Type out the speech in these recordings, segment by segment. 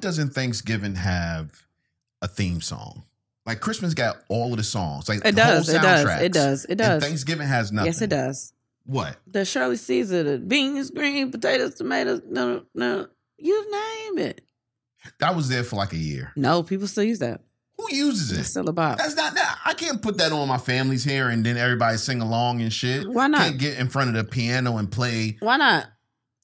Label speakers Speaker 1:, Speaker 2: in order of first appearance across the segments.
Speaker 1: doesn't Thanksgiving have a theme song? Like Christmas got all of the songs. Like
Speaker 2: It
Speaker 1: the whole
Speaker 2: does. It does.
Speaker 1: soundtracks.
Speaker 2: It does. It
Speaker 1: And
Speaker 2: does.
Speaker 1: Thanksgiving has nothing.
Speaker 2: Yes, it does.
Speaker 1: What?
Speaker 2: The Shirley Caesar, the beans, green potatoes, tomatoes. No, no, you name it.
Speaker 1: That was there for like a year.
Speaker 2: No, people still use that.
Speaker 1: Who uses
Speaker 2: It's
Speaker 1: it?
Speaker 2: still a bop.
Speaker 1: That's not that. I can't put that on my family's here and then everybody sing along and shit.
Speaker 2: Why not?
Speaker 1: Can't get in front of the piano and play.
Speaker 2: Why not?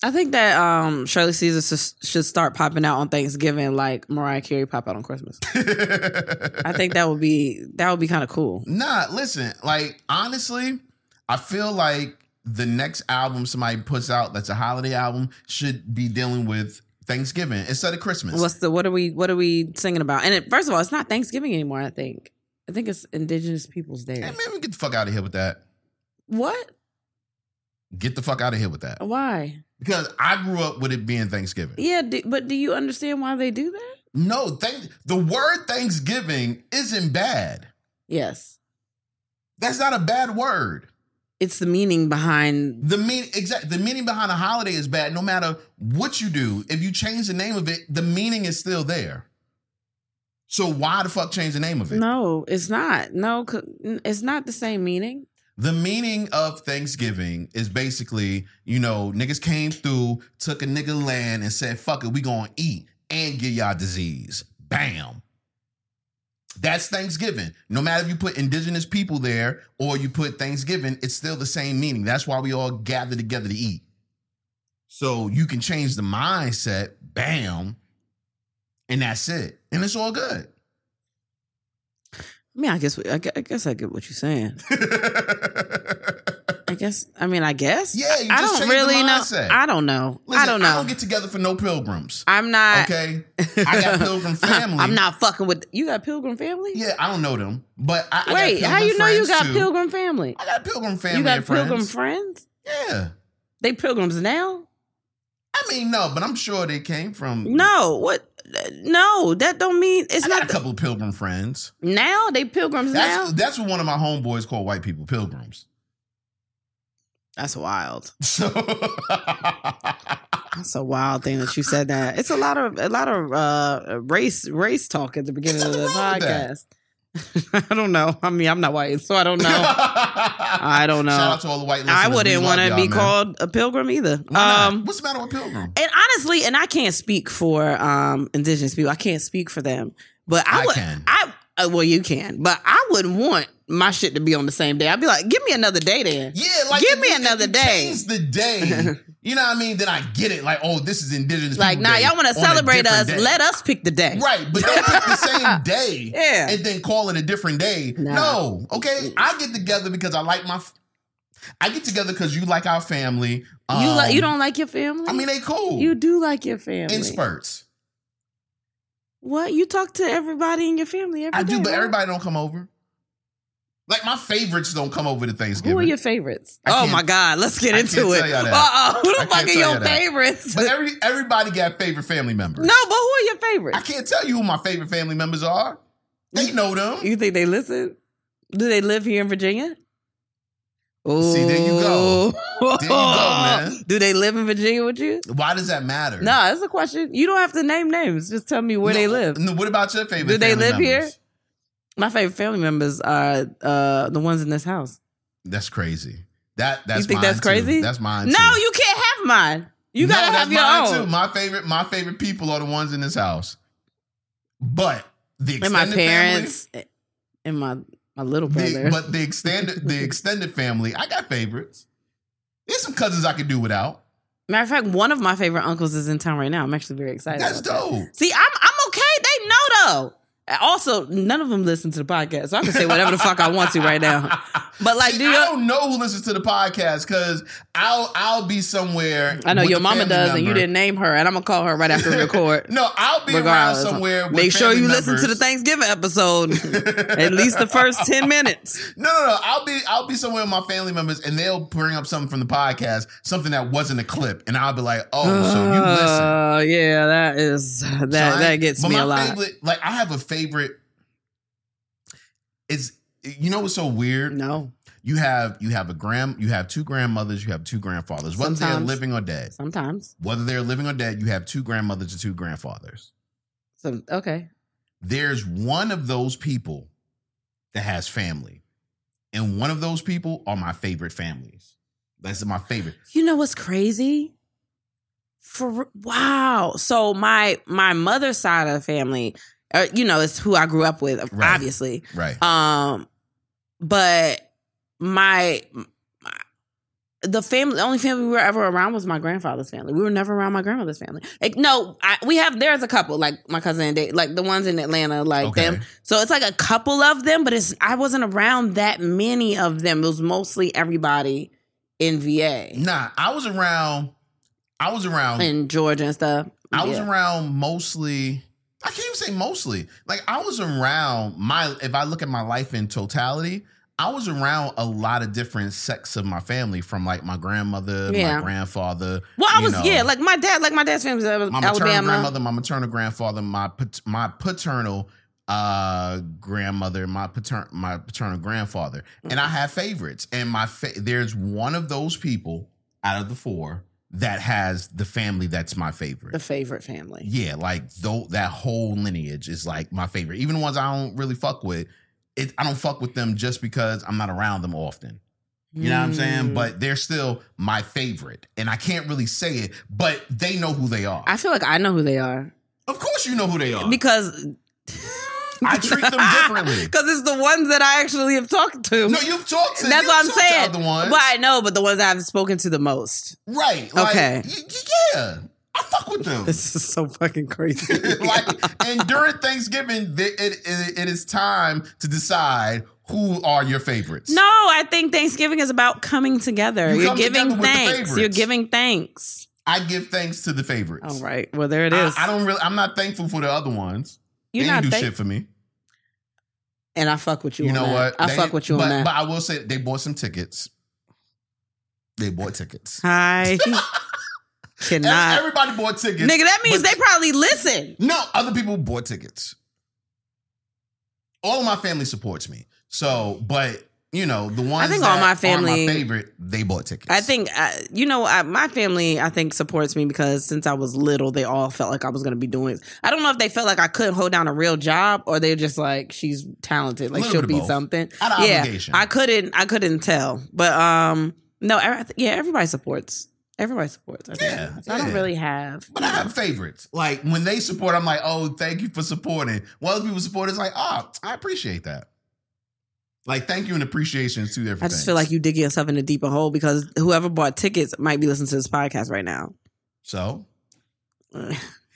Speaker 2: I think that um, Shirley Caesar sh- should start popping out on Thanksgiving, like Mariah Carey pop out on Christmas. I think that would be that would be kind of cool.
Speaker 1: Nah, listen, like honestly, I feel like the next album somebody puts out that's a holiday album should be dealing with Thanksgiving instead of Christmas.
Speaker 2: What's the what are we what are we singing about? And it, first of all, it's not Thanksgiving anymore. I think I think it's Indigenous Peoples Day.
Speaker 1: Hey, man, we get the fuck out of here with that.
Speaker 2: What?
Speaker 1: Get the fuck out of here with that.
Speaker 2: Why?
Speaker 1: Because I grew up with it being Thanksgiving.
Speaker 2: Yeah, do, but do you understand why they do that?
Speaker 1: No, thank the word Thanksgiving isn't bad.
Speaker 2: Yes,
Speaker 1: That's not a bad word.
Speaker 2: it's the meaning behind.
Speaker 1: The mean exact the meaning behind a holiday is bad no matter what you do. If you change the name of it, the meaning is still there. So why the fuck change the name of it?
Speaker 2: No, it's not. No, 'cause it's not the same meaning.
Speaker 1: The meaning of Thanksgiving is basically, you know, niggas came through, took a nigga land and said, fuck it, we gonna eat and give y'all disease. Bam. That's Thanksgiving. No matter if you put indigenous people there or you put Thanksgiving, it's still the same meaning. That's why we all gather together to eat. So you can change the mindset, bam, and that's it. And it's all good.
Speaker 2: I mean, I guess we- I gue- I guess I get what you're saying. I guess. I mean, I guess.
Speaker 1: Yeah, you
Speaker 2: I
Speaker 1: just
Speaker 2: don't
Speaker 1: changed the
Speaker 2: really know.
Speaker 1: mindset.
Speaker 2: I don't know. I
Speaker 1: Listen,
Speaker 2: don't know.
Speaker 1: I don't get together for no pilgrims.
Speaker 2: I'm not.
Speaker 1: Okay. I got Pilgrim family.
Speaker 2: I'm not fucking with. You got Pilgrim family?
Speaker 1: Yeah, I don't know them, but I, I
Speaker 2: Wait,
Speaker 1: got
Speaker 2: how
Speaker 1: Pilgrim
Speaker 2: you know you
Speaker 1: friends,
Speaker 2: got
Speaker 1: too.
Speaker 2: Pilgrim family?
Speaker 1: I got Pilgrim family
Speaker 2: You got
Speaker 1: and friends.
Speaker 2: Pilgrim friends?
Speaker 1: yeah.
Speaker 2: They Pilgrims now?
Speaker 1: I mean, no, but I'm sure they came from.
Speaker 2: No, what? No, that don't mean it's
Speaker 1: I got
Speaker 2: not
Speaker 1: a couple of Pilgrim friends.
Speaker 2: now. They Pilgrims
Speaker 1: That's
Speaker 2: now.
Speaker 1: that's what one of my homeboys called white people pilgrims.
Speaker 2: That's wild.
Speaker 1: So
Speaker 2: That's a wild thing that you said that. It's a lot of a lot of uh race race talk at the beginning of
Speaker 1: There's
Speaker 2: the
Speaker 1: nothing wrong
Speaker 2: podcast. I don't know. I mean, I'm not white, so I don't know. I
Speaker 1: Shout
Speaker 2: don't know.
Speaker 1: out to all the white. Listeners.
Speaker 2: I wouldn't want to be
Speaker 1: called.
Speaker 2: called a pilgrim either.
Speaker 1: Um,
Speaker 2: Um
Speaker 1: What's the matter with pilgrim?
Speaker 2: and honestly, and I can't speak for um indigenous people. I can't speak for them. But I,
Speaker 1: I
Speaker 2: would
Speaker 1: can.
Speaker 2: I uh, well you can, but I wouldn't want my shit to be on the same day. I'd be like, give me another day then.
Speaker 1: Yeah, like
Speaker 2: Give
Speaker 1: if
Speaker 2: me
Speaker 1: you- if
Speaker 2: another
Speaker 1: you
Speaker 2: day.
Speaker 1: Change the day. You know what I mean? Then I get it. Like, oh, this is Indigenous.
Speaker 2: Like,
Speaker 1: People
Speaker 2: nah,
Speaker 1: Day
Speaker 2: y'all want to
Speaker 1: on a
Speaker 2: celebrate
Speaker 1: different
Speaker 2: us.
Speaker 1: day.
Speaker 2: Let us pick the day.
Speaker 1: right, but don't pick the same day.
Speaker 2: Yeah.
Speaker 1: and then call it a different day.
Speaker 2: Nah.
Speaker 1: No, okay. I get together because I like my. f- I get together because you like our family.
Speaker 2: you
Speaker 1: Um,
Speaker 2: like you don't like your family?
Speaker 1: I mean, they cool.
Speaker 2: you do like your family.
Speaker 1: in spurts.
Speaker 2: What? You talk to everybody in your family every
Speaker 1: I do,
Speaker 2: day,
Speaker 1: but
Speaker 2: right?
Speaker 1: everybody don't come over. Like my favorites don't come over to Thanksgiving.
Speaker 2: Who are your favorites?
Speaker 1: I
Speaker 2: oh
Speaker 1: can't-
Speaker 2: my God, let's get
Speaker 1: I
Speaker 2: into
Speaker 1: can't
Speaker 2: it.
Speaker 1: tell y'all that.
Speaker 2: Uh-oh, who
Speaker 1: I
Speaker 2: the
Speaker 1: can't
Speaker 2: fuck are
Speaker 1: tell
Speaker 2: your
Speaker 1: y'all that.
Speaker 2: favorites?
Speaker 1: but every everybody got favorite family members.
Speaker 2: no, but who are your
Speaker 1: I
Speaker 2: favorites?
Speaker 1: can't tell you who my favorite family members are. They know them.
Speaker 2: You think they listen? Do they live here in Virginia? Oh,
Speaker 1: See, there you go. There you go, man.
Speaker 2: Do they live in Virginia with you?
Speaker 1: Why does that matter?
Speaker 2: No, that's a question. You don't have to name names. Just tell me where they
Speaker 1: No,
Speaker 2: live.
Speaker 1: no, what about your favorite?
Speaker 2: Do they
Speaker 1: family
Speaker 2: live here?
Speaker 1: members?
Speaker 2: My favorite family members are uh, the ones in this house.
Speaker 1: That's crazy. That that's
Speaker 2: think
Speaker 1: mine
Speaker 2: that's
Speaker 1: too.
Speaker 2: crazy?
Speaker 1: That's mine.
Speaker 2: No,
Speaker 1: too.
Speaker 2: you can't have mine. You
Speaker 1: No,
Speaker 2: gotta
Speaker 1: that's
Speaker 2: have your
Speaker 1: mine
Speaker 2: own.
Speaker 1: Too. My favorite my favorite people are the ones in this house. But the
Speaker 2: and
Speaker 1: extended
Speaker 2: my parents and my my little
Speaker 1: family, the-
Speaker 2: brother.
Speaker 1: but the extended the extended family, I got favorites. There's some cousins I could do without.
Speaker 2: Matter of fact, one of my favorite uncles is in town right now. I'm actually very excited.
Speaker 1: That's
Speaker 2: about that.
Speaker 1: dope.
Speaker 2: See, I'm I'm okay. They know though. Also, none of them listen to the podcast, so I can say whatever the fuck I want to right now. But like,
Speaker 1: See,
Speaker 2: do
Speaker 1: I
Speaker 2: you?
Speaker 1: don't know who listens to the podcast because I'll I'll be somewhere.
Speaker 2: I know
Speaker 1: with
Speaker 2: your
Speaker 1: the
Speaker 2: mama
Speaker 1: family
Speaker 2: does, and you
Speaker 1: member.
Speaker 2: didn't name her, and I'm gonna call her right after we record.
Speaker 1: No, I'll be
Speaker 2: Regardless,
Speaker 1: around somewhere. With
Speaker 2: make sure
Speaker 1: family
Speaker 2: you listen to the
Speaker 1: members.
Speaker 2: Thanksgiving episode, at least the first ten minutes.
Speaker 1: No, no, no. I'll be I'll be somewhere with my family members, and they'll bring up something from the podcast, something that wasn't a clip, and I'll be like, "Oh, so you listen."
Speaker 2: Uh, yeah, that is that
Speaker 1: So I-
Speaker 2: that gets
Speaker 1: but
Speaker 2: me
Speaker 1: my
Speaker 2: a lot.
Speaker 1: Favorite, like I have a favorite. It's you know what's so weird?
Speaker 2: no,
Speaker 1: You have you have a grand you have two grandmothers, you have two grandfathers, whether they're
Speaker 2: Sometimes.
Speaker 1: living or dead.
Speaker 2: sometimes
Speaker 1: Whether they're living or dead, you have two grandmothers or two grandfathers.
Speaker 2: Some okay.
Speaker 1: There's one of those people that has family, and one of those people are my favorite families. That's my favorite.
Speaker 2: You know what's crazy? For wow. So my my mother's side of the family, uh, you know, it's who I grew up with,
Speaker 1: Right.
Speaker 2: obviously.
Speaker 1: Right.
Speaker 2: Um, but my, my the family, the only family we were ever around was my grandfather's family. We were never around my grandmother's family. Like, no, I, we have there's a couple, like my cousin, and they, like the ones in Atlanta, like
Speaker 1: Okay.
Speaker 2: them. So it's like a couple of them, but it's I wasn't around that many of them. It was mostly everybody in VA
Speaker 1: Nah, I was around. I was around.
Speaker 2: in Georgia and stuff.
Speaker 1: I was
Speaker 2: Yeah.
Speaker 1: around mostly. I can't even say mostly. Like I was around my. If I look at my life in totality, I was around a lot of different sects of my family, from like my grandmother,
Speaker 2: Yeah.
Speaker 1: my grandfather.
Speaker 2: Well, I
Speaker 1: you
Speaker 2: was
Speaker 1: know,
Speaker 2: yeah, like my dad, like my dad's family was out of
Speaker 1: my maternal
Speaker 2: Alabama.
Speaker 1: grandmother, my maternal grandfather, my pat- my paternal uh grandmother, my patern my paternal grandfather, and
Speaker 2: Mm-hmm.
Speaker 1: I have favorites. And my fa- there's one of those people out of the four that has the family that's my favorite.
Speaker 2: The favorite family.
Speaker 1: Yeah, like though that whole lineage is like my favorite. Even the ones I don't really fuck with, it I don't fuck with them just because I'm not around them often. You know what I'm saying?
Speaker 2: Mm.
Speaker 1: But they're still my favorite, and I can't really say it. But they know who they are.
Speaker 2: I feel like I know who they are.
Speaker 1: of course, you know who they are.
Speaker 2: because
Speaker 1: Uh, I treat them differently.
Speaker 2: Because it's the ones that I actually have talked to.
Speaker 1: no, you've talked to.
Speaker 2: That's
Speaker 1: you've
Speaker 2: what I'm
Speaker 1: talked to
Speaker 2: saying.
Speaker 1: Other ones,
Speaker 2: But I know, but the ones I've spoken to the most.
Speaker 1: right? Like,
Speaker 2: Okay.
Speaker 1: y- y- yeah, I fuck with them.
Speaker 2: This is so fucking crazy.
Speaker 1: like, and during Thanksgiving, th- it, it it is time to decide who are your favorites.
Speaker 2: no, I think Thanksgiving is about coming together.
Speaker 1: You
Speaker 2: You are
Speaker 1: come
Speaker 2: giving
Speaker 1: together with the
Speaker 2: thanks. You're
Speaker 1: favorites.
Speaker 2: giving thanks.
Speaker 1: I give thanks to the favorites.
Speaker 2: All right. Well, there it
Speaker 1: I-
Speaker 2: is.
Speaker 1: I, don't really. I'm not thankful for the other ones.
Speaker 2: You're
Speaker 1: they
Speaker 2: not
Speaker 1: didn't do
Speaker 2: thank-
Speaker 1: shit for me.
Speaker 2: And I fuck with you.
Speaker 1: You, know
Speaker 2: on
Speaker 1: what?
Speaker 2: that. I
Speaker 1: They
Speaker 2: fuck
Speaker 1: didn't-
Speaker 2: with you
Speaker 1: but,
Speaker 2: on that.
Speaker 1: But I will say they bought some tickets. They bought tickets.
Speaker 2: I
Speaker 1: Every-
Speaker 2: cannot.
Speaker 1: Everybody bought tickets.
Speaker 2: Nigga, that means
Speaker 1: but-
Speaker 2: they probably listen.
Speaker 1: No, other people bought tickets. All of my family supports me. So, but you know the ones
Speaker 2: think
Speaker 1: that
Speaker 2: all my
Speaker 1: are
Speaker 2: family-
Speaker 1: favorite, they bought tickets.
Speaker 2: I think uh, you know I, my family. I think supports me because since I was little, they all felt like I was going to be doing. I don't know if they felt like I couldn't hold down a real job, or they're just like she's talented, like
Speaker 1: Little
Speaker 2: she'll
Speaker 1: bit of
Speaker 2: be
Speaker 1: both.
Speaker 2: something.
Speaker 1: out of
Speaker 2: yeah,
Speaker 1: obligation.
Speaker 2: I couldn't. I couldn't tell, but um, no, I, I th- yeah, everybody supports. Everybody supports. I think.
Speaker 1: Yeah,
Speaker 2: so I don't
Speaker 1: yeah.
Speaker 2: really have.
Speaker 1: But I have favorites. Like when they support, I'm like, oh, thank you for supporting. When other people support, it's like, oh, I appreciate that. Like, thank you and appreciation is two different
Speaker 2: I just feel like
Speaker 1: things.
Speaker 2: you digging yourself in a deeper hole because whoever bought tickets might be listening to this podcast right now.
Speaker 1: So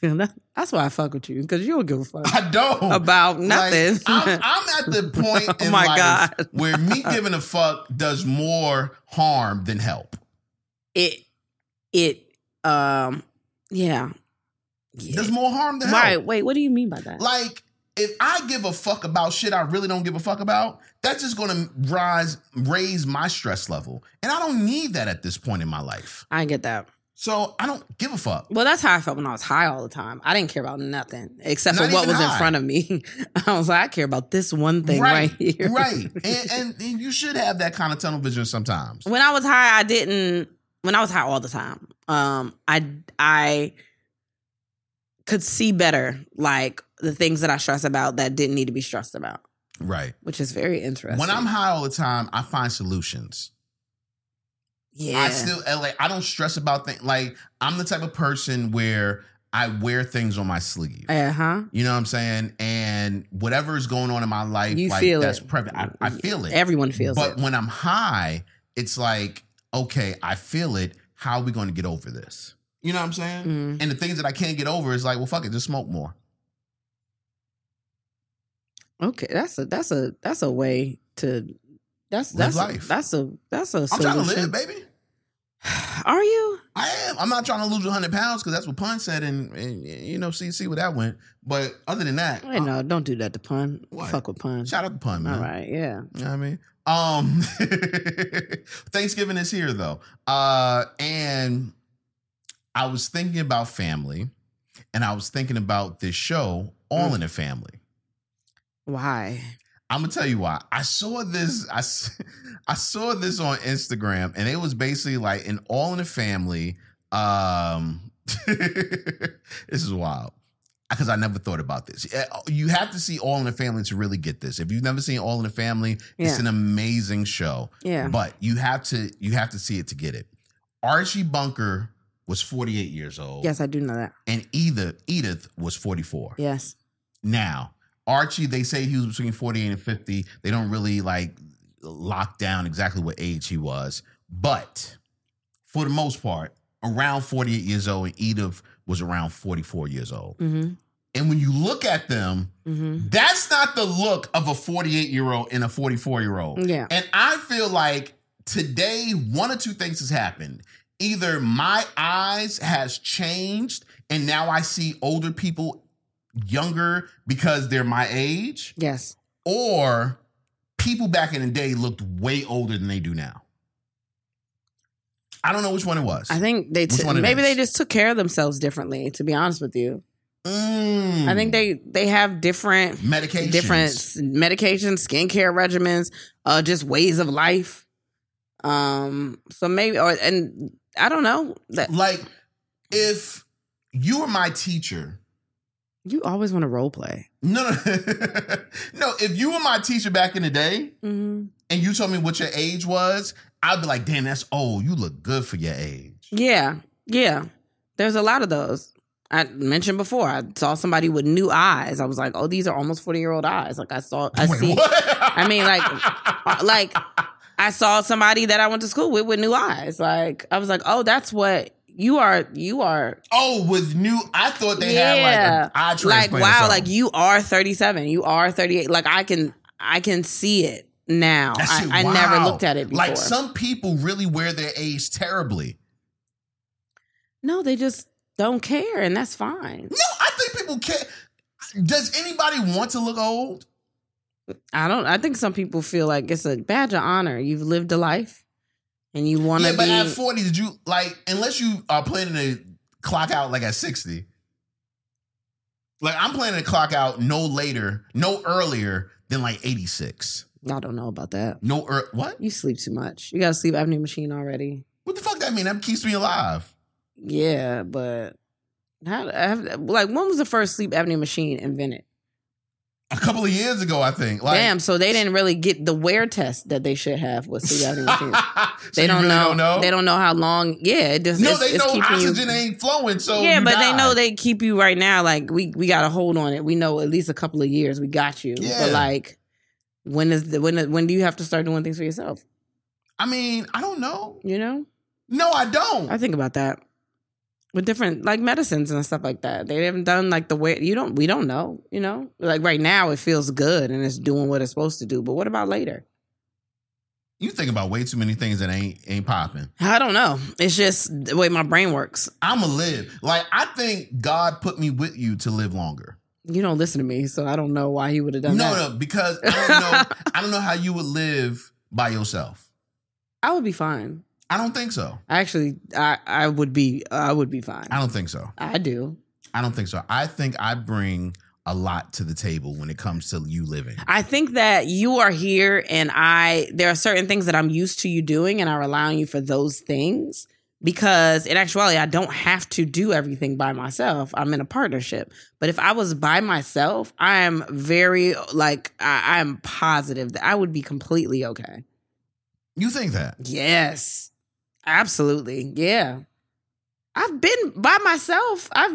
Speaker 2: You know, That's why I fuck with you because you don't give a fuck
Speaker 1: I don't.
Speaker 2: about
Speaker 1: Like,
Speaker 2: nothing.
Speaker 1: I'm, I'm at the point
Speaker 2: Oh
Speaker 1: in
Speaker 2: my
Speaker 1: life
Speaker 2: God.
Speaker 1: where me giving a fuck does more harm than help.
Speaker 2: it it um yeah, yeah.
Speaker 1: Does more harm than help.
Speaker 2: right wait what do you mean by that
Speaker 1: Like, if I give a fuck about shit I really don't give a fuck about, that's just gonna rise raise my stress level. And I don't need that at this point in my life.
Speaker 2: i get that
Speaker 1: So I don't give a fuck.
Speaker 2: well that's how i felt when i was high all the time i didn't care about nothing except
Speaker 1: Not
Speaker 2: for what
Speaker 1: even
Speaker 2: was in
Speaker 1: high.
Speaker 2: front of me i was like i care about this one thing right, here
Speaker 1: Right. And, and and you should have that kind of tunnel vision sometimes.
Speaker 2: when i was high i didn't when i was high all the time um i i could see better like the things that i stress about that didn't need to be stressed about
Speaker 1: Right.
Speaker 2: which is very interesting
Speaker 1: When I'm high all the time, I find solutions.
Speaker 2: yeah
Speaker 1: I still and, like I don't stress about things. Like I'm the type of person where I wear things on my sleeve.
Speaker 2: uh-huh
Speaker 1: You know what I'm saying? And whatever is going on in my life,
Speaker 2: You
Speaker 1: like
Speaker 2: feel
Speaker 1: that's
Speaker 2: it.
Speaker 1: prevalent. I, I feel it.
Speaker 2: everyone feels
Speaker 1: but
Speaker 2: it
Speaker 1: when I'm high, it's like, okay, I feel it. How are we going to get over this? You know what I'm saying?
Speaker 2: Mm.
Speaker 1: And the things that I can't get over is like, well, fuck it, just smoke more.
Speaker 2: Okay, that's a that's a that's a way to that's
Speaker 1: Live
Speaker 2: that's
Speaker 1: life.
Speaker 2: A, that's a that's a
Speaker 1: I'm trying to live,
Speaker 2: solution.
Speaker 1: baby.
Speaker 2: Are you?
Speaker 1: I am. I'm not trying to lose 100 pounds because that's what Pun said, and, and you know, see see where that went. But other than that,
Speaker 2: Wait, no, don't do that to pun.
Speaker 1: Uh, What?
Speaker 2: Fuck with pun.
Speaker 1: uh, shout out to Pun, man.
Speaker 2: All right, yeah.
Speaker 1: You know what I mean? Um, Thanksgiving is here though, uh, and I was thinking about family, and I was thinking about this show, All in the Family.
Speaker 2: Why?
Speaker 1: I'm gonna tell you why. I saw this. I, s- I saw this on Instagram, and it was basically like an all in the family. Um, this is wild. because I never thought about this. Eh, You have to see All in the Family to really get this. If you've never seen All in the Family, it's
Speaker 2: Yeah.
Speaker 1: an amazing show.
Speaker 2: Yeah.
Speaker 1: But you have to you have to see it to get it. Archie Bunker was 48 years old.
Speaker 2: Yes, I do know that.
Speaker 1: And either Edith was 44.
Speaker 2: Yes.
Speaker 1: Now, Archie, they say he was between 48 and 50. They don't really like lock down exactly what age he was. But for the most part, around 48 years old, and Edith was around 44 years old.
Speaker 2: Mm-hmm.
Speaker 1: And when you look at them,
Speaker 2: Mm-hmm.
Speaker 1: that's not the look of a 48 year old and a 44 year old.
Speaker 2: Yeah.
Speaker 1: And I feel like today, one or two things has happened. Either my eyes has changed and now I see older people younger because they're my age,
Speaker 2: Yes.
Speaker 1: or people back in the day looked way older than they do now. I don't know which one it was.
Speaker 2: I think they
Speaker 1: Which
Speaker 2: took
Speaker 1: one it
Speaker 2: maybe
Speaker 1: is?
Speaker 2: they just took care of themselves differently. To be honest with you,
Speaker 1: Mm.
Speaker 2: I think they they have different
Speaker 1: medications.
Speaker 2: different s- medications, skincare regimens, uh, just ways of life. Um, so maybe or and I don't know that
Speaker 1: Like if you were my teacher
Speaker 2: you always want to role play.
Speaker 1: No, no, no. If you were my teacher back in the day
Speaker 2: Mm-hmm.
Speaker 1: and you told me what your age was, I'd be like, "Damn, that's old. You look good for your age."
Speaker 2: Yeah, yeah. There's a lot of those. I mentioned before. I saw somebody with new eyes. I was like, oh, these are almost forty year old eyes. Like I saw, I
Speaker 1: Wait,
Speaker 2: see,
Speaker 1: what?
Speaker 2: I mean, like, like I saw somebody that I went to school with with new eyes. Like I was like, oh, that's what you are. You are
Speaker 1: oh, with new. I thought they had like
Speaker 2: Yeah.
Speaker 1: an eye transplant.
Speaker 2: like
Speaker 1: or
Speaker 2: wow
Speaker 1: something.
Speaker 2: like you are 37 you are 38 like i can i can see it now
Speaker 1: That shit,
Speaker 2: i, I never
Speaker 1: wow.
Speaker 2: looked at it before
Speaker 1: Like some people really wear their age terribly.
Speaker 2: no they just don't care and that's fine
Speaker 1: No, I think people care. Does anybody want to look old?
Speaker 2: i don't i think some people feel like it's a badge of honor you've lived a life and you want to
Speaker 1: yeah, but
Speaker 2: be
Speaker 1: at forty, did you like? Unless you are planning to clock out like at sixty. Like I'm planning to clock out no later, no earlier than like eighty six.
Speaker 2: i don't know about that
Speaker 1: No, er- what?
Speaker 2: you sleep too much you got a sleep apnea machine already
Speaker 1: What the fuck that mean? That keeps me alive.
Speaker 2: yeah but how, I have- uh, like when was the first sleep apnea machine invented
Speaker 1: A couple of years ago, I think. Like,
Speaker 2: damn so they didn't really get the wear test that they should have with sleep apnea machines
Speaker 1: So
Speaker 2: they
Speaker 1: you
Speaker 2: don't
Speaker 1: really
Speaker 2: know, They
Speaker 1: know.
Speaker 2: don't know how long. Yeah, it just
Speaker 1: No,
Speaker 2: it's,
Speaker 1: they
Speaker 2: it's
Speaker 1: know
Speaker 2: keeping
Speaker 1: oxygen
Speaker 2: you.
Speaker 1: ain't flowing. So
Speaker 2: yeah,
Speaker 1: you
Speaker 2: but they
Speaker 1: die.
Speaker 2: know they keep you right now. Like we we got a hold on it. We know at least a couple of years. We got you.
Speaker 1: Yeah.
Speaker 2: But like, when is the when when do you have to start doing things for yourself?
Speaker 1: I mean, I don't know.
Speaker 2: You know,
Speaker 1: No, I don't.
Speaker 2: I think about that with different like medicines and stuff like that. They haven't done like the way you don't we don't know. You know, like right now it feels good and it's doing what it's supposed to do. But what about later?
Speaker 1: you think about way too many things that ain't ain't popping.
Speaker 2: I don't know. It's just the way my brain works.
Speaker 1: I'ma live. Like I think God put me with you to live longer.
Speaker 2: You don't listen to me, so I don't know why he would have
Speaker 1: No,
Speaker 2: done that.
Speaker 1: no, because I don't know. I don't know how you would live by yourself.
Speaker 2: I would be fine.
Speaker 1: I don't think so.
Speaker 2: Actually, I, I would be I would be fine.
Speaker 1: I don't think so.
Speaker 2: I do.
Speaker 1: I don't think so. I think I bring a lot to the table when it comes to you living.
Speaker 2: I think that you are here and I there are certain things that I'm used to you doing and I rely on you for those things because in actuality I don't have to do everything by myself. I'm in a partnership. But if I was by myself, I am very like I, I'm positive that I would be completely okay.
Speaker 1: You think that?
Speaker 2: Yes. Absolutely. Yeah. I've been by myself. I've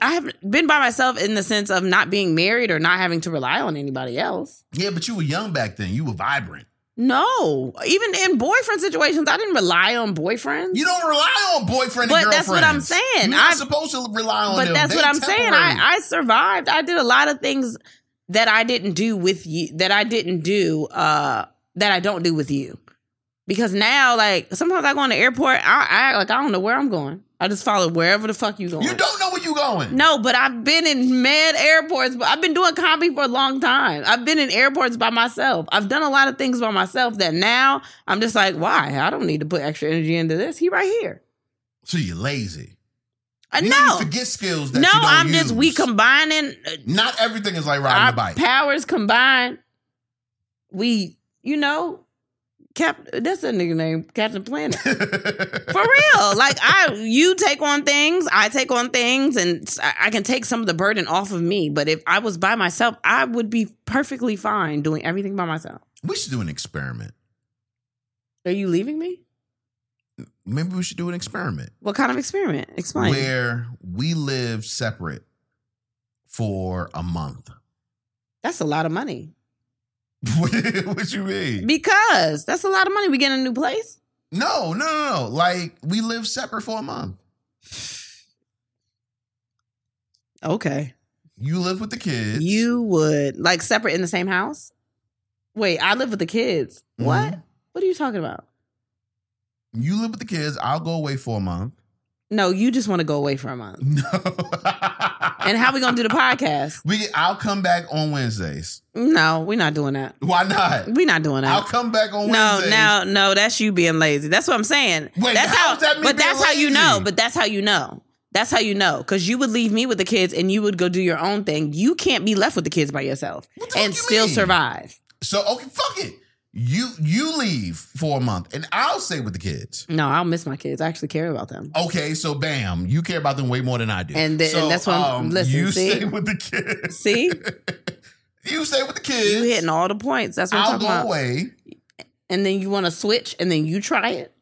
Speaker 2: I haven't been by myself in the sense of not being married or not having to rely on anybody else.
Speaker 1: Yeah, but you were young back then. You were vibrant.
Speaker 2: No. Even in boyfriend situations, I didn't rely on boyfriends.
Speaker 1: You don't rely on boyfriend and
Speaker 2: But that's what I'm
Speaker 1: girlfriends. You're
Speaker 2: saying.
Speaker 1: not
Speaker 2: I've-
Speaker 1: supposed to rely on
Speaker 2: but
Speaker 1: them.
Speaker 2: that's
Speaker 1: They
Speaker 2: what I'm saying.
Speaker 1: temporary.
Speaker 2: I, I survived. I did a lot of things that I didn't do with you that I didn't do uh that I don't do with you. Because now like sometimes I go in the airport, I, I like I don't know where I'm going. I just follow wherever the fuck you going.
Speaker 1: you don't know where you're going.
Speaker 2: No, but I've been in mad airports. But I've been doing comedy for a long time. I've been in airports by myself. I've done a lot of things by myself that now I'm just like, why? I don't need to put extra energy into this. He right here.
Speaker 1: So you're lazy.
Speaker 2: I
Speaker 1: You
Speaker 2: Uh, no,
Speaker 1: need to forget skills that
Speaker 2: no,
Speaker 1: you don't
Speaker 2: I'm just
Speaker 1: use.
Speaker 2: we combining uh,
Speaker 1: Not everything is like riding
Speaker 2: our
Speaker 1: a bike.
Speaker 2: powers combined. We, you know, Cap, that's a nigga name, Captain Planet. For real, like I, you take on things, I take on things, and I- I can take some of the burden off of me. But if I was by myself, I would be perfectly fine doing everything by myself.
Speaker 1: we should do an experiment.
Speaker 2: Are you leaving me?
Speaker 1: Maybe we should do an experiment
Speaker 2: What kind of experiment? Explain.
Speaker 1: where we live separate for a month.
Speaker 2: That's a lot of money.
Speaker 1: what you mean?
Speaker 2: Because that's a lot of money. We get a new place.
Speaker 1: No, no, no, no. Like we live separate for a month.
Speaker 2: Okay.
Speaker 1: You live with the kids.
Speaker 2: You would like separate in the same house? Wait, I live with the kids.
Speaker 1: Mhm.
Speaker 2: What? What are you talking about?
Speaker 1: You live with the kids. I'll go away for a month.
Speaker 2: No, you just want to go away for a month.
Speaker 1: No.
Speaker 2: And how we gonna do the podcast?
Speaker 1: we I'll come back on Wednesdays.
Speaker 2: No, we're not doing that.
Speaker 1: Why not?
Speaker 2: We're not doing
Speaker 1: I'll
Speaker 2: that.
Speaker 1: come back on
Speaker 2: No,
Speaker 1: Wednesdays.
Speaker 2: now, no, that's you being lazy. That's what I'm saying.
Speaker 1: Wait,
Speaker 2: that's
Speaker 1: how is that me
Speaker 2: but
Speaker 1: being
Speaker 2: that's how you know.
Speaker 1: lazy?
Speaker 2: But that's how you know. That's how you know. Because you would leave me with the kids and you would go do your own thing. You can't be left with the kids by yourself
Speaker 1: What the fuck
Speaker 2: and
Speaker 1: you
Speaker 2: still
Speaker 1: mean?
Speaker 2: survive.
Speaker 1: So okay, fuck it. You you leave for a month and I'll stay with the kids.
Speaker 2: No, I'll miss my kids. I actually care about them.
Speaker 1: Okay, so bam, you care about them way more than I do.
Speaker 2: And then-
Speaker 1: so, um,
Speaker 2: and that's what I'm- listen,
Speaker 1: You
Speaker 2: see?
Speaker 1: stay with the kids.
Speaker 2: See?
Speaker 1: You stay with the kids.
Speaker 2: You hitting all the points. That's what I'm
Speaker 1: I'll
Speaker 2: talking
Speaker 1: go
Speaker 2: about.
Speaker 1: away.
Speaker 2: And then you want to switch, and then you try it.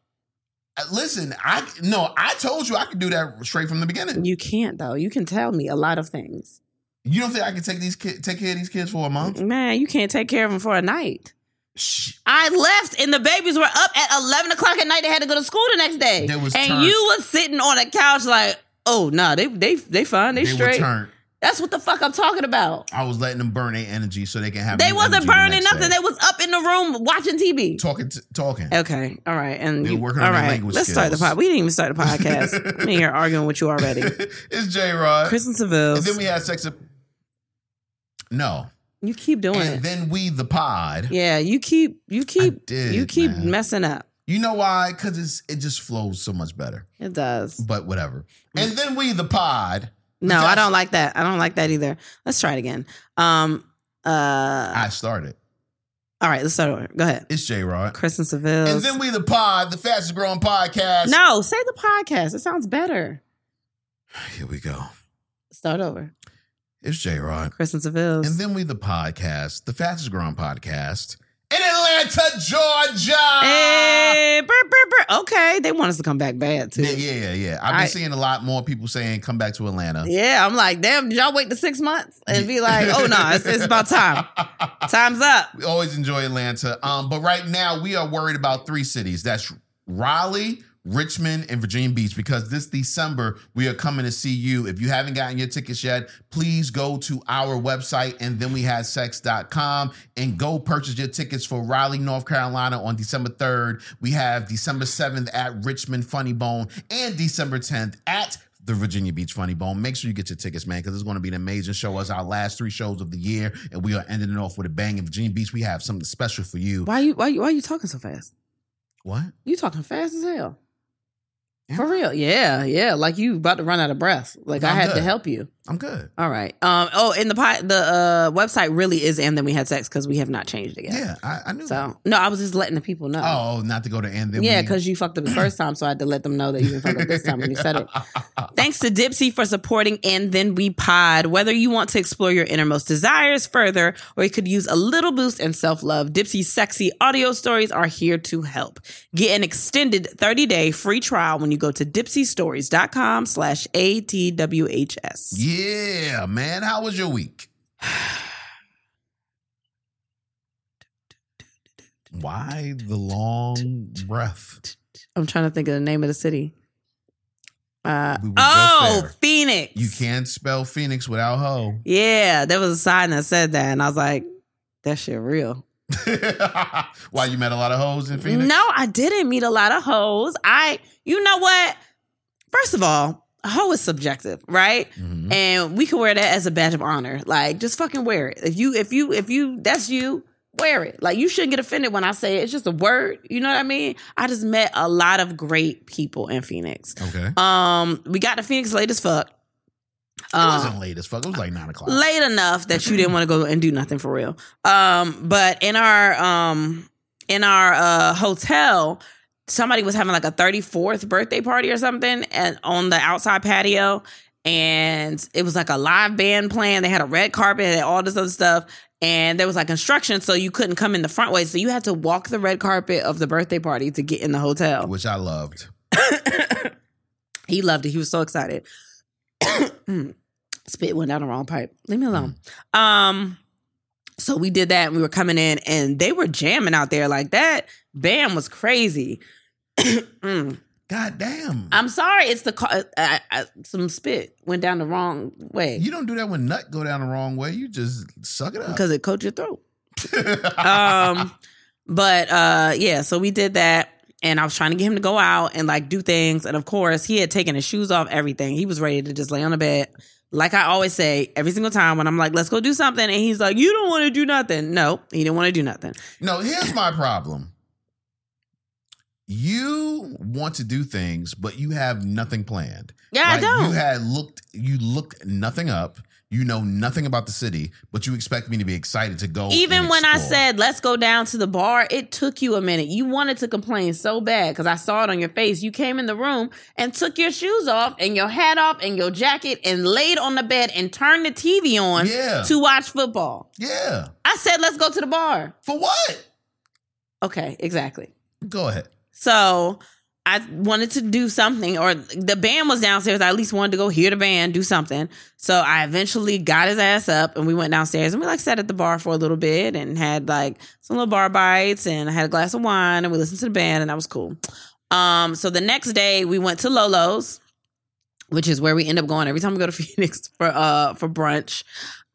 Speaker 1: Uh, Listen, I no, I told you I could do that straight from the beginning.
Speaker 2: You can't though. You can tell me a lot of things,
Speaker 1: You don't think I can take these kids, take care of these kids for a month?
Speaker 2: man. You can't take care of them for a night.
Speaker 1: Shh.
Speaker 2: I left, and the babies were up at eleven o'clock at night. They had to go to school the next day,
Speaker 1: They was
Speaker 2: and
Speaker 1: turned.
Speaker 2: you was sitting on a couch like, "Oh no, nah, they they they fine, they,
Speaker 1: were
Speaker 2: straight."
Speaker 1: turned.
Speaker 2: That's what the fuck I'm talking about.
Speaker 1: I was letting them burn their energy so they can have.
Speaker 2: They
Speaker 1: new
Speaker 2: wasn't
Speaker 1: energy the
Speaker 2: burning
Speaker 1: next
Speaker 2: nothing.
Speaker 1: day.
Speaker 2: They was up in the room watching TV.
Speaker 1: talking, t- talking.
Speaker 2: Okay. All right. And
Speaker 1: They
Speaker 2: you,
Speaker 1: were
Speaker 2: all
Speaker 1: working on their
Speaker 2: right.
Speaker 1: language
Speaker 2: Let's start the
Speaker 1: skills.
Speaker 2: pod. We didn't even start the podcast. I'm in here arguing with you already.
Speaker 1: it's J Rod.
Speaker 2: Kristen Seville.
Speaker 1: And then we had sex. ap- No,
Speaker 2: You keep doing
Speaker 1: and
Speaker 2: it.
Speaker 1: then we the pod.
Speaker 2: yeah, you keep you keep
Speaker 1: did,
Speaker 2: you keep
Speaker 1: man.
Speaker 2: messing up.
Speaker 1: You know why? Because it's it just flows so much better.
Speaker 2: It does.
Speaker 1: But whatever.
Speaker 2: Mm.
Speaker 1: And then we the pod.
Speaker 2: No, I
Speaker 1: that's-
Speaker 2: don't like that. I don't like that either. Let's try it again. Um uh
Speaker 1: I started.
Speaker 2: all right, let's start over. Go ahead.
Speaker 1: It's J Rod.
Speaker 2: Kristen Seville.
Speaker 1: And then we the pod, the fastest growing podcast.
Speaker 2: No, say the podcast. It sounds better.
Speaker 1: Here we go.
Speaker 2: Start over.
Speaker 1: It's J Rod.
Speaker 2: Kristen Seville.
Speaker 1: And then we the podcast, the fastest growing podcast in Atlanta, Georgia.
Speaker 2: Hey, brr, brr, brr. Okay, they want us to come back bad too.
Speaker 1: Ah! Yeah, yeah, yeah, yeah. I've been
Speaker 2: I-
Speaker 1: seeing a lot more people saying come back to Atlanta.
Speaker 2: Yeah, I'm like, damn, did y'all wait the six months and be like, oh no, it's, it's about time. Time's up.
Speaker 1: We always enjoy Atlanta. Um, but right now we are worried about three cities. That's Raleigh, Richmond, and Virginia Beach because this December we are coming to see you. If you haven't gotten your tickets yet, please go to our website and then we had sex.com and go purchase your tickets for Raleigh, North Carolina on December 3rd. We have December 7th at Richmond Funny Bone and December 10th at the Virginia Beach Funny Bone. Make sure you get your tickets, man, because it's going to be an amazing show. It's our last three shows of the year, and we are ending it off with a bang. In Virginia Beach, we have something special for you.
Speaker 2: Why you why you why you talking so fast?
Speaker 1: What?
Speaker 2: You talking fast as hell.
Speaker 1: Am
Speaker 2: For real. Yeah, yeah. Like you about to run out of breath. Like i
Speaker 1: I'm
Speaker 2: had to
Speaker 1: good.
Speaker 2: help you.
Speaker 1: I'm good.
Speaker 2: All right. Um oh and the pi- the uh website really is and then we had sex because we have not changed it yet.
Speaker 1: Yeah, I, I knew. that.
Speaker 2: So no, I was just letting the people know.
Speaker 1: Oh, not to go to end. Then
Speaker 2: Yeah,
Speaker 1: we-
Speaker 2: because you fucked up the first time, so I had to let them know that you didn't fuck up this time when you said it. Thanks to Dipsy for supporting And Then We Pod. Whether you want to explore your innermost desires further or you could use a little boost in self love, Dipsy's sexy audio stories are here to help. Get an extended 30 day free trial when you go to dipsystories.com slash ATWHS.
Speaker 1: yeah, man. How was your week? Why the long breath?
Speaker 2: I'm trying to think of the name of the city. Uh,
Speaker 1: We were just
Speaker 2: oh,
Speaker 1: there.
Speaker 2: Phoenix.
Speaker 1: You can't spell Phoenix without hoe.
Speaker 2: Yeah, there was a sign that said that, and I was like, that shit real.
Speaker 1: Why you met a lot of hoes in Phoenix?
Speaker 2: No, I didn't meet a lot of hoes. I, you know what? First of all, a hoe is subjective, right?
Speaker 1: Mhm.
Speaker 2: And we can wear that as a badge of honor. Like, just fucking wear it. If you, if you, if you, that's you. Wear it. Like you shouldn't get offended when I say it. It's just a word. You know what I mean? I just met a lot of great people in Phoenix.
Speaker 1: Okay.
Speaker 2: Um, we got to Phoenix late as fuck.
Speaker 1: It
Speaker 2: Um,
Speaker 1: wasn't late as fuck. It was like nine o'clock.
Speaker 2: late enough that you didn't want to go and do nothing for real. Um, but in our um in our uh, hotel, somebody was having like a 34th birthday party or something and on the outside patio and it was like a live band playing they had a red carpet and all this other stuff and there was like instruction so you couldn't come in the front way so you had to walk the red carpet of the birthday party to get in the hotel
Speaker 1: which I loved.
Speaker 2: he loved it he was so excited Mm. spit went down the wrong pipe leave me alone um so we did that and we were coming in and they were jamming out there like that band was crazy Mm.
Speaker 1: God damn.
Speaker 2: I'm sorry, it's the car. I, I, some spit went down the wrong way
Speaker 1: you don't do that when nut go down the wrong way. You just suck it up.
Speaker 2: because it coat your throat. Um, but uh, yeah, so we did that, and I was trying to get him to go out and like do things, and of course, he had taken his shoes off, everything. He was ready to just lay on the bed. Like I always say, every single time when I'm like, "Let's go do something," and he's like, "You don't want to do nothing." No, he didn't want to do nothing.
Speaker 1: no, here's my problem. You want to do things, but you have nothing planned.
Speaker 2: Yeah, I
Speaker 1: Like,
Speaker 2: don't.
Speaker 1: You had looked. You looked nothing up. You know nothing about the city, but you expect me to be excited to go.
Speaker 2: Even
Speaker 1: and
Speaker 2: when I
Speaker 1: explore.
Speaker 2: said, let's go down to the bar, it took you a minute. You wanted to complain so bad because I saw it on your face. You came in the room and took your shoes off and your hat off and your jacket and laid on the bed and turned the TV on
Speaker 1: Yeah.
Speaker 2: to watch football.
Speaker 1: "Yeah,"
Speaker 2: I said, let's go to the bar.
Speaker 1: for what?
Speaker 2: Okay, exactly.
Speaker 1: Go ahead.
Speaker 2: So I wanted to do something, or the band was downstairs. I at least wanted to go hear the band, do something. So I eventually got his ass up, and we went downstairs, and we like sat at the bar for a little bit, and had like some little bar bites, and I had a glass of wine, and we listened to the band, and that was cool. Um, so the next day we went to Lolo's, which is where we end up going every time we go to Phoenix for uh for brunch.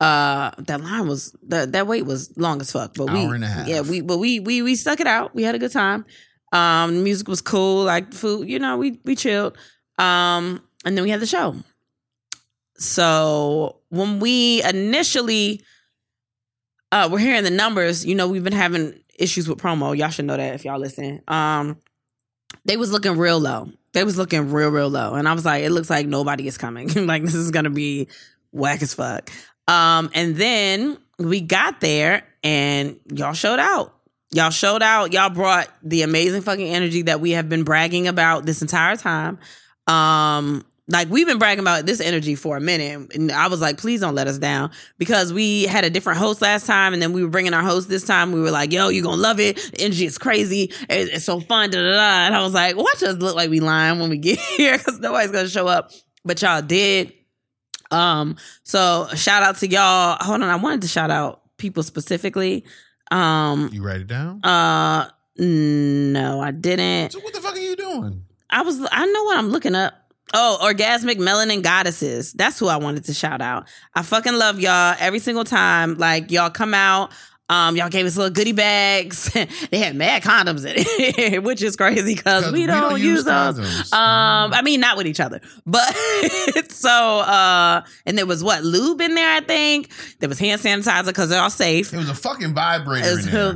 Speaker 2: Uh, that line was that that wait was long as fuck, but we
Speaker 1: Hour and a half.
Speaker 2: yeah we but we we we stuck it out. We had a good time. Um, the music was cool, like food, you know, we we chilled. Um, and then we had the show. So when we initially uh we're hearing the numbers, you know, we've been having issues with promo. Y'all should know that if y'all listen. Um they was looking real low. They was looking real, real low. And I was like, it looks like nobody is coming. like this is gonna be whack as fuck. Um, and then we got there and y'all showed out. Y'all showed out. Y'all brought the amazing fucking energy that we have been bragging about this entire time. Um, like we've been bragging about this energy for a minute, and I was like, please don't let us down because we had a different host last time, and then we were bringing our host this time. We were like, yo, you're gonna love it. The energy is crazy. It- It's so fun. Da, da, da. And I was like, watch us look like we lying when we get here because nobody's gonna show up. But y'all did. Um, so shout out to y'all. Hold on, I wanted to shout out people specifically. Um,
Speaker 1: You write it down.
Speaker 2: uh, no, I didn't.
Speaker 1: so what the fuck are you doing?
Speaker 2: I was, I know what I'm looking up. Oh, orgasmic melanin goddesses. That's who I wanted to shout out. I fucking love y'all every single time. Like y'all come out. Um, y'all gave us little goodie bags. they had mad condoms in it, which is crazy because
Speaker 1: 'Cause
Speaker 2: we, don't use those.
Speaker 1: condoms.
Speaker 2: Um, I mean, not with each other, but so uh, and there was what lube in there. I think there was hand sanitizer because they're all safe.
Speaker 1: it was a fucking vibrator.
Speaker 2: It's
Speaker 1: in
Speaker 2: a
Speaker 1: there.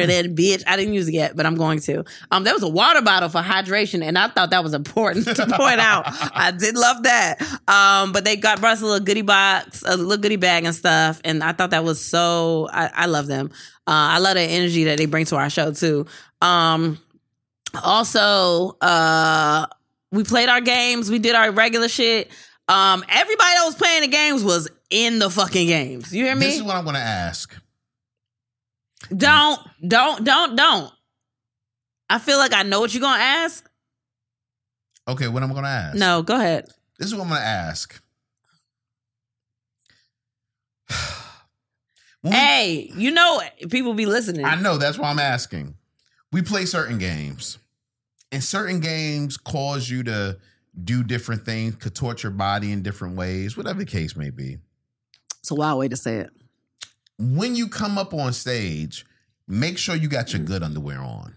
Speaker 2: in that bitch. I didn't use it yet, but I'm going to. Um, there was a water bottle for hydration, and I thought that was important to point out. I did love that. Um, but they got brought us a little goodie box, a little goodie bag and stuff, and I thought that was so. I, I love them. Uh, I love the energy that they bring to our show too. Um, also, uh, we played our games. We did our regular shit. Um, everybody that was playing the games was in the fucking games. You hear me?
Speaker 1: This is what I'm going to ask.
Speaker 2: Don't, don't, don't, don't. I feel like I know what you're gonna ask.
Speaker 1: Okay, what I'm going to ask.
Speaker 2: No, go ahead.
Speaker 1: This is what I'm going to ask. When we-
Speaker 2: Hey, you know it. people be listening.
Speaker 1: Mm. I know that's why I'm asking. We play certain games, and certain games cause you to do different things, contort your body in different ways, whatever the case may be.
Speaker 2: It's a wild way to say it.
Speaker 1: When you come up on stage, make sure you got your good underwear on.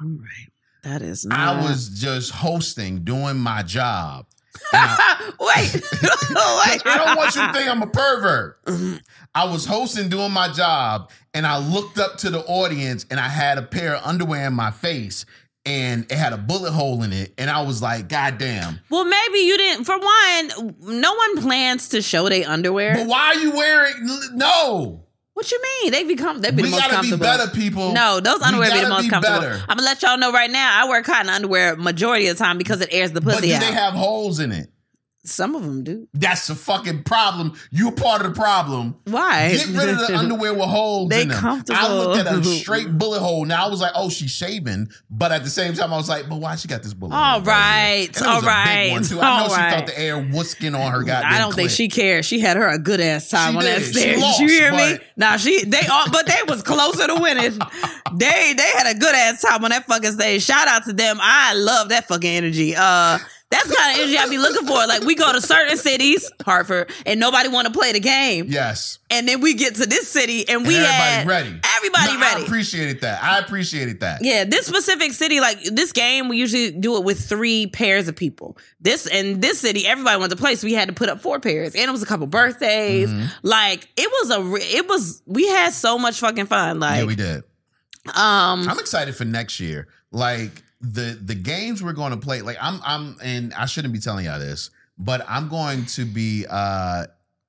Speaker 2: All right, that is. Not...
Speaker 1: I was just hosting, doing my job.
Speaker 2: wait.
Speaker 1: Because
Speaker 2: wait.
Speaker 1: I don't want you to think I'm a pervert. I was hosting, doing my job, and I looked up to the audience, and I had a pair of underwear in my face, and it had a bullet hole in it, and I was like, "God damn!"
Speaker 2: Well, maybe you didn't. For one, no one plans to show their underwear.
Speaker 1: But why are you wearing? No,
Speaker 2: What you mean? They become they be
Speaker 1: we
Speaker 2: the most
Speaker 1: gotta be
Speaker 2: comfortable.
Speaker 1: better people.
Speaker 2: No, those
Speaker 1: We
Speaker 2: underwear be the
Speaker 1: gotta
Speaker 2: most
Speaker 1: be
Speaker 2: comfortable.
Speaker 1: better.
Speaker 2: I'm gonna let y'all know right now. I wear cotton underwear majority of the time because it airs the
Speaker 1: but do
Speaker 2: pussy out.
Speaker 1: they have holes in it?
Speaker 2: Some of them do.
Speaker 1: That's the fucking problem. You're part of the problem.
Speaker 2: Why?
Speaker 1: Get rid of the underwear with holes
Speaker 2: They
Speaker 1: in them.
Speaker 2: comfortable.
Speaker 1: I looked at a straight bullet hole. Now I was like, oh, she's shaving. But at the same time, I was like, but why she got this bullet
Speaker 2: All
Speaker 1: hole?
Speaker 2: right,
Speaker 1: And it
Speaker 2: all
Speaker 1: was a big
Speaker 2: right,
Speaker 1: one, too. I know
Speaker 2: all
Speaker 1: she felt
Speaker 2: right.
Speaker 1: the air whisking on her goddamn
Speaker 2: I don't think
Speaker 1: clit.
Speaker 2: she cared. She had her a good ass time
Speaker 1: She
Speaker 2: on that
Speaker 1: did. She
Speaker 2: stage.
Speaker 1: lost,
Speaker 2: you hear me?
Speaker 1: but-
Speaker 2: Nah, she they all, but they was closer to winning. they they had a good ass time on that fucking stage. Shout out to them. I love that fucking energy. Uh, that's the kind of energy I be looking for. Like we go to certain cities, Hartford, and nobody want to play the game,
Speaker 1: Yes.
Speaker 2: and then we get to this city and we
Speaker 1: and everybody
Speaker 2: had
Speaker 1: ready.
Speaker 2: everybody
Speaker 1: No,
Speaker 2: ready.
Speaker 1: I appreciated that. I appreciated that.
Speaker 2: Yeah, this specific city, like this game, we usually do it with three pairs of people. This and this city, everybody went to play, so we had to put up four pairs, and it was a couple birthdays.
Speaker 1: Mhm.
Speaker 2: Like it was a, re- it was we had so much fucking fun. Like,
Speaker 1: yeah, we did.
Speaker 2: um,
Speaker 1: I'm excited for next year. Like the the games we're going to play. Like I'm I'm and I shouldn't be telling y'all this, but I'm going to be uh uh,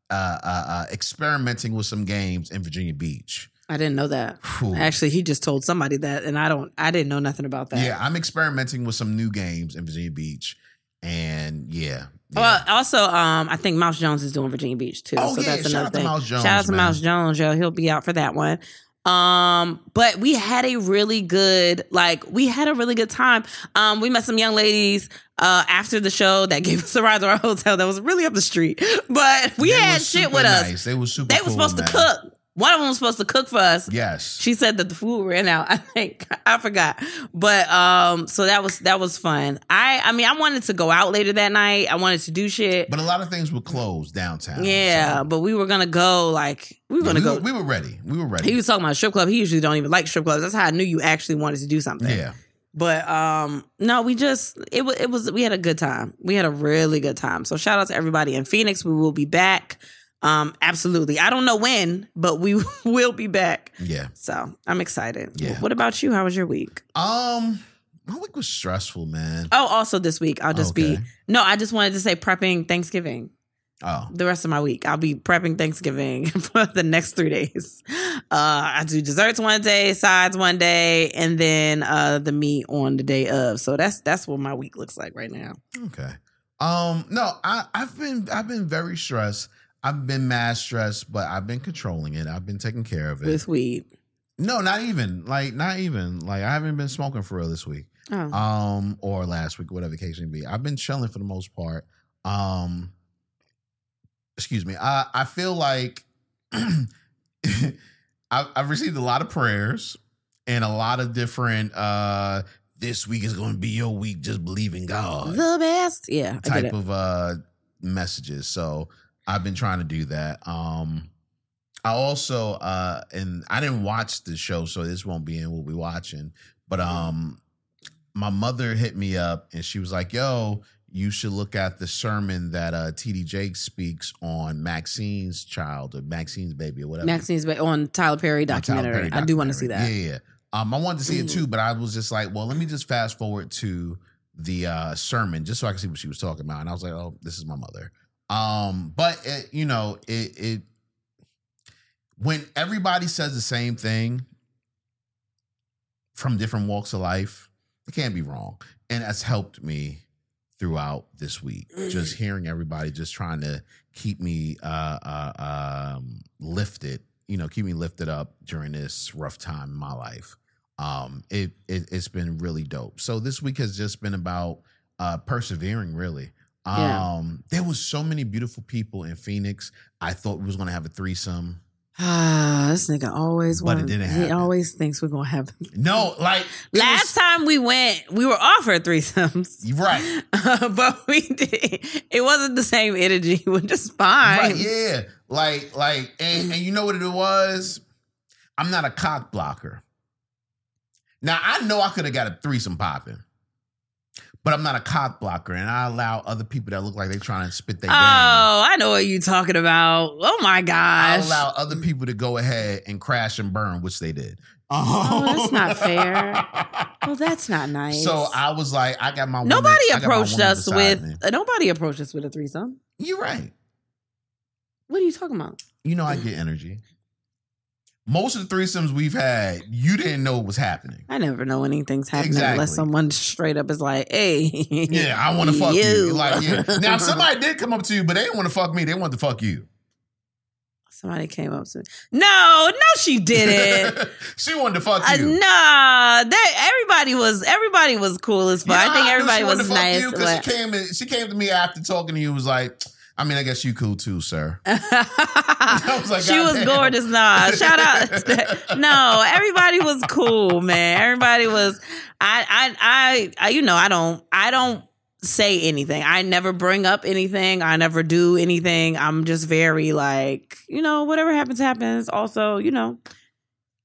Speaker 1: uh, uh experimenting with some games in Virginia Beach.
Speaker 2: I didn't know that.
Speaker 1: Whew.
Speaker 2: Actually, he just told somebody that, and I don't, I didn't know nothing about that.
Speaker 1: yeah, I'm experimenting with some new games in Virginia Beach, and yeah. yeah.
Speaker 2: Well, also, um, I think Mouse Jones is doing Virginia Beach too.
Speaker 1: Oh,
Speaker 2: so
Speaker 1: yeah, shout
Speaker 2: that's
Speaker 1: out
Speaker 2: another
Speaker 1: to
Speaker 2: thing.
Speaker 1: Miles Jones,
Speaker 2: Shout out to
Speaker 1: man.
Speaker 2: Mouse Jones, yo. He'll be out for that one. Um, but we had a really good, like, we had a really good time. Um, we met some young ladies uh after the show that gave us a ride to our hotel that was really up the street. But we
Speaker 1: They were
Speaker 2: had shit
Speaker 1: super
Speaker 2: with us.
Speaker 1: nice. They were super.
Speaker 2: They were
Speaker 1: cool,
Speaker 2: supposed
Speaker 1: man.
Speaker 2: to cook. One of them was supposed to cook for us.
Speaker 1: Yes.
Speaker 2: She said that the food ran out. I think I forgot, but um, so that was that was fun. I I mean, I wanted to go out later that night. I wanted to do shit.
Speaker 1: But a lot of things were closed downtown.
Speaker 2: Yeah,
Speaker 1: uh, so-
Speaker 2: but we were gonna go. Like we were
Speaker 1: Yeah,
Speaker 2: gonna
Speaker 1: we,
Speaker 2: go.
Speaker 1: were- we were ready. We were ready.
Speaker 2: he was talking about strip club. He usually don't even like strip clubs. That's how I knew you actually wanted to do something.
Speaker 1: yeah.
Speaker 2: But um, no, we just it was it was we had a good time. We had a really good time. So shout out to everybody in Phoenix. We will be back. Um, absolutely. I don't know when, but we will be back.
Speaker 1: Yeah.
Speaker 2: So I'm excited.
Speaker 1: Yeah.
Speaker 2: What about you? How was your week?
Speaker 1: Um, my week was stressful, man.
Speaker 2: Oh, also this week I'll just be
Speaker 1: Okay.
Speaker 2: no. I just wanted to say prepping Thanksgiving.
Speaker 1: Oh,
Speaker 2: the rest of my week. I'll be prepping Thanksgiving for the next three days. Uh, I do desserts one day, sides one day, and then uh, the meat on the day of. So that's that's what my week looks like right now.
Speaker 1: okay. Um, no, I I've been I've been very stressed. I've been mad stressed, but I've been controlling it. I've been taking care of it.
Speaker 2: With weed.
Speaker 1: no, not even like not even like I haven't been smoking for real this week,
Speaker 2: Oh.
Speaker 1: um, or last week, whatever the case may be. I've been chilling for the most part. Um, excuse me. I I feel like I, I've received a lot of prayers and a lot of different. uh This week is going to be your week. Just believe in God.
Speaker 2: the best. Yeah, I get
Speaker 1: type
Speaker 2: it.
Speaker 1: of uh messages. So I've been trying to do that. Um I also uh and I didn't watch the show, so this won't be in what we watching. But um my mother hit me up and she was like, Yo, you should look at the sermon that uh TD Jake speaks on Maxine's child or Maxine's baby or whatever.
Speaker 2: Maxine's ba- on Tyler
Speaker 1: My
Speaker 2: Perry
Speaker 1: Tyler
Speaker 2: documentary.
Speaker 1: Perry
Speaker 2: I do want to see
Speaker 1: documentary.
Speaker 2: that.
Speaker 1: Yeah, yeah. yeah. Um, I wanted to see it
Speaker 2: Mm.
Speaker 1: too, but I was just like, well, let me just fast forward to the uh, sermon just so I can see what she was talking about. And I was like, oh, this is my mother. Um, but it, you know, it, it when everybody says the same thing from different walks of life, it can't be wrong, and that's helped me throughout this week. Just hearing everybody, just trying to keep me uh, uh, um, lifted, you know, keep me lifted up during this rough time in my life. Um, it, it it's been really dope. So this week has just been about uh, persevering, really.
Speaker 2: Yeah.
Speaker 1: Um, there was so many beautiful people in Phoenix. I thought we was gonna have a threesome.
Speaker 2: Ah, this nigga always
Speaker 1: But it
Speaker 2: wanna-
Speaker 1: didn't
Speaker 2: He
Speaker 1: happen.
Speaker 2: always thinks we're gonna have.
Speaker 1: No, like it
Speaker 2: Last time we went, we were offered threesomes. Uh,
Speaker 1: was, right,
Speaker 2: but we did. It wasn't the same energy, which is fine.
Speaker 1: right, yeah, like like, and, and you know what it was? I'm not a cock blocker. Now I know I could have got a threesome popping, but I'm not a cock blocker, and I allow other people that look like they trying to spit their.
Speaker 2: Oh, I know what you talking about. Oh my
Speaker 1: I
Speaker 2: gosh.
Speaker 1: allow other people to go ahead and crash and burn, which they did.
Speaker 2: Oh, that's not fair. Well, Oh, that's not nice.
Speaker 1: So I was like, I got my woman-
Speaker 2: nobody
Speaker 1: I got my
Speaker 2: approached
Speaker 1: woman
Speaker 2: us
Speaker 1: beside
Speaker 2: with
Speaker 1: me.
Speaker 2: uh, nobody approached us with a threesome.
Speaker 1: You're right.
Speaker 2: What are you talking about?
Speaker 1: You know I get energy. Most of the threesomes we've had, you didn't know what was happening.
Speaker 2: I never know anything's happening
Speaker 1: Exactly.
Speaker 2: unless someone straight up is like, "Hey,
Speaker 1: Yeah, I want to fuck you.
Speaker 2: You.
Speaker 1: Like, yeah. Now, if somebody did come up to you, but they didn't want to fuck me. They wanted to fuck you.
Speaker 2: Somebody came up to me. No, no, she didn't.
Speaker 1: she wanted to fuck
Speaker 2: Uh,
Speaker 1: you.
Speaker 2: nah, that everybody was everybody was cool as fuck.
Speaker 1: You know
Speaker 2: I
Speaker 1: how
Speaker 2: think
Speaker 1: knew she
Speaker 2: everybody
Speaker 1: wanted
Speaker 2: was
Speaker 1: to fuck
Speaker 2: nice.
Speaker 1: you? 'Cause
Speaker 2: but-
Speaker 1: she came in, she came to me after talking to you. and Was like, I mean, I guess you cool too, sir. was like,
Speaker 2: she was
Speaker 1: "Goddamn."
Speaker 2: gorgeous. Nah, shout out. no, everybody was cool, man. Everybody was. I, I, I, I, you know, I don't, I don't say anything. I never bring up anything. I never do anything. I'm just very like, you know, whatever happens, happens. Also, you know,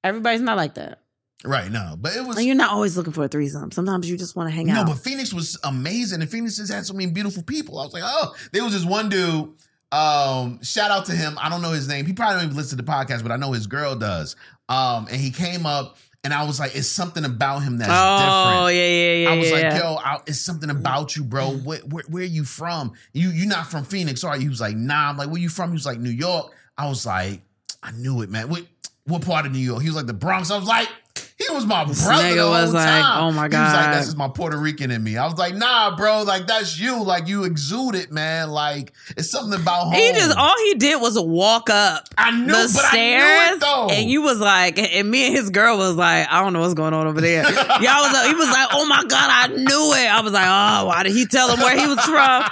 Speaker 2: everybody's not like that.
Speaker 1: Right? No, but it was
Speaker 2: And you're not always looking for a threesome. Sometimes you just want to hang
Speaker 1: no.
Speaker 2: out.
Speaker 1: But Phoenix was amazing, and Phoenix just had so many beautiful people. I was like, oh, there was this one dude. Um, shout out to him. I don't know his name. He probably don't even listen to the podcast, but I know his girl does. Um, and he came up, and I was like, it's something about him that's different.
Speaker 2: oh yeah, yeah, yeah.
Speaker 1: I was
Speaker 2: yeah,
Speaker 1: like,
Speaker 2: yeah.
Speaker 1: yo, I, it's something about you, bro. Where, where, where you from? You you not from Phoenix, are you? He was like, nah. I'm like, where you from? He was like, New York. I was like, I knew it, man. What, what part of New York? He was like, the Bronx. I was like, he was my
Speaker 2: This
Speaker 1: brother
Speaker 2: nigga
Speaker 1: the whole
Speaker 2: was like,
Speaker 1: time.
Speaker 2: oh my
Speaker 1: He was like,
Speaker 2: God.
Speaker 1: that's just my Puerto Rican in me. I was like, nah, bro. Like that's you. Like you exude it, man. Like it's something about home.
Speaker 2: He just all he did was walk up
Speaker 1: oh." I knew,
Speaker 2: the
Speaker 1: but I knew
Speaker 2: stairs,
Speaker 1: it though.
Speaker 2: and you was like, and me and his girl was like, I don't know what's going on over there. Y'all was, like, he was like, oh my god, I knew it. I was like, oh, why did he tell him where he was from?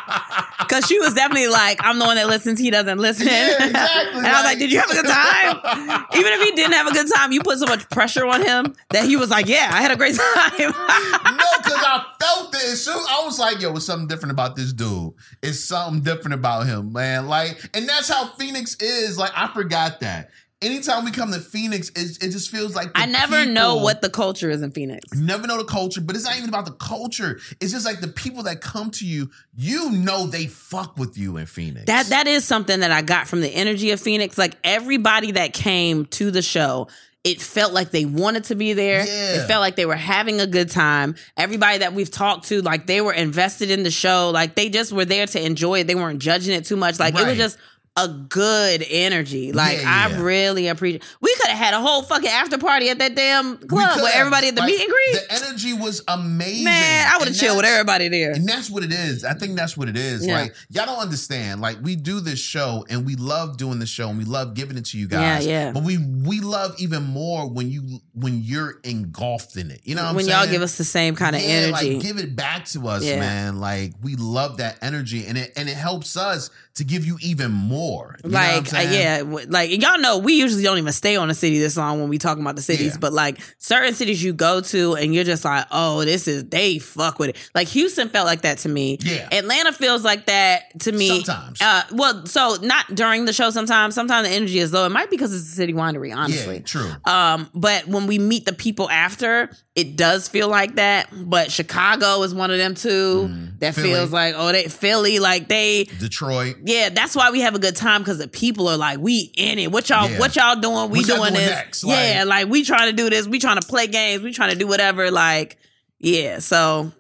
Speaker 2: Because she was definitely like, I'm the one that listens. He doesn't listen.
Speaker 1: Yeah, exactly,
Speaker 2: and I was
Speaker 1: like-
Speaker 2: like, did you have a good time? Even if he didn't have a good time, you put so much pressure on him that he was like, yeah, I had a great time.
Speaker 1: no, because I felt it. So I was like, yo, it's something different about this dude. It's something different about him, man. Like, and that's how Phoenix is. Like, I forgot that. Anytime we come to Phoenix, it, it just feels like the
Speaker 2: I never know
Speaker 1: people-
Speaker 2: what the culture is in Phoenix.
Speaker 1: you never know the culture, but it's not even about the culture. It's just like the people that come to you, you know they fuck with you in Phoenix.
Speaker 2: That that is something that I got from the energy of Phoenix. Like everybody that came to the show, it felt like they wanted to be there.
Speaker 1: Yeah.
Speaker 2: It felt like they were having a good time. Everybody that we've talked to, like they were invested in the show. Like they just were there to enjoy it. They weren't judging it too much. Like it
Speaker 1: Right.
Speaker 2: was just a good energy. Like
Speaker 1: Yeah, yeah.
Speaker 2: I really appreciate. We could have had a whole fucking after party at that damn
Speaker 1: We
Speaker 2: club
Speaker 1: could
Speaker 2: with
Speaker 1: have-
Speaker 2: everybody at the
Speaker 1: like,
Speaker 2: meet and greet.
Speaker 1: The energy was amazing.
Speaker 2: Man, I would
Speaker 1: And
Speaker 2: have chilled with
Speaker 1: that's-
Speaker 2: everybody there.
Speaker 1: And that's what it is. I think that's what it is.
Speaker 2: Yeah.
Speaker 1: Like y'all don't understand. Like we do this show and we love doing the show and we love giving it to you
Speaker 2: Yeah,
Speaker 1: guys.
Speaker 2: yeah.
Speaker 1: But we we love even more when you when you're engulfed in it. You know what
Speaker 2: when
Speaker 1: I'm saying?
Speaker 2: y'all give us the same kind of
Speaker 1: Yeah,
Speaker 2: energy.
Speaker 1: Like give it back to us,
Speaker 2: Yeah.
Speaker 1: man. Like we love that energy and it and it helps us to give you even more. You know what I'm
Speaker 2: like uh,
Speaker 1: saying?
Speaker 2: yeah w- like and y'all know we usually don't even stay on a city this long when we talking about the cities
Speaker 1: Yeah.
Speaker 2: but like certain cities you go to and you're just like oh this is they fuck with it like houston felt like that to me
Speaker 1: Yeah.
Speaker 2: atlanta feels like that to me
Speaker 1: Sometimes.
Speaker 2: uh well so not during the show sometimes sometimes the energy is low it might be because it's a city winery honestly
Speaker 1: yeah, true.
Speaker 2: um, but when we meet the people after, it does feel like that. But Chicago is one of them too. That
Speaker 1: Mm. Philly.
Speaker 2: feels like oh, they Philly, like they
Speaker 1: Detroit.
Speaker 2: yeah, that's why we have a good time because the people are like, we in it. What y'all,
Speaker 1: Yeah.
Speaker 2: what y'all doing? We
Speaker 1: What y'all
Speaker 2: doing,
Speaker 1: doing
Speaker 2: this.
Speaker 1: next? Like-
Speaker 2: yeah, like we trying to do this. We trying to play games. We trying to do whatever. Like, yeah. So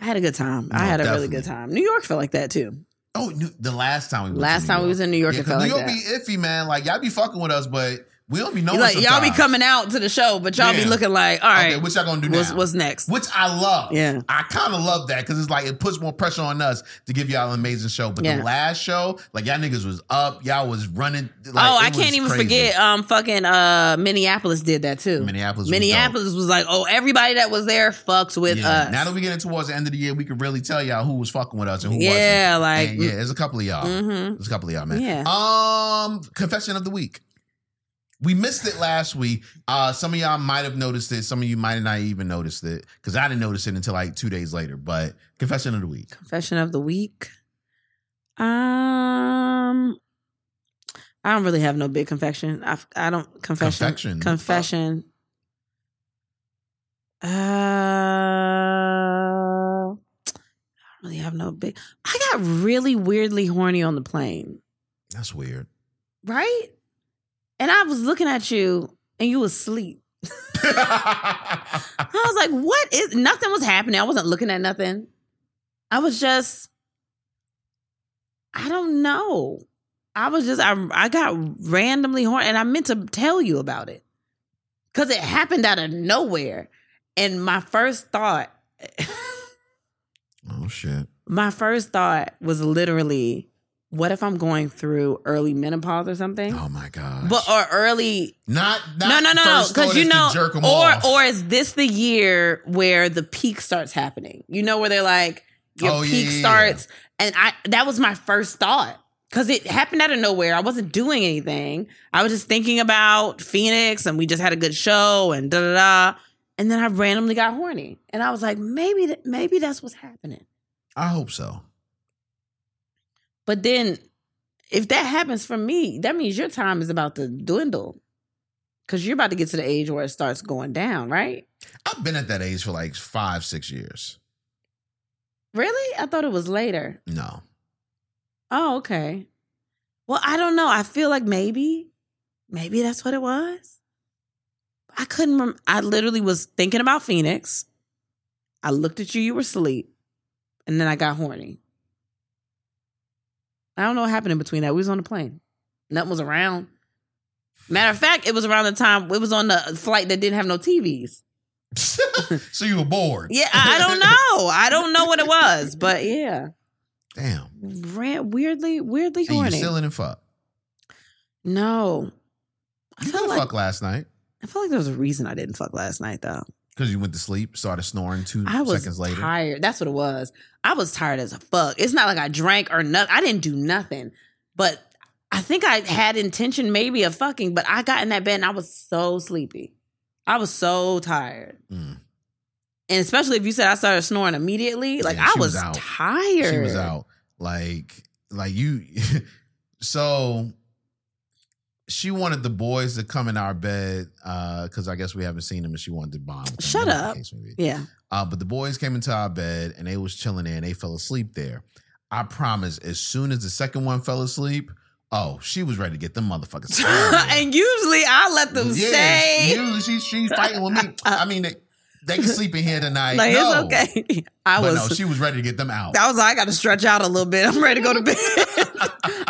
Speaker 2: I had a good time. I
Speaker 1: No,
Speaker 2: had a
Speaker 1: definitely.
Speaker 2: really good time. New York felt like that too.
Speaker 1: Oh, New- the last time we went to
Speaker 2: Last
Speaker 1: New
Speaker 2: time we
Speaker 1: York.
Speaker 2: was in New York,
Speaker 1: Yeah,
Speaker 2: it
Speaker 1: 'cause
Speaker 2: felt
Speaker 1: New
Speaker 2: like
Speaker 1: York
Speaker 2: that.
Speaker 1: be iffy, man. Like y'all be fucking with us, but we don't be knowing.
Speaker 2: like y'all be
Speaker 1: sometimes.
Speaker 2: coming out to the show, but y'all
Speaker 1: Yeah.
Speaker 2: be looking like, all right,
Speaker 1: Okay, what y'all gonna do
Speaker 2: what's
Speaker 1: now?
Speaker 2: what's next?
Speaker 1: Which I love.
Speaker 2: Yeah.
Speaker 1: I kind of love that because it's like it puts more pressure on us to give y'all an amazing show. But
Speaker 2: Yeah.
Speaker 1: the last show, like y'all niggas was up, y'all was running. Like,
Speaker 2: oh,
Speaker 1: it
Speaker 2: I
Speaker 1: was
Speaker 2: can't even
Speaker 1: crazy.
Speaker 2: forget. Um, fucking uh, Minneapolis did that too.
Speaker 1: Minneapolis. was dope.
Speaker 2: Minneapolis was, like, oh, everybody that was there fucks with
Speaker 1: Yeah.
Speaker 2: us.
Speaker 1: Now that we getting towards the end of the year, we can really tell y'all who was fucking with us and who wasn't.
Speaker 2: yeah, like
Speaker 1: And yeah, there's a couple of y'all.
Speaker 2: Mm-hmm.
Speaker 1: There's a couple of y'all, man.
Speaker 2: Yeah.
Speaker 1: Um, confession of the week. We missed it last week. Uh, some of y'all might have noticed it. Some of you might not even noticed it because I didn't notice it until like two days later. But confession of the week.
Speaker 2: Confession of the week. Um, I don't really have no big confession. I, I don't confession
Speaker 1: Confection.
Speaker 2: confession. Uh, I don't really have no big. I got really weirdly horny on the plane,
Speaker 1: That's weird.
Speaker 2: right? And I was looking at you, and you was asleep. I was like, what is nothing was happening. I wasn't looking at nothing. I was just I don't know. I was just I I got randomly horny and I meant to tell you about it. because it happened out of nowhere. And my first thought,
Speaker 1: Oh shit.
Speaker 2: my first thought was literally, what if I'm going through early menopause or something?
Speaker 1: Oh my god.
Speaker 2: But or early
Speaker 1: not, not
Speaker 2: uh, no, no, no, no.
Speaker 1: first thought
Speaker 2: Because you
Speaker 1: is to
Speaker 2: know,
Speaker 1: jerk 'em
Speaker 2: or
Speaker 1: off.
Speaker 2: or is this the year where the peak starts happening? You know, where they're like your
Speaker 1: Oh, yeah,
Speaker 2: peak
Speaker 1: yeah, yeah.
Speaker 2: starts, and I that was my first thought because it happened out of nowhere. I wasn't doing anything. I was just thinking about Phoenix, and we just had a good show, and da da da. And then I randomly got horny, and I was like, maybe that maybe that's what's happening.
Speaker 1: I hope so.
Speaker 2: But then, if that happens for me, that means your time is about to dwindle. Cause you're about to get to the age where it starts going down, right?
Speaker 1: I've been at that age for like five, six years.
Speaker 2: Really? I thought it was later.
Speaker 1: No.
Speaker 2: Oh, okay. Well, I don't know. I feel like maybe, maybe that's what it was. I couldn't. Rem- I literally was thinking about Phoenix. I looked at you. You were asleep, and then I got horny. I don't know what happened in between that. We was on the plane. Nothing was around. Matter of fact, it was around the time it was on the flight that didn't have no TVs.
Speaker 1: so you were bored.
Speaker 2: Yeah, I I don't know. I don't know what it was, but yeah,
Speaker 1: Damn.
Speaker 2: ran weirdly, weirdly
Speaker 1: And you
Speaker 2: horny.
Speaker 1: still in and fuck.
Speaker 2: No. I
Speaker 1: You
Speaker 2: felt
Speaker 1: didn't
Speaker 2: like
Speaker 1: fuck last night
Speaker 2: I felt like there was a reason I didn't fuck last night though.
Speaker 1: because you went to sleep, started snoring two
Speaker 2: I was
Speaker 1: Mm, seconds later.
Speaker 2: tired. That's what it was. I was tired as a fuck. It's not like I drank or nothing. I didn't do nothing. But I think I had intention maybe of fucking, but I got in that bed and I was so sleepy. I was so tired.
Speaker 1: Mm.
Speaker 2: And especially if you said I started snoring immediately, like
Speaker 1: Yeah,
Speaker 2: I
Speaker 1: she
Speaker 2: was,
Speaker 1: was out.
Speaker 2: tired.
Speaker 1: She was out. Like, like you. so she wanted the boys to come in our bed because I guess we haven't seen them, and she wanted to bond. With them,
Speaker 2: Shut
Speaker 1: whatever the
Speaker 2: up.
Speaker 1: case may be.
Speaker 2: Yeah.
Speaker 1: Uh, but the boys came into our bed and they was chilling there and they fell asleep there. I promise, as soon as the second one fell asleep, oh, she was ready to get them motherfuckers. slammed.
Speaker 2: and usually I let them
Speaker 1: Yeah,
Speaker 2: stay.
Speaker 1: Usually she, she's fighting with me. I mean, they, they can sleep in here tonight.
Speaker 2: like
Speaker 1: no.
Speaker 2: it's okay. I
Speaker 1: but
Speaker 2: was
Speaker 1: no, she was ready to get them out.
Speaker 2: I was like, I got to stretch out a little bit. I'm ready to go to bed.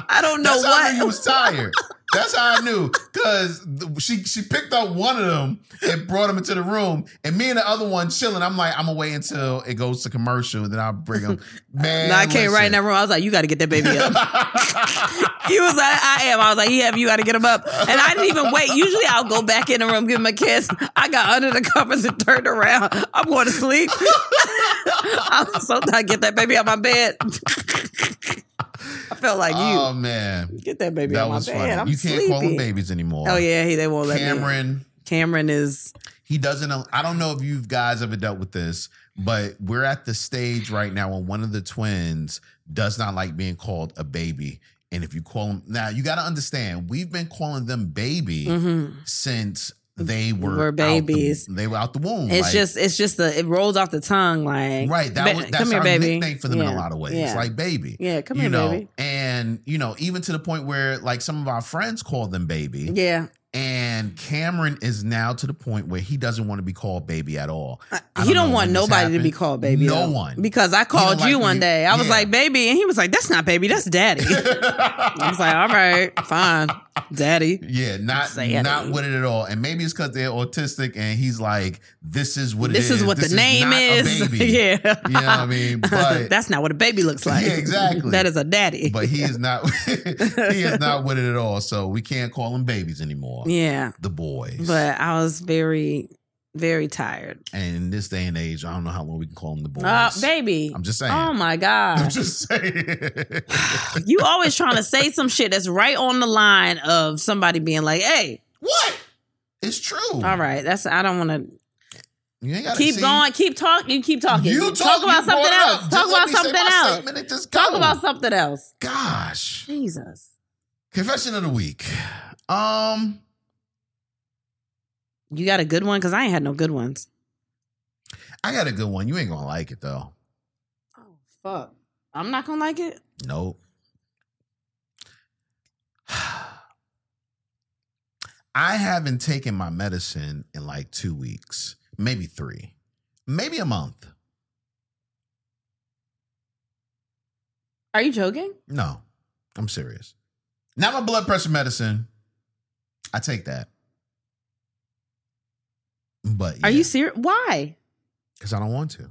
Speaker 2: I don't know
Speaker 1: That's how I knew you
Speaker 2: what.
Speaker 1: was tired. That's how I knew because she she picked up one of them and brought him into the room, and me and the other one chilling. I'm like, I'm gonna wait until it goes to commercial, and then I'll bring him. Man,
Speaker 2: No, I came right in that room. I was like, you got to get that baby up. He was like, I am. I was like, yeah, you got to get him up. And I didn't even wait. Usually I'll go back in the room, give him a kiss. I got under the covers and turned around. I'm going to sleep. I'm so tired. Get that baby out my bed. I felt like you.
Speaker 1: oh man,
Speaker 2: get that baby
Speaker 1: that
Speaker 2: out my
Speaker 1: was
Speaker 2: bed.
Speaker 1: funny.
Speaker 2: I'm
Speaker 1: you can't
Speaker 2: sleepy.
Speaker 1: call them babies anymore.
Speaker 2: Oh, yeah. He, they won't let me.
Speaker 1: Cameron.
Speaker 2: Cameron is.
Speaker 1: he doesn't i don't know if you guys ever dealt with this but we're at the stage right now when one of the twins does not like being called a baby and if you call them now you got to understand we've been calling them baby
Speaker 2: hmm
Speaker 1: since they were,
Speaker 2: Were
Speaker 1: out the-
Speaker 2: babies.
Speaker 1: they were out the womb
Speaker 2: It's
Speaker 1: Like,
Speaker 2: just it's just the it rolls off the tongue like
Speaker 1: right that
Speaker 2: "Ba-
Speaker 1: was, that's our nickname for them
Speaker 2: yeah.
Speaker 1: in a lot of ways
Speaker 2: Yeah.
Speaker 1: like baby
Speaker 2: yeah, come
Speaker 1: you
Speaker 2: here,
Speaker 1: know
Speaker 2: baby.
Speaker 1: and you know even to the point where like some of our friends call them baby
Speaker 2: Yeah,
Speaker 1: and cameron is now to the point where he doesn't want to be called baby at all
Speaker 2: I-
Speaker 1: I don't
Speaker 2: you don't
Speaker 1: know
Speaker 2: want
Speaker 1: when this
Speaker 2: nobody to be
Speaker 1: happened.
Speaker 2: called baby.
Speaker 1: No
Speaker 2: though.
Speaker 1: one.
Speaker 2: because I called
Speaker 1: like
Speaker 2: you
Speaker 1: when
Speaker 2: one
Speaker 1: you-
Speaker 2: day. I was
Speaker 1: yeah.
Speaker 2: like, baby, and he was like, that's not baby, that's daddy. I was like, all right, fine, daddy.
Speaker 1: yeah, not
Speaker 2: Say it.
Speaker 1: not with it at all. And maybe it's because they're autistic, and he's like, "This is what
Speaker 2: This
Speaker 1: it
Speaker 2: is what
Speaker 1: This
Speaker 2: the name
Speaker 1: not a
Speaker 2: is.
Speaker 1: baby.
Speaker 2: yeah,
Speaker 1: you know what I mean. But
Speaker 2: that's not what a baby looks like.
Speaker 1: Yeah, exactly.
Speaker 2: that is a daddy.
Speaker 1: but he is not he is not with it at all. So we can't call him babies anymore.
Speaker 2: yeah,
Speaker 1: The boys,
Speaker 2: but I was very, very tired.
Speaker 1: and in this day and age, I don't know how long we can call them the boys.
Speaker 2: Uh, baby.
Speaker 1: I'm just saying.
Speaker 2: Oh my god.
Speaker 1: I'm just saying.
Speaker 2: You always trying to say some shit that's right on the line of somebody being like, "Hey,
Speaker 1: what? It's true.
Speaker 2: all right, that's I don't want to
Speaker 1: You ain't gotta
Speaker 2: keep
Speaker 1: see-
Speaker 2: going, keep talking, you keep talking.
Speaker 1: You
Speaker 2: talk about
Speaker 1: you brought
Speaker 2: something
Speaker 1: it up.
Speaker 2: else.
Speaker 1: Just
Speaker 2: Talk
Speaker 1: let
Speaker 2: about
Speaker 1: me say
Speaker 2: something
Speaker 1: my
Speaker 2: else.
Speaker 1: statement and just
Speaker 2: Talk
Speaker 1: go.
Speaker 2: about something else.
Speaker 1: gosh.
Speaker 2: Jesus,
Speaker 1: Confession of the week. Um,
Speaker 2: you got a good one because I ain't had no good ones.
Speaker 1: I got a good one. You ain't gonna like it though.
Speaker 2: Oh fuck, I'm not gonna like it.
Speaker 1: Nope. I haven't taken my medicine in like two weeks, maybe three, maybe a month.
Speaker 2: Are you joking?
Speaker 1: No, I'm serious. Not my blood pressure medicine. I take that. But
Speaker 2: Are you serious? Why?
Speaker 1: Because I don't want to.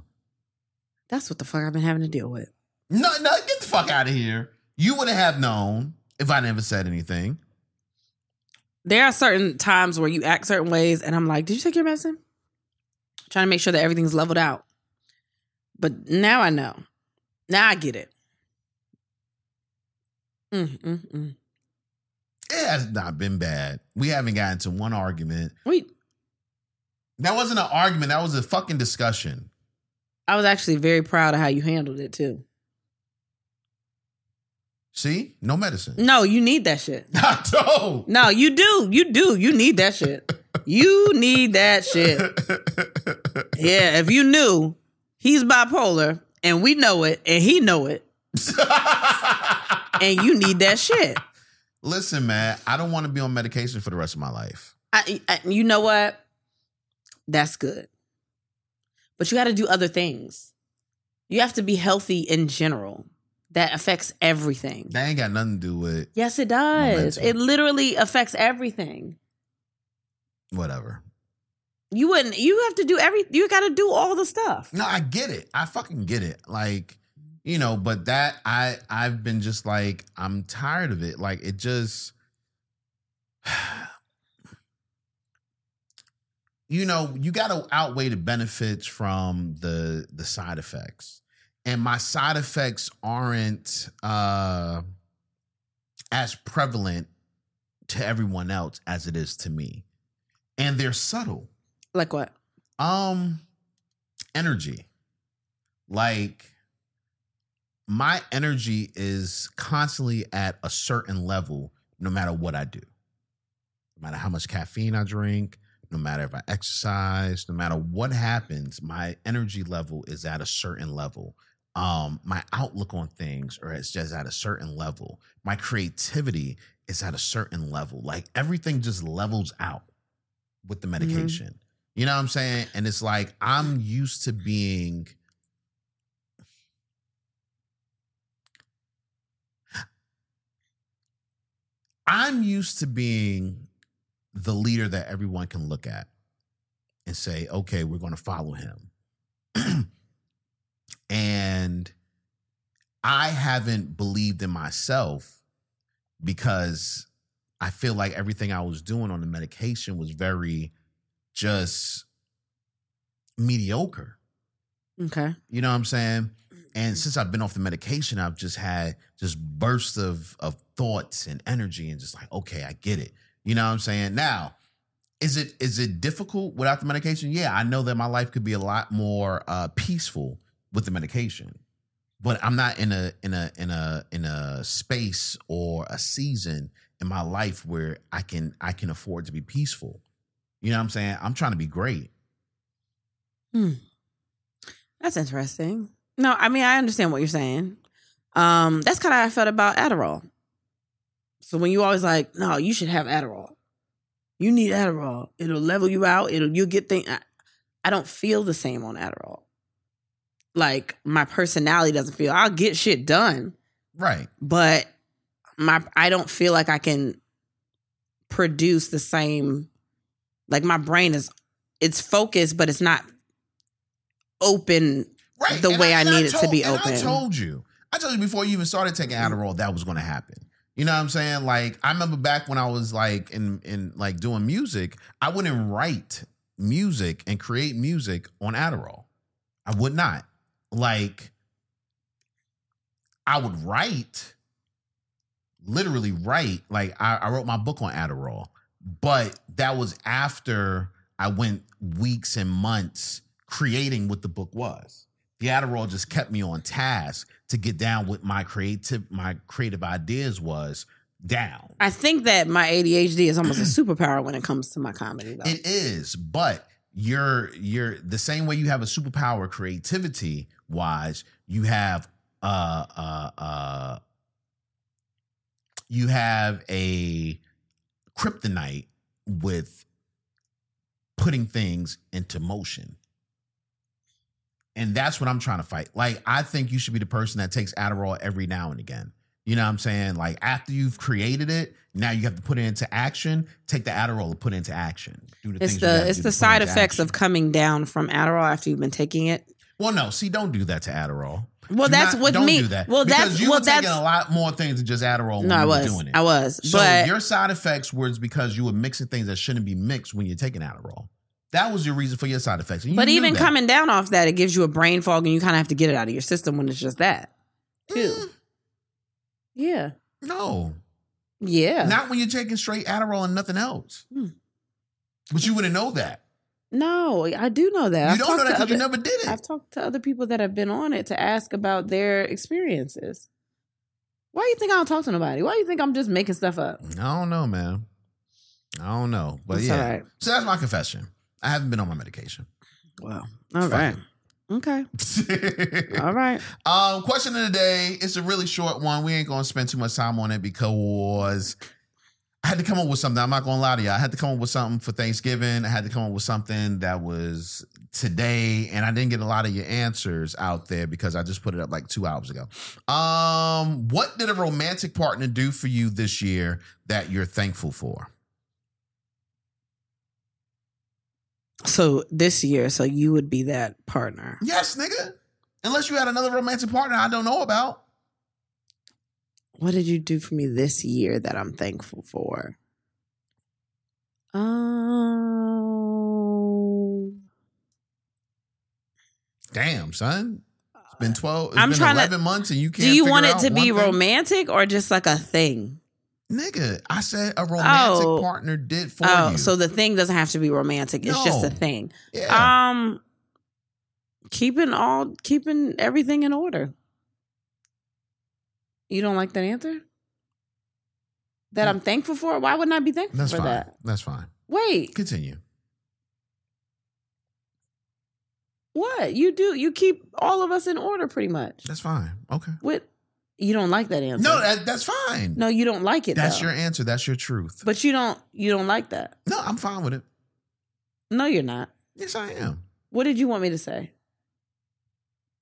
Speaker 2: That's what the fuck I've been having to deal with.
Speaker 1: No, no, get the fuck out of here. You wouldn't have known if I never said anything.
Speaker 2: There are certain times where you act certain ways, and I'm like, "Did you take your medicine?" Trying to make sure that everything's leveled out. But now I know. Now I get it. Mm, mm, mm.
Speaker 1: It has not been bad. We haven't gotten to one argument.
Speaker 2: Wait,
Speaker 1: That wasn't an argument. That was a fucking discussion.
Speaker 2: I was actually very proud of how you handled it too.
Speaker 1: See, no medicine.
Speaker 2: No, you need that shit.
Speaker 1: I don't.
Speaker 2: No, you do. You do. You need that shit. You need that shit. Yeah, if you knew he's bipolar and we know it and he know it and you need that shit.
Speaker 1: Listen, man, I don't want to be on medication for the rest of my life.
Speaker 2: I, I you know what? That's good. But you got to do other things. You have to be healthy in general. That affects everything.
Speaker 1: That ain't got nothing to do with
Speaker 2: Yes, it does.
Speaker 1: Momentum.
Speaker 2: It literally affects everything.
Speaker 1: whatever.
Speaker 2: You wouldn't. You have to do every. You got to do all the stuff.
Speaker 1: No, I get it. I fucking get it. Like, you know, but that I I've been just like I'm tired of it. Like it just you know, you got to outweigh the benefits from the the side effects. And my side effects aren't uh as prevalent to everyone else as it is to me. And they're subtle
Speaker 2: Like what?
Speaker 1: um energy like my energy is constantly at a certain level no matter what i do no matter how much caffeine i drink no matter if i exercise no matter what happens my energy level is at a certain level um my outlook on things or it's just at a certain level my creativity is at a certain level like everything just levels out with the medication you know what i'm saying and it's like i'm used to being i'm used to being the leader that everyone can look at and say, okay, we're going to follow him. and I haven't believed in myself because I feel like everything I was doing on the medication was very just mediocre.
Speaker 2: Okay.
Speaker 1: You know what I'm saying? And since I've been off the medication, I've just had just bursts of of thoughts and energy and just like, okay, I get it. You know what I'm saying? Now, is it is it difficult without the medication? Yeah, I know that my life could be a lot more uh peaceful with the medication. But I'm not in a in a in a in a space or a season in my life where I can I can afford to be peaceful. You know what I'm saying? I'm trying to be great.
Speaker 2: Hmm. That's interesting. No, I mean I understand what you're saying. Um, that's kind of how I felt about Adderall. So when you always like, no, you should have Adderall. You need Adderall. It'll level you out. It'll you'll get things. I, I don't feel the same on Adderall. Like my personality doesn't feel. I'll get shit done.
Speaker 1: Right.
Speaker 2: but my I don't feel like I can produce the same like my brain is it's focused but it's not open
Speaker 1: right
Speaker 2: the way I
Speaker 1: and
Speaker 2: need it to
Speaker 1: told-
Speaker 2: be
Speaker 1: and I
Speaker 2: open. Mm-hmm.
Speaker 1: told you, I told you before you even started taking Adderall that was going to happen. You know what I'm saying? Like I remember back when I was like in in like doing music, I wouldn't write music and create music on Adderall. I would not. Like I would write, literally write. Like I, I wrote my book on Adderall, but that was after I went weeks and months creating what the book was. The Adderall just kept me on task to get down with my creative my creative ideas was down.
Speaker 2: I think that my ADHD is almost a superpower when it comes to my comedy though.
Speaker 1: It is, but you're you're the same way you have a superpower creativity wise, you have uh uh uh you have a kryptonite with putting things into motion. And that's what I'm trying to fight. Like I think you should be the person that takes Adderall every now and again You know what I'm saying? Like after you've created it, now you have to put it into action. Take the Adderall and put it into action. Do the
Speaker 2: It's
Speaker 1: you gotta
Speaker 2: the
Speaker 1: do
Speaker 2: it's
Speaker 1: to
Speaker 2: the
Speaker 1: put it
Speaker 2: side
Speaker 1: into
Speaker 2: effects
Speaker 1: action.
Speaker 2: of coming down from Adderall after you've been taking it.
Speaker 1: Well, no, see, don't do that to Adderall.
Speaker 2: Well,
Speaker 1: Do
Speaker 2: that's
Speaker 1: not-
Speaker 2: with
Speaker 1: don't
Speaker 2: me.
Speaker 1: Do that.
Speaker 2: Well,
Speaker 1: because
Speaker 2: that's
Speaker 1: you
Speaker 2: well,
Speaker 1: were
Speaker 2: that's
Speaker 1: taking a lot more things than just Adderall. When
Speaker 2: no, I
Speaker 1: you were
Speaker 2: was,
Speaker 1: doing it.
Speaker 2: I was,
Speaker 1: So
Speaker 2: but
Speaker 1: your side effects was because you were mixing things that shouldn't be mixed when you're taking Adderall. That was your reason for your side effects. And you
Speaker 2: but
Speaker 1: knew
Speaker 2: even
Speaker 1: that.
Speaker 2: coming down off that, it gives you a brain fog, and you kind of have to get it out of your system when it's just that. too.
Speaker 1: Mm,
Speaker 2: Yeah,
Speaker 1: no,
Speaker 2: yeah.
Speaker 1: not when you're taking straight Adderall and nothing else.
Speaker 2: Hmm.
Speaker 1: But you wouldn't know that.
Speaker 2: no, I do know that.
Speaker 1: You
Speaker 2: I've
Speaker 1: don't know
Speaker 2: talked
Speaker 1: that
Speaker 2: to
Speaker 1: because you
Speaker 2: other-
Speaker 1: never did it.
Speaker 2: I've talked to other people that have been on it to ask about their experiences. Why do you think I don't talk to nobody? Why do you think I'm just making stuff up?
Speaker 1: I don't know, man. I don't know, but
Speaker 2: It's
Speaker 1: yeah.
Speaker 2: all right.
Speaker 1: So that's my confession. I haven't been on my medication.
Speaker 2: Well, all
Speaker 1: Fuck
Speaker 2: right. Okay. All right.
Speaker 1: Um, question of the day. It's a really short one. We ain't gonna spend too much time on it because I had to come up with something. I'm not gonna lie to you. I had to come up with something for Thanksgiving. I had to come up with something that was today, and I didn't get a lot of your answers out there because I just put it up like two hours ago. Um, what did a romantic partner do for you this year that you're thankful for?
Speaker 2: So this year, so you would be that partner.
Speaker 1: Yes, nigga. Unless you had another romantic partner I don't know about.
Speaker 2: What did you do for me this year that I'm thankful for? Um,
Speaker 1: Damn, son. It's been 12, It's
Speaker 2: I'm
Speaker 1: been
Speaker 2: trying to-
Speaker 1: 11 months and you can't
Speaker 2: do you
Speaker 1: figure
Speaker 2: want it
Speaker 1: out
Speaker 2: to be
Speaker 1: one thing?
Speaker 2: romantic or just like a thing?
Speaker 1: Nigga, I said a romantic
Speaker 2: Oh.
Speaker 1: partner did for
Speaker 2: Oh,
Speaker 1: you.
Speaker 2: so the thing doesn't have to be romantic. It's just a
Speaker 1: No.
Speaker 2: thing.
Speaker 1: yeah.
Speaker 2: Um, keeping all keeping everything in order. You don't like that answer? That I'm thankful for. Why wouldn't I be thankful
Speaker 1: Mm. That's
Speaker 2: for
Speaker 1: fine.
Speaker 2: that?
Speaker 1: That's fine.
Speaker 2: Wait,
Speaker 1: Continue.
Speaker 2: What you do? You keep all of us in order, pretty much.
Speaker 1: That's fine. Okay.
Speaker 2: With you don't like that answer.
Speaker 1: No, that, that's fine.
Speaker 2: no, you don't like it.
Speaker 1: that's
Speaker 2: though.
Speaker 1: your answer. That's your truth.
Speaker 2: But you don't. You don't like that.
Speaker 1: no, I'm fine with it.
Speaker 2: No, you're not.
Speaker 1: Yes, I am.
Speaker 2: What did you want me to say?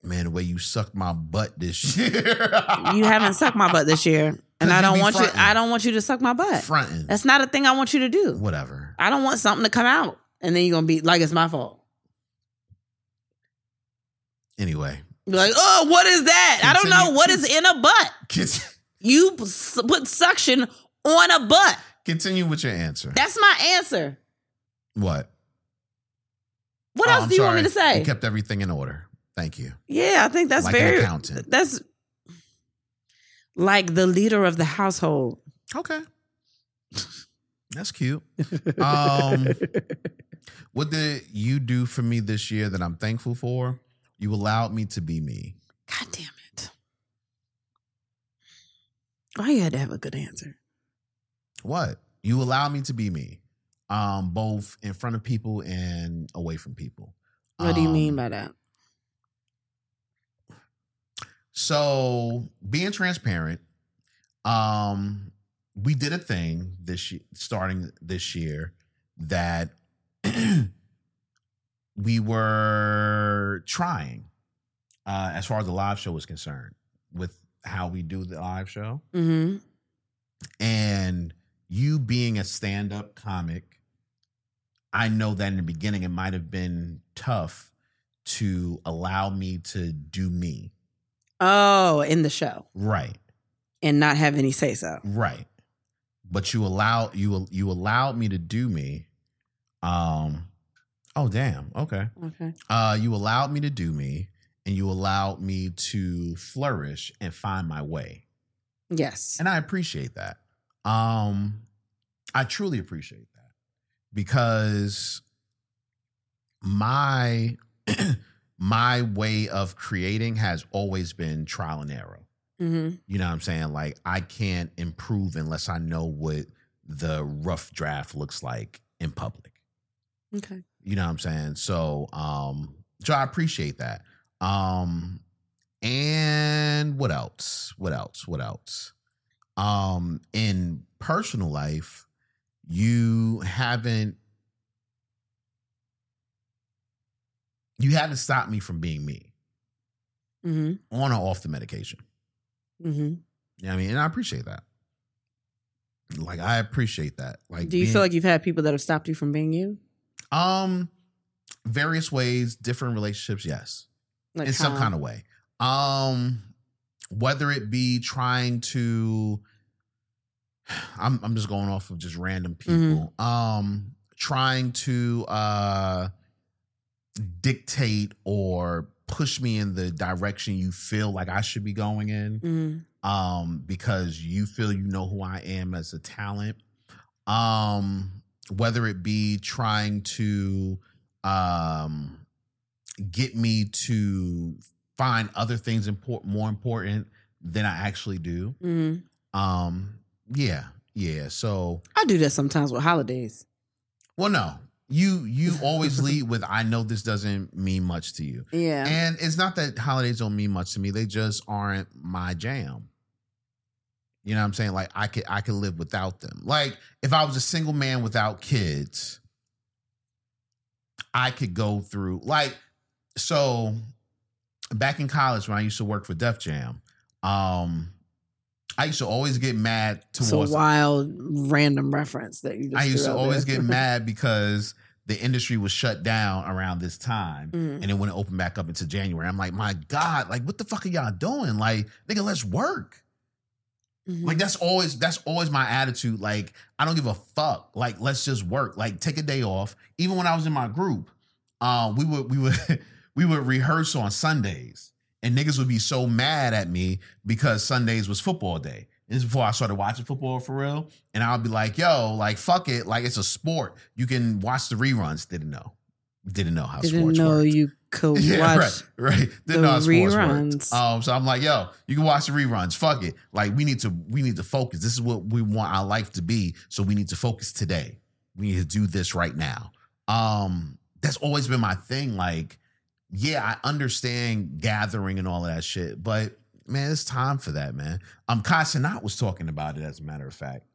Speaker 1: Man, the way you sucked my butt this year.
Speaker 2: You haven't sucked my butt this year, and I
Speaker 1: you
Speaker 2: don't
Speaker 1: be
Speaker 2: want
Speaker 1: fronting.
Speaker 2: you. I don't want you to suck my butt.
Speaker 1: Fronting.
Speaker 2: That's not a thing I want you to do.
Speaker 1: Whatever.
Speaker 2: I don't want something to come out, and then you're gonna be like, "It's my fault."
Speaker 1: Anyway.
Speaker 2: You're like, "Oh, what is that? I don't
Speaker 1: Continue.
Speaker 2: know what is in a butt."
Speaker 1: Cont-
Speaker 2: You s- put suction on a butt.
Speaker 1: Continue with your answer.
Speaker 2: That's my answer.
Speaker 1: what?
Speaker 2: What
Speaker 1: Oh,
Speaker 2: else
Speaker 1: I'm
Speaker 2: do you want me to
Speaker 1: sorry.
Speaker 2: say?
Speaker 1: You kept everything in order. Thank you.
Speaker 2: Yeah, I think that's
Speaker 1: like
Speaker 2: very
Speaker 1: an accountant.
Speaker 2: that's like the leader of the household.
Speaker 1: Okay. That's cute. Um, what did you do for me this year that I'm thankful for? You allowed me to be me.
Speaker 2: God damn it. Why you had to have a good answer?
Speaker 1: What? You allowed me to be me, um, both in front of people and away from people.
Speaker 2: What do you
Speaker 1: Um,
Speaker 2: mean by that?
Speaker 1: So being transparent, um, we did a thing this year, starting this year that we were trying, uh, as far as the live show is concerned, with how we do the live show,
Speaker 2: Mm-hmm.
Speaker 1: and you being a stand-up comic, I know that in the beginning it might have been tough to allow me to do me
Speaker 2: Oh, in the show
Speaker 1: right.
Speaker 2: and not have any say so.
Speaker 1: Right. But you allow you you allowed me to do me. Um oh damn. Okay.
Speaker 2: Okay.
Speaker 1: Uh you allowed me to do me and you allowed me to flourish and find my way.
Speaker 2: Yes.
Speaker 1: And I appreciate that. Um I truly appreciate that because my my way of creating has always been trial and error.
Speaker 2: Mm-hmm.
Speaker 1: You know what I'm saying? Like I can't improve unless I know what the rough draft looks like in public.
Speaker 2: Okay.
Speaker 1: You know what I'm saying? So um so I appreciate that. Um and what else? What else? What else? Um in personal life, you haven't you haven't stopped me from being me
Speaker 2: Mm-hmm.
Speaker 1: on or off the medication.
Speaker 2: Mm-hmm.
Speaker 1: Yeah, I mean, and I appreciate that. Like I appreciate that. Like
Speaker 2: Do you
Speaker 1: being-
Speaker 2: feel like you've had people that have stopped you from being you?
Speaker 1: um various ways, different relationships, yes.
Speaker 2: Like
Speaker 1: in some kind of way. Um, whether it be trying to, I'm I'm just going off of just random
Speaker 2: Mm-hmm.
Speaker 1: people. Um, trying to uh dictate or push me in the direction you feel like I should be going in
Speaker 2: Mm,
Speaker 1: um, because you feel you know who I am as a talent. Um, whether it be trying to um, get me to find other things important, more important than I actually do.
Speaker 2: mm.
Speaker 1: Um, yeah, yeah. So,
Speaker 2: I do that sometimes with holidays.
Speaker 1: well, no, you you always lead with I know this doesn't mean much to you.
Speaker 2: Yeah.
Speaker 1: And it's not that holidays don't mean much to me. They just aren't my jam. You know what I'm saying? Like I could I could live without them. Like if I was a single man without kids, I could go through like so back in college when I used to work for Def Jam, um I used to always get mad
Speaker 2: it's a
Speaker 1: towards
Speaker 2: wild random reference that you just
Speaker 1: I used
Speaker 2: threw
Speaker 1: to
Speaker 2: out
Speaker 1: always
Speaker 2: there.
Speaker 1: get mad because the industry was shut down around this time
Speaker 2: Mm.
Speaker 1: and it wouldn't open back up into January. I'm like, my God, like what the fuck are y'all doing? Like, nigga, let's work.
Speaker 2: Mhm.
Speaker 1: Like that's always that's always my attitude. Like, I don't give a fuck. Like, let's just work. Like, take a day off. Even when I was in my group, um, we would we would we would rehearse on Sundays. And niggas would be so mad at me because Sundays was football day. This is before I started watching football for real. And I'll be like, yo, like fuck it. Like it's a sport. You can watch the reruns. Didn't know. Didn't know how
Speaker 2: didn't
Speaker 1: sports
Speaker 2: know
Speaker 1: worked.
Speaker 2: you could watch.
Speaker 1: Right, right.
Speaker 2: the
Speaker 1: Didn't know how sports worked.
Speaker 2: reruns.
Speaker 1: Um, so I'm like, yo, you can watch the reruns. Fuck it. Like we need to we need to focus. This is what we want our life to be. So we need to focus today. We need to do this right now. Um, that's always been my thing. Like, yeah, I understand gathering and all of that shit, but man, it's time for that, man. Um, Kai Sinat was talking about it, as a matter of fact.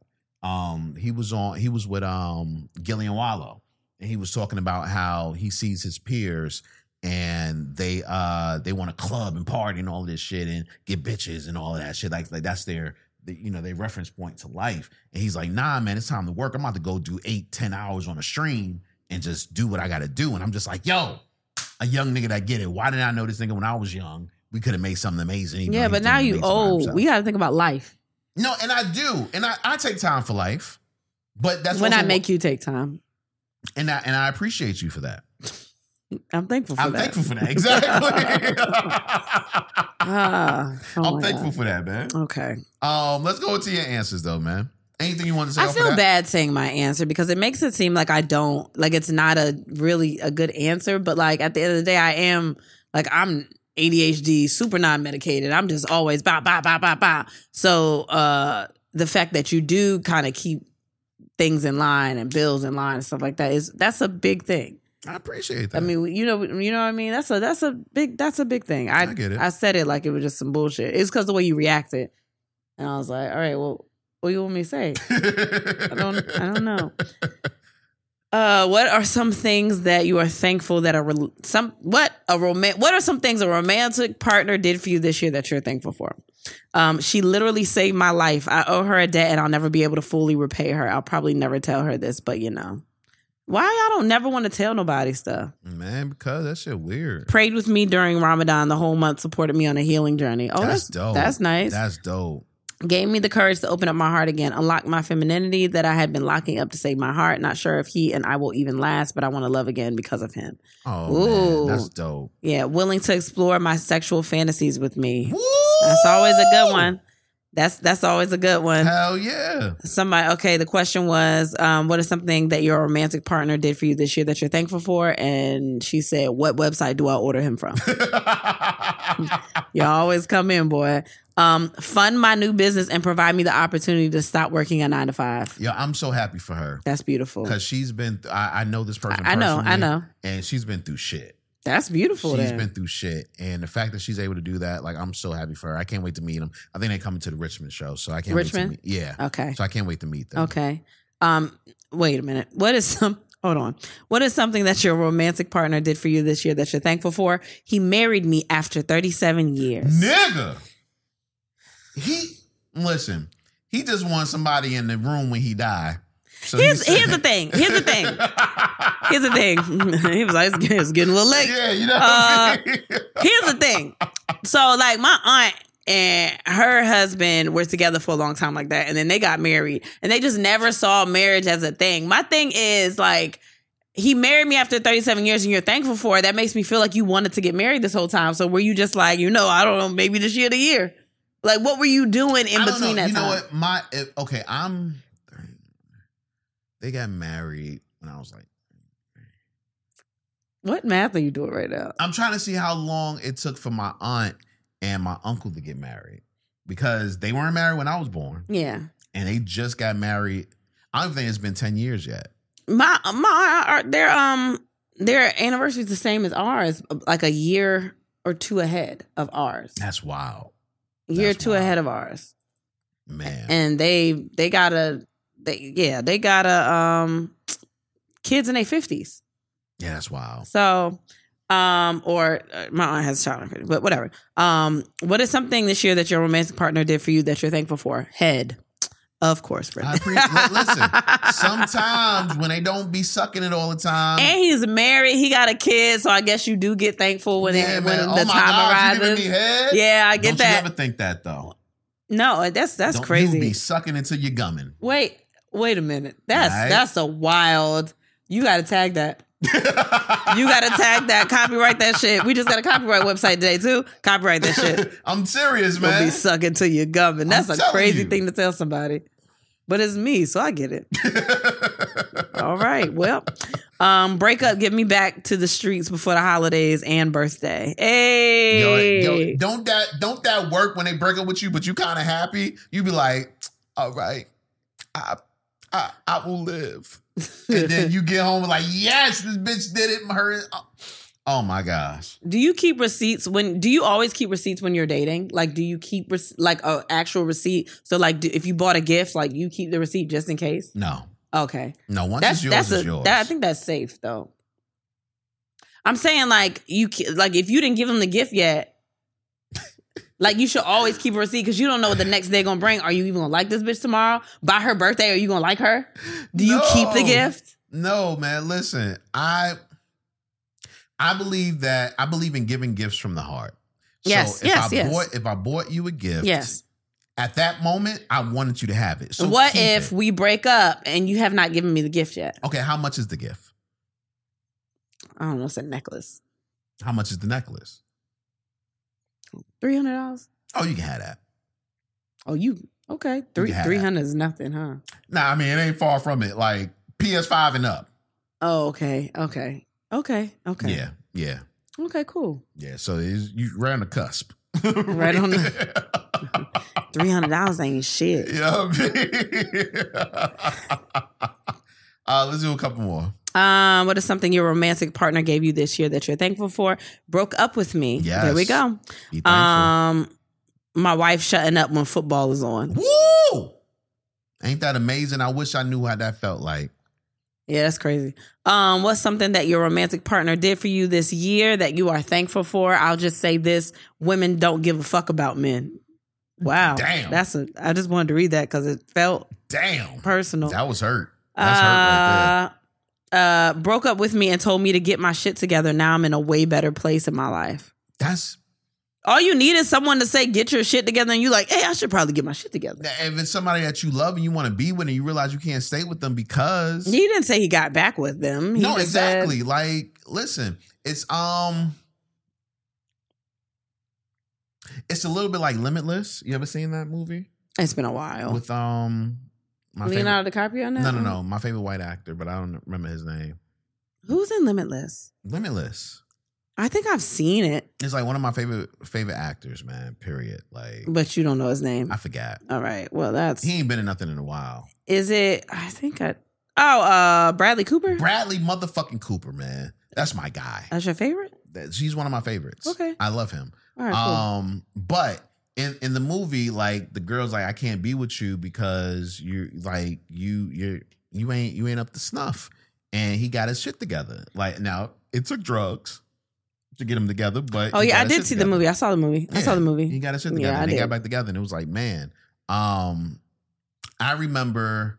Speaker 1: Um, he was on he was with um Gillian Wallow, and he was talking about how he sees his peers and they uh they want to club and party and all this shit and get bitches and all that shit. Like like that's their the, you know their reference point to life. And he's like, nah, man, it's time to work. I'm about to go do eight ten hours on a stream and just do what I got to do. And I'm just like, yo, a young nigga that get it. Why didn't I know this nigga when I was young? We could have made something amazing. even
Speaker 2: Yeah,
Speaker 1: though
Speaker 2: but
Speaker 1: he's
Speaker 2: now
Speaker 1: doing
Speaker 2: you
Speaker 1: amazing by
Speaker 2: old.
Speaker 1: himself.
Speaker 2: We got to think about life.
Speaker 1: no, and I do, and I, I take time for life. But that's
Speaker 2: when
Speaker 1: also
Speaker 2: I make you take time,
Speaker 1: what, and I and I appreciate you for that.
Speaker 2: I'm thankful for
Speaker 1: I'm
Speaker 2: that.
Speaker 1: thankful for that. Exactly.
Speaker 2: Ah, oh
Speaker 1: I'm
Speaker 2: my
Speaker 1: thankful
Speaker 2: God.
Speaker 1: for that, man.
Speaker 2: Okay.
Speaker 1: Um, let's go into your answers though, man. Anything you want to say?
Speaker 2: I
Speaker 1: off
Speaker 2: feel
Speaker 1: of that?
Speaker 2: bad saying my answer because it makes it seem like I don't like it's not a really a good answer, but like at the end of the day, I am like I'm ADHD, super non medicated. I'm just always ba ba ba ba ba. So uh the fact that you do kind of keep things in line and bills in line and stuff like that is that's a big thing.
Speaker 1: I appreciate that.
Speaker 2: I mean, you know, you know what I mean. That's a that's a big that's a big thing. I
Speaker 1: I get it.
Speaker 2: I said it like it was just some bullshit. It's because the way you reacted, and I was like, all right, well, what do you want me to say? I don't I don't know. Uh, what are some things that you are thankful that a rel some what a roman what are some things a romantic partner did for you this year that you're thankful for? Um, she literally saved my life. I owe her a debt and I'll never be able to fully repay her. I'll probably never tell her this, but you know. Why y'all don't never want to tell nobody stuff?
Speaker 1: man, because that shit weird.
Speaker 2: Prayed with me during Ramadan the whole month, supported me on a healing journey. Oh, that's
Speaker 1: That's
Speaker 2: that's,
Speaker 1: dope.
Speaker 2: nice
Speaker 1: That's dope.
Speaker 2: gave me the courage to open up my heart again, unlock my femininity that I had been locking up to save my heart. Not sure if he and I will even last, but I want to love again because of him.
Speaker 1: Oh, man,
Speaker 2: Ooh.
Speaker 1: that's dope.
Speaker 2: Yeah, willing to explore my sexual fantasies with me.
Speaker 1: Woo!
Speaker 2: That's always a good one. That's that's always a good one.
Speaker 1: Hell yeah!
Speaker 2: Somebody okay, the question was, um, what is something that your romantic partner did for you this year that you're thankful for? And she said, What website do I order him from? You always come in, boy. Um, fund my new business and provide me the opportunity to stop working a nine to five.
Speaker 1: Yo, I'm so happy for her
Speaker 2: That's beautiful.
Speaker 1: because she's been. th- I, I know this person.
Speaker 2: I I know, I
Speaker 1: personally,
Speaker 2: know.
Speaker 1: and she's been through shit.
Speaker 2: That's beautiful.
Speaker 1: She's
Speaker 2: then.
Speaker 1: been through shit, and the fact that she's able to do that, like, I'm so happy for her. I can't wait to meet them. I think they're coming to the Richmond show, so I can't.
Speaker 2: Richmond?
Speaker 1: Wait to meet, yeah.
Speaker 2: okay.
Speaker 1: So I can't wait to meet them.
Speaker 2: Okay. Um. Wait a minute. What is some? Hold on. What is something that your romantic partner did for you this year that you're thankful for? He married me after 37 years.
Speaker 1: Nigga. He Listen, he just wants somebody in the room when he die. So he
Speaker 2: here's
Speaker 1: said-
Speaker 2: here's the thing. Here's the thing. Here's the thing. he was like, it's, it's getting a little late.
Speaker 1: yeah, you know. what
Speaker 2: Uh,
Speaker 1: I mean?
Speaker 2: Here's the thing. So like my aunt and her husband were together for a long time like that and then they got married and they just never saw marriage as a thing. My thing is like he married me after 37 years and you're thankful for it. That makes me feel like you wanted to get married this whole time. So were you just like, you know, I don't know, maybe this year the year. Like what were you doing in
Speaker 1: I don't
Speaker 2: between
Speaker 1: know.
Speaker 2: that
Speaker 1: you
Speaker 2: time?
Speaker 1: know what? My if- okay, I'm. They got married when I was like.
Speaker 2: What math are you doing right now?
Speaker 1: I'm trying to see how long it took for my aunt and my uncle to get married because they weren't married when I was born,
Speaker 2: Yeah.
Speaker 1: and they just got married. I don't think it's been ten years yet.
Speaker 2: My my are their um their anniversary's the same as ours, like a year or two ahead of ours.
Speaker 1: That's wild,
Speaker 2: year or
Speaker 1: that's
Speaker 2: two
Speaker 1: wild.
Speaker 2: ahead of ours.
Speaker 1: man.
Speaker 2: And they they got a they yeah, they got a um kids in their fifties.
Speaker 1: yeah, that's wild.
Speaker 2: So um or uh, my aunt has a child in her 50s, but whatever. Um what is something this year that your romantic partner did for you that you're thankful for? Head. Of course, Brittany.
Speaker 1: I pre- li- listen, Sometimes when they don't be sucking it all the time.
Speaker 2: And he's married. He got a kid, so I guess you do get thankful when
Speaker 1: Yeah,
Speaker 2: it,
Speaker 1: man.
Speaker 2: when the
Speaker 1: Oh my
Speaker 2: time
Speaker 1: God, you giving
Speaker 2: arises.
Speaker 1: me head?
Speaker 2: Yeah, I get
Speaker 1: don't
Speaker 2: that.
Speaker 1: you ever think that though?
Speaker 2: no, that's that's
Speaker 1: Don't
Speaker 2: crazy.
Speaker 1: You be sucking until you're gumming.
Speaker 2: Wait, wait a minute. That's
Speaker 1: Right.
Speaker 2: that's a wild. You got to tag that. You got to tag that. Copyright that shit. We just got a copyright website today too. Copyright that shit.
Speaker 1: I'm serious,
Speaker 2: Gonna
Speaker 1: man.
Speaker 2: be sucking to your gum, and that's
Speaker 1: I'm
Speaker 2: a
Speaker 1: telling
Speaker 2: crazy
Speaker 1: you.
Speaker 2: thing to tell somebody. But it's me, so I get it. All right. Well, um, break up. Get me back to the streets before the holidays and birthday.
Speaker 1: Yo,
Speaker 2: Hey,
Speaker 1: yo, don't that don't that work when they break up with you, but you kind of happy? You be like, all right, I I, I will live. And then you get home like, yes, this bitch did it. Her, oh my gosh.
Speaker 2: do you keep receipts when? Do you always keep receipts when you're dating? Like, do you keep rec- like a actual receipt? So, like, do, if you bought a gift, like you keep the receipt just in case.
Speaker 1: No,
Speaker 2: Okay,
Speaker 1: no. Once
Speaker 2: that's
Speaker 1: it's yours,
Speaker 2: that's
Speaker 1: it's
Speaker 2: a,
Speaker 1: yours.
Speaker 2: that. I think that's safe though. I'm saying like you ke- like if you didn't give them the gift yet. Like you should always keep a receipt because you don't know what the next day gonna bring. Are you even gonna like this bitch tomorrow? By her birthday, are you gonna like her? Do you keep the
Speaker 1: No.
Speaker 2: gift?
Speaker 1: No, man. Listen, I I believe that I believe in giving gifts from the heart.
Speaker 2: Yes,
Speaker 1: if
Speaker 2: yes,
Speaker 1: I
Speaker 2: yes.
Speaker 1: Bought, if I bought you a gift,
Speaker 2: Yes.
Speaker 1: At that moment, I wanted you to have it. So
Speaker 2: what
Speaker 1: keep it.
Speaker 2: if we break up and you have not given me the gift yet?
Speaker 1: Okay, how much is the gift?
Speaker 2: I don't know, it's a necklace.
Speaker 1: How much is the necklace?
Speaker 2: Three hundred dollars?
Speaker 1: Oh, you can have that.
Speaker 2: Oh, you okay. Three
Speaker 1: can have that.
Speaker 2: three hundred is nothing, huh?
Speaker 1: Nah, I mean it ain't far from it. Like PS5 and up.
Speaker 2: Oh, okay, okay. Okay, okay.
Speaker 1: Yeah, yeah,
Speaker 2: Okay, cool.
Speaker 1: yeah. So it's, you right on the cusp.
Speaker 2: Right on
Speaker 1: the.
Speaker 2: Three hundred dollars ain't shit.
Speaker 1: you know what I mean? uh, let's do a couple more.
Speaker 2: Um, what is something your romantic partner gave you this year that you're thankful for? Broke up with me.
Speaker 1: Yes.
Speaker 2: There we go.
Speaker 1: Be thankful.
Speaker 2: Um, my wife shutting up when football is on.
Speaker 1: Woo! Ain't that amazing? I wish I knew how that felt like.
Speaker 2: Yeah, that's crazy. Um, what's something that your romantic partner did for you this year that you are thankful for? I'll just say this: women don't give a fuck about men. Wow,
Speaker 1: Damn.
Speaker 2: That's a. I just wanted to read that because it felt
Speaker 1: Damn.
Speaker 2: personal.
Speaker 1: That was hurt. That's hurt right
Speaker 2: Uh, uh, broke up with me and told me to get my shit together. Now I'm in a way better place in my life.
Speaker 1: there. That's
Speaker 2: All you need is someone to say, "Get your shit together," and you like, "Hey, I should probably get my shit together."
Speaker 1: if it's somebody that you love and you want to be with and you realize you can't stay with them because
Speaker 2: He didn't say he got back with them. He
Speaker 1: No,
Speaker 2: just said-
Speaker 1: exactly. like, listen, it's um it's a little bit like Limitless. You ever seen that movie?
Speaker 2: it's been a while.
Speaker 1: With um my favorite,
Speaker 2: Leonardo DiCaprio. on that
Speaker 1: No, no,
Speaker 2: one?
Speaker 1: no. My favorite white actor, but I don't remember his name.
Speaker 2: Who's in Limitless?
Speaker 1: Limitless.
Speaker 2: I think I've seen it,
Speaker 1: It's like one of my favorite favorite actors, man. Period. Like
Speaker 2: but you don't know his name.
Speaker 1: I forgot.
Speaker 2: All right. Well, that's
Speaker 1: He ain't been in nothing in a while.
Speaker 2: is it. I think I. Oh, uh, Bradley Cooper.
Speaker 1: Bradley motherfucking Cooper, man. That's my guy.
Speaker 2: That's your favorite.
Speaker 1: That- He's one of my favorites.
Speaker 2: Okay.
Speaker 1: I love him.
Speaker 2: All right. Cool.
Speaker 1: Um, but in in the movie, like the girl's like, I can't be with you because you're like you you're you ain't you ain't up to snuff. And he got his shit together. Like now it took drugs to get him together, but
Speaker 2: oh
Speaker 1: he
Speaker 2: yeah,
Speaker 1: got
Speaker 2: I
Speaker 1: his
Speaker 2: did
Speaker 1: shit
Speaker 2: see the
Speaker 1: together.
Speaker 2: movie. I saw the movie. I saw the
Speaker 1: He
Speaker 2: movie.
Speaker 1: got his shit
Speaker 2: Yeah,
Speaker 1: together.
Speaker 2: I
Speaker 1: and they
Speaker 2: did.
Speaker 1: got back together, and it was like, man, Um, I remember,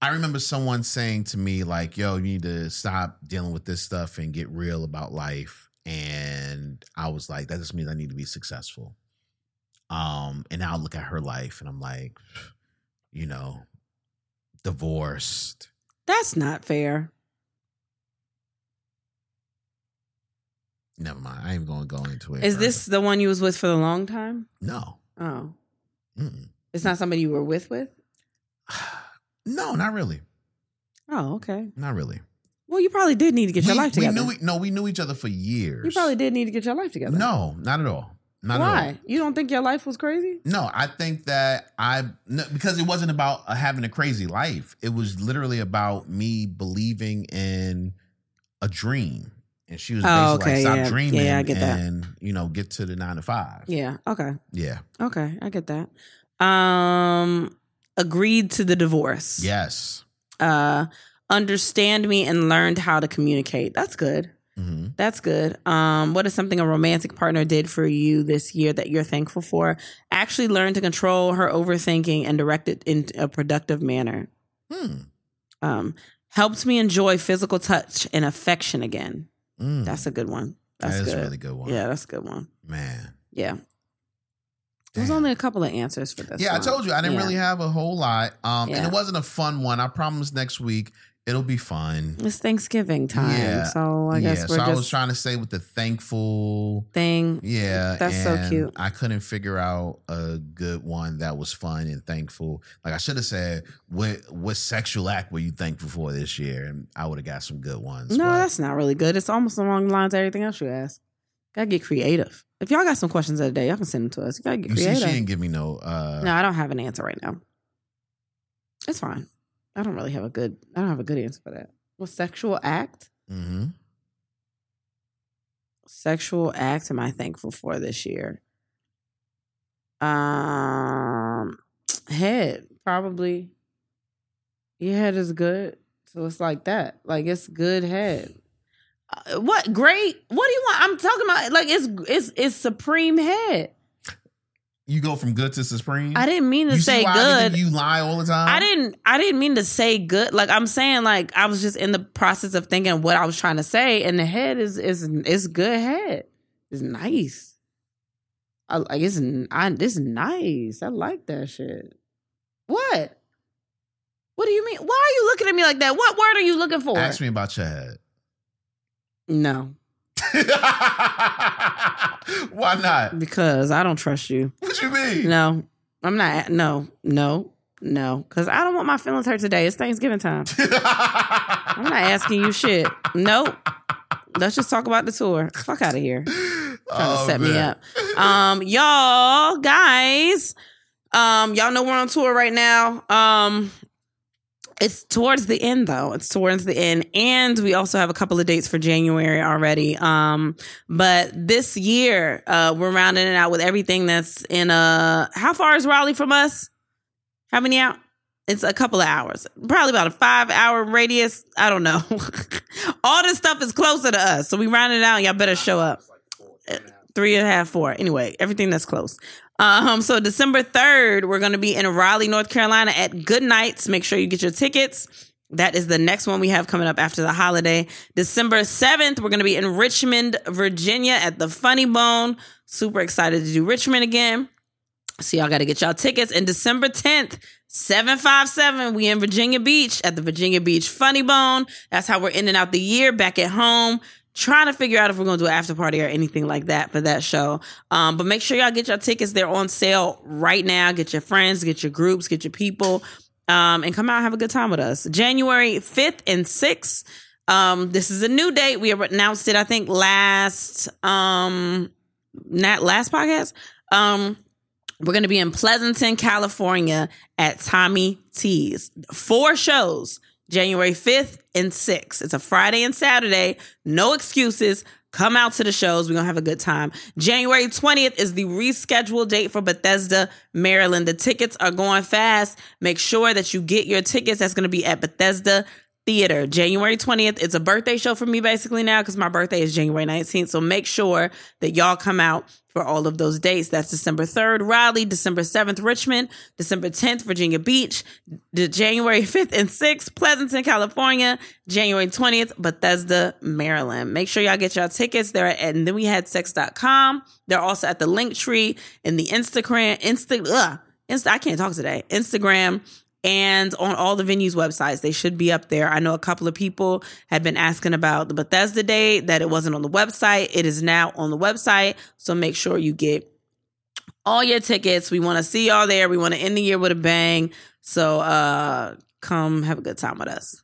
Speaker 1: I remember someone saying to me like, "Yo, you need to stop dealing with this stuff and get real about life." And I was like, "That just means I need to be successful." Um, and now I look at her life, and I'm like, you know, divorced,
Speaker 2: That's not fair.
Speaker 1: Never mind. I ain't going to go into it.
Speaker 2: Is
Speaker 1: further.
Speaker 2: this the one you was with for the long time?
Speaker 1: no?
Speaker 2: Oh,
Speaker 1: Mm-mm.
Speaker 2: it's not somebody you were with with.
Speaker 1: No, not really.
Speaker 2: Oh, okay.
Speaker 1: Not really.
Speaker 2: Well, you probably did need to get your
Speaker 1: we,
Speaker 2: life together.
Speaker 1: We knew, e- no, we knew each other for years.
Speaker 2: you probably did need to get your life together.
Speaker 1: No, not at all. Not at all.
Speaker 2: Why? You don't think your life was crazy?
Speaker 1: No, I think that I no, because it wasn't about uh, having a crazy life. It was literally about me believing in a dream, and she was
Speaker 2: Oh,
Speaker 1: basically
Speaker 2: okay,
Speaker 1: like, "Stop
Speaker 2: yeah.
Speaker 1: dreaming
Speaker 2: Yeah, I get that.
Speaker 1: and you know get to the nine to five.
Speaker 2: Yeah. Okay.
Speaker 1: yeah,
Speaker 2: Okay. I get that. Um, agreed to the divorce.
Speaker 1: yes.
Speaker 2: Uh, understand me and learned how to communicate. That's good.
Speaker 1: hmm
Speaker 2: That's good. Um, what is something a romantic partner did for you this year that you're thankful for? Actually learned to control her overthinking and direct it in a productive manner.
Speaker 1: Hmm.
Speaker 2: Um, helped me enjoy physical touch and affection again.
Speaker 1: Mm.
Speaker 2: That's a good one.
Speaker 1: That
Speaker 2: That's
Speaker 1: is
Speaker 2: good.
Speaker 1: a really good one.
Speaker 2: Yeah, that's a good one.
Speaker 1: man.
Speaker 2: Yeah. There's
Speaker 1: Damn.
Speaker 2: only a couple of answers for this.
Speaker 1: yeah, I
Speaker 2: one.
Speaker 1: told you I didn't
Speaker 2: Yeah.
Speaker 1: really have a whole lot, um, and
Speaker 2: Yeah.
Speaker 1: it wasn't a fun one. I promise next week it'll be fun.
Speaker 2: It's Thanksgiving time,
Speaker 1: Yeah.
Speaker 2: so I guess
Speaker 1: yeah, so
Speaker 2: we're
Speaker 1: I
Speaker 2: just
Speaker 1: was trying to say with the thankful.
Speaker 2: thing.
Speaker 1: Yeah,
Speaker 2: That's so
Speaker 1: and
Speaker 2: cute.
Speaker 1: I couldn't figure out a good one that was fun and thankful. Like I should have said, "What what sexual act were you thankful for this year?" And I would have got some good ones.
Speaker 2: No,
Speaker 1: but-
Speaker 2: that's not really good. It's almost along the lines of everything else you asked. Gotta get creative. If y'all got some questions of the day, y'all can send them to us. You gotta get
Speaker 1: you see, she
Speaker 2: creative.
Speaker 1: didn't give me no. Uh,
Speaker 2: no, I don't have an answer right now. It's fine. I don't really have a good. I don't have a good answer for that. Well, sexual act.
Speaker 1: hmm
Speaker 2: Sexual act. Am I thankful for this year? Um, head probably. Your head is good, so it's like that. Like it's good head. Uh, what great? What do you want? I'm talking about like it's it's it's supreme head.
Speaker 1: You go from good to supreme.
Speaker 2: I didn't mean to
Speaker 1: you see
Speaker 2: say
Speaker 1: why everything
Speaker 2: good.
Speaker 1: You lie all the time.
Speaker 2: I didn't I didn't mean to say good. Like I'm saying like I was just in the process of thinking what I was trying to say and the head is is is good head. It's nice. I like it's n- I it's nice. I like that shit. What? What do you mean? Why are you looking at me like that? What word are you looking for?
Speaker 1: Ask me about your head.
Speaker 2: No,
Speaker 1: Why not?
Speaker 2: because I don't trust you.
Speaker 1: What you mean?
Speaker 2: No. I'm not no, no, no. Cause I don't want my feelings hurt today. It's Thanksgiving time. I'm not asking you shit. Nope. Let's just talk about the tour. Fuck out of here.
Speaker 1: Trying
Speaker 2: Trying to set me up. Um, y'all, guys. Um, y'all know we're on tour right now. Um it's towards the end though. It's towards the end. And we also have a couple of dates for January already. Um, but this year, uh, we're rounding it out with everything that's in uh how far is Raleigh from us? How many out? It's a couple of hours, probably about a five hour radius. I don't know. All this stuff is closer to us. So we round it out. Y'all better show up. Three and a half, four. Anyway, everything that's close. Um, so December 3rd, we're going to be in Raleigh, North Carolina at Good Nights. Make sure you get your tickets. That is the next one we have coming up after the holiday. December 7th, we're going to be in Richmond, Virginia at the Funny Bone. Super excited to do Richmond again. So y'all got to get y'all tickets. And December 10th, 757, we in Virginia Beach at the Virginia Beach Funny Bone. That's how we're ending out the year back at home. Trying to figure out if we're going to do an after party or anything like that for that show. Um, but make sure y'all get your tickets. They're on sale right now. Get your friends, get your groups, get your people, um, and come out and have a good time with us. January 5th and 6th. Um, this is a new date. We announced it, I think, last um not last podcast. Um, we're going to be in Pleasanton, California at Tommy T's. Four shows, January 5th and 6th. It's a Friday and Saturday. No excuses. Come out to the shows. We're going to have a good time. January 20th is the rescheduled date for Bethesda, Maryland. The tickets are going fast. Make sure that you get your tickets. That's going to be at Bethesda Theater, January 20th. It's a birthday show for me basically now because my birthday is January 19th. So make sure that y'all come out for all of those dates. That's December 3rd, Raleigh, December 7th, Richmond, December 10th, Virginia Beach, the January 5th and 6th, Pleasanton, California, January 20th, Bethesda, Maryland. Make sure y'all get y'all tickets. They're at and then we had sex.com. They're also at the link tree in the Instagram, Insta, ugh, Insta, I can't talk today. Instagram and on all the venues websites they should be up there i know a couple of people had been asking about the bethesda date that it wasn't on the website it is now on the website so make sure you get all your tickets we want to see y'all there we want to end the year with a bang so uh come have a good time with us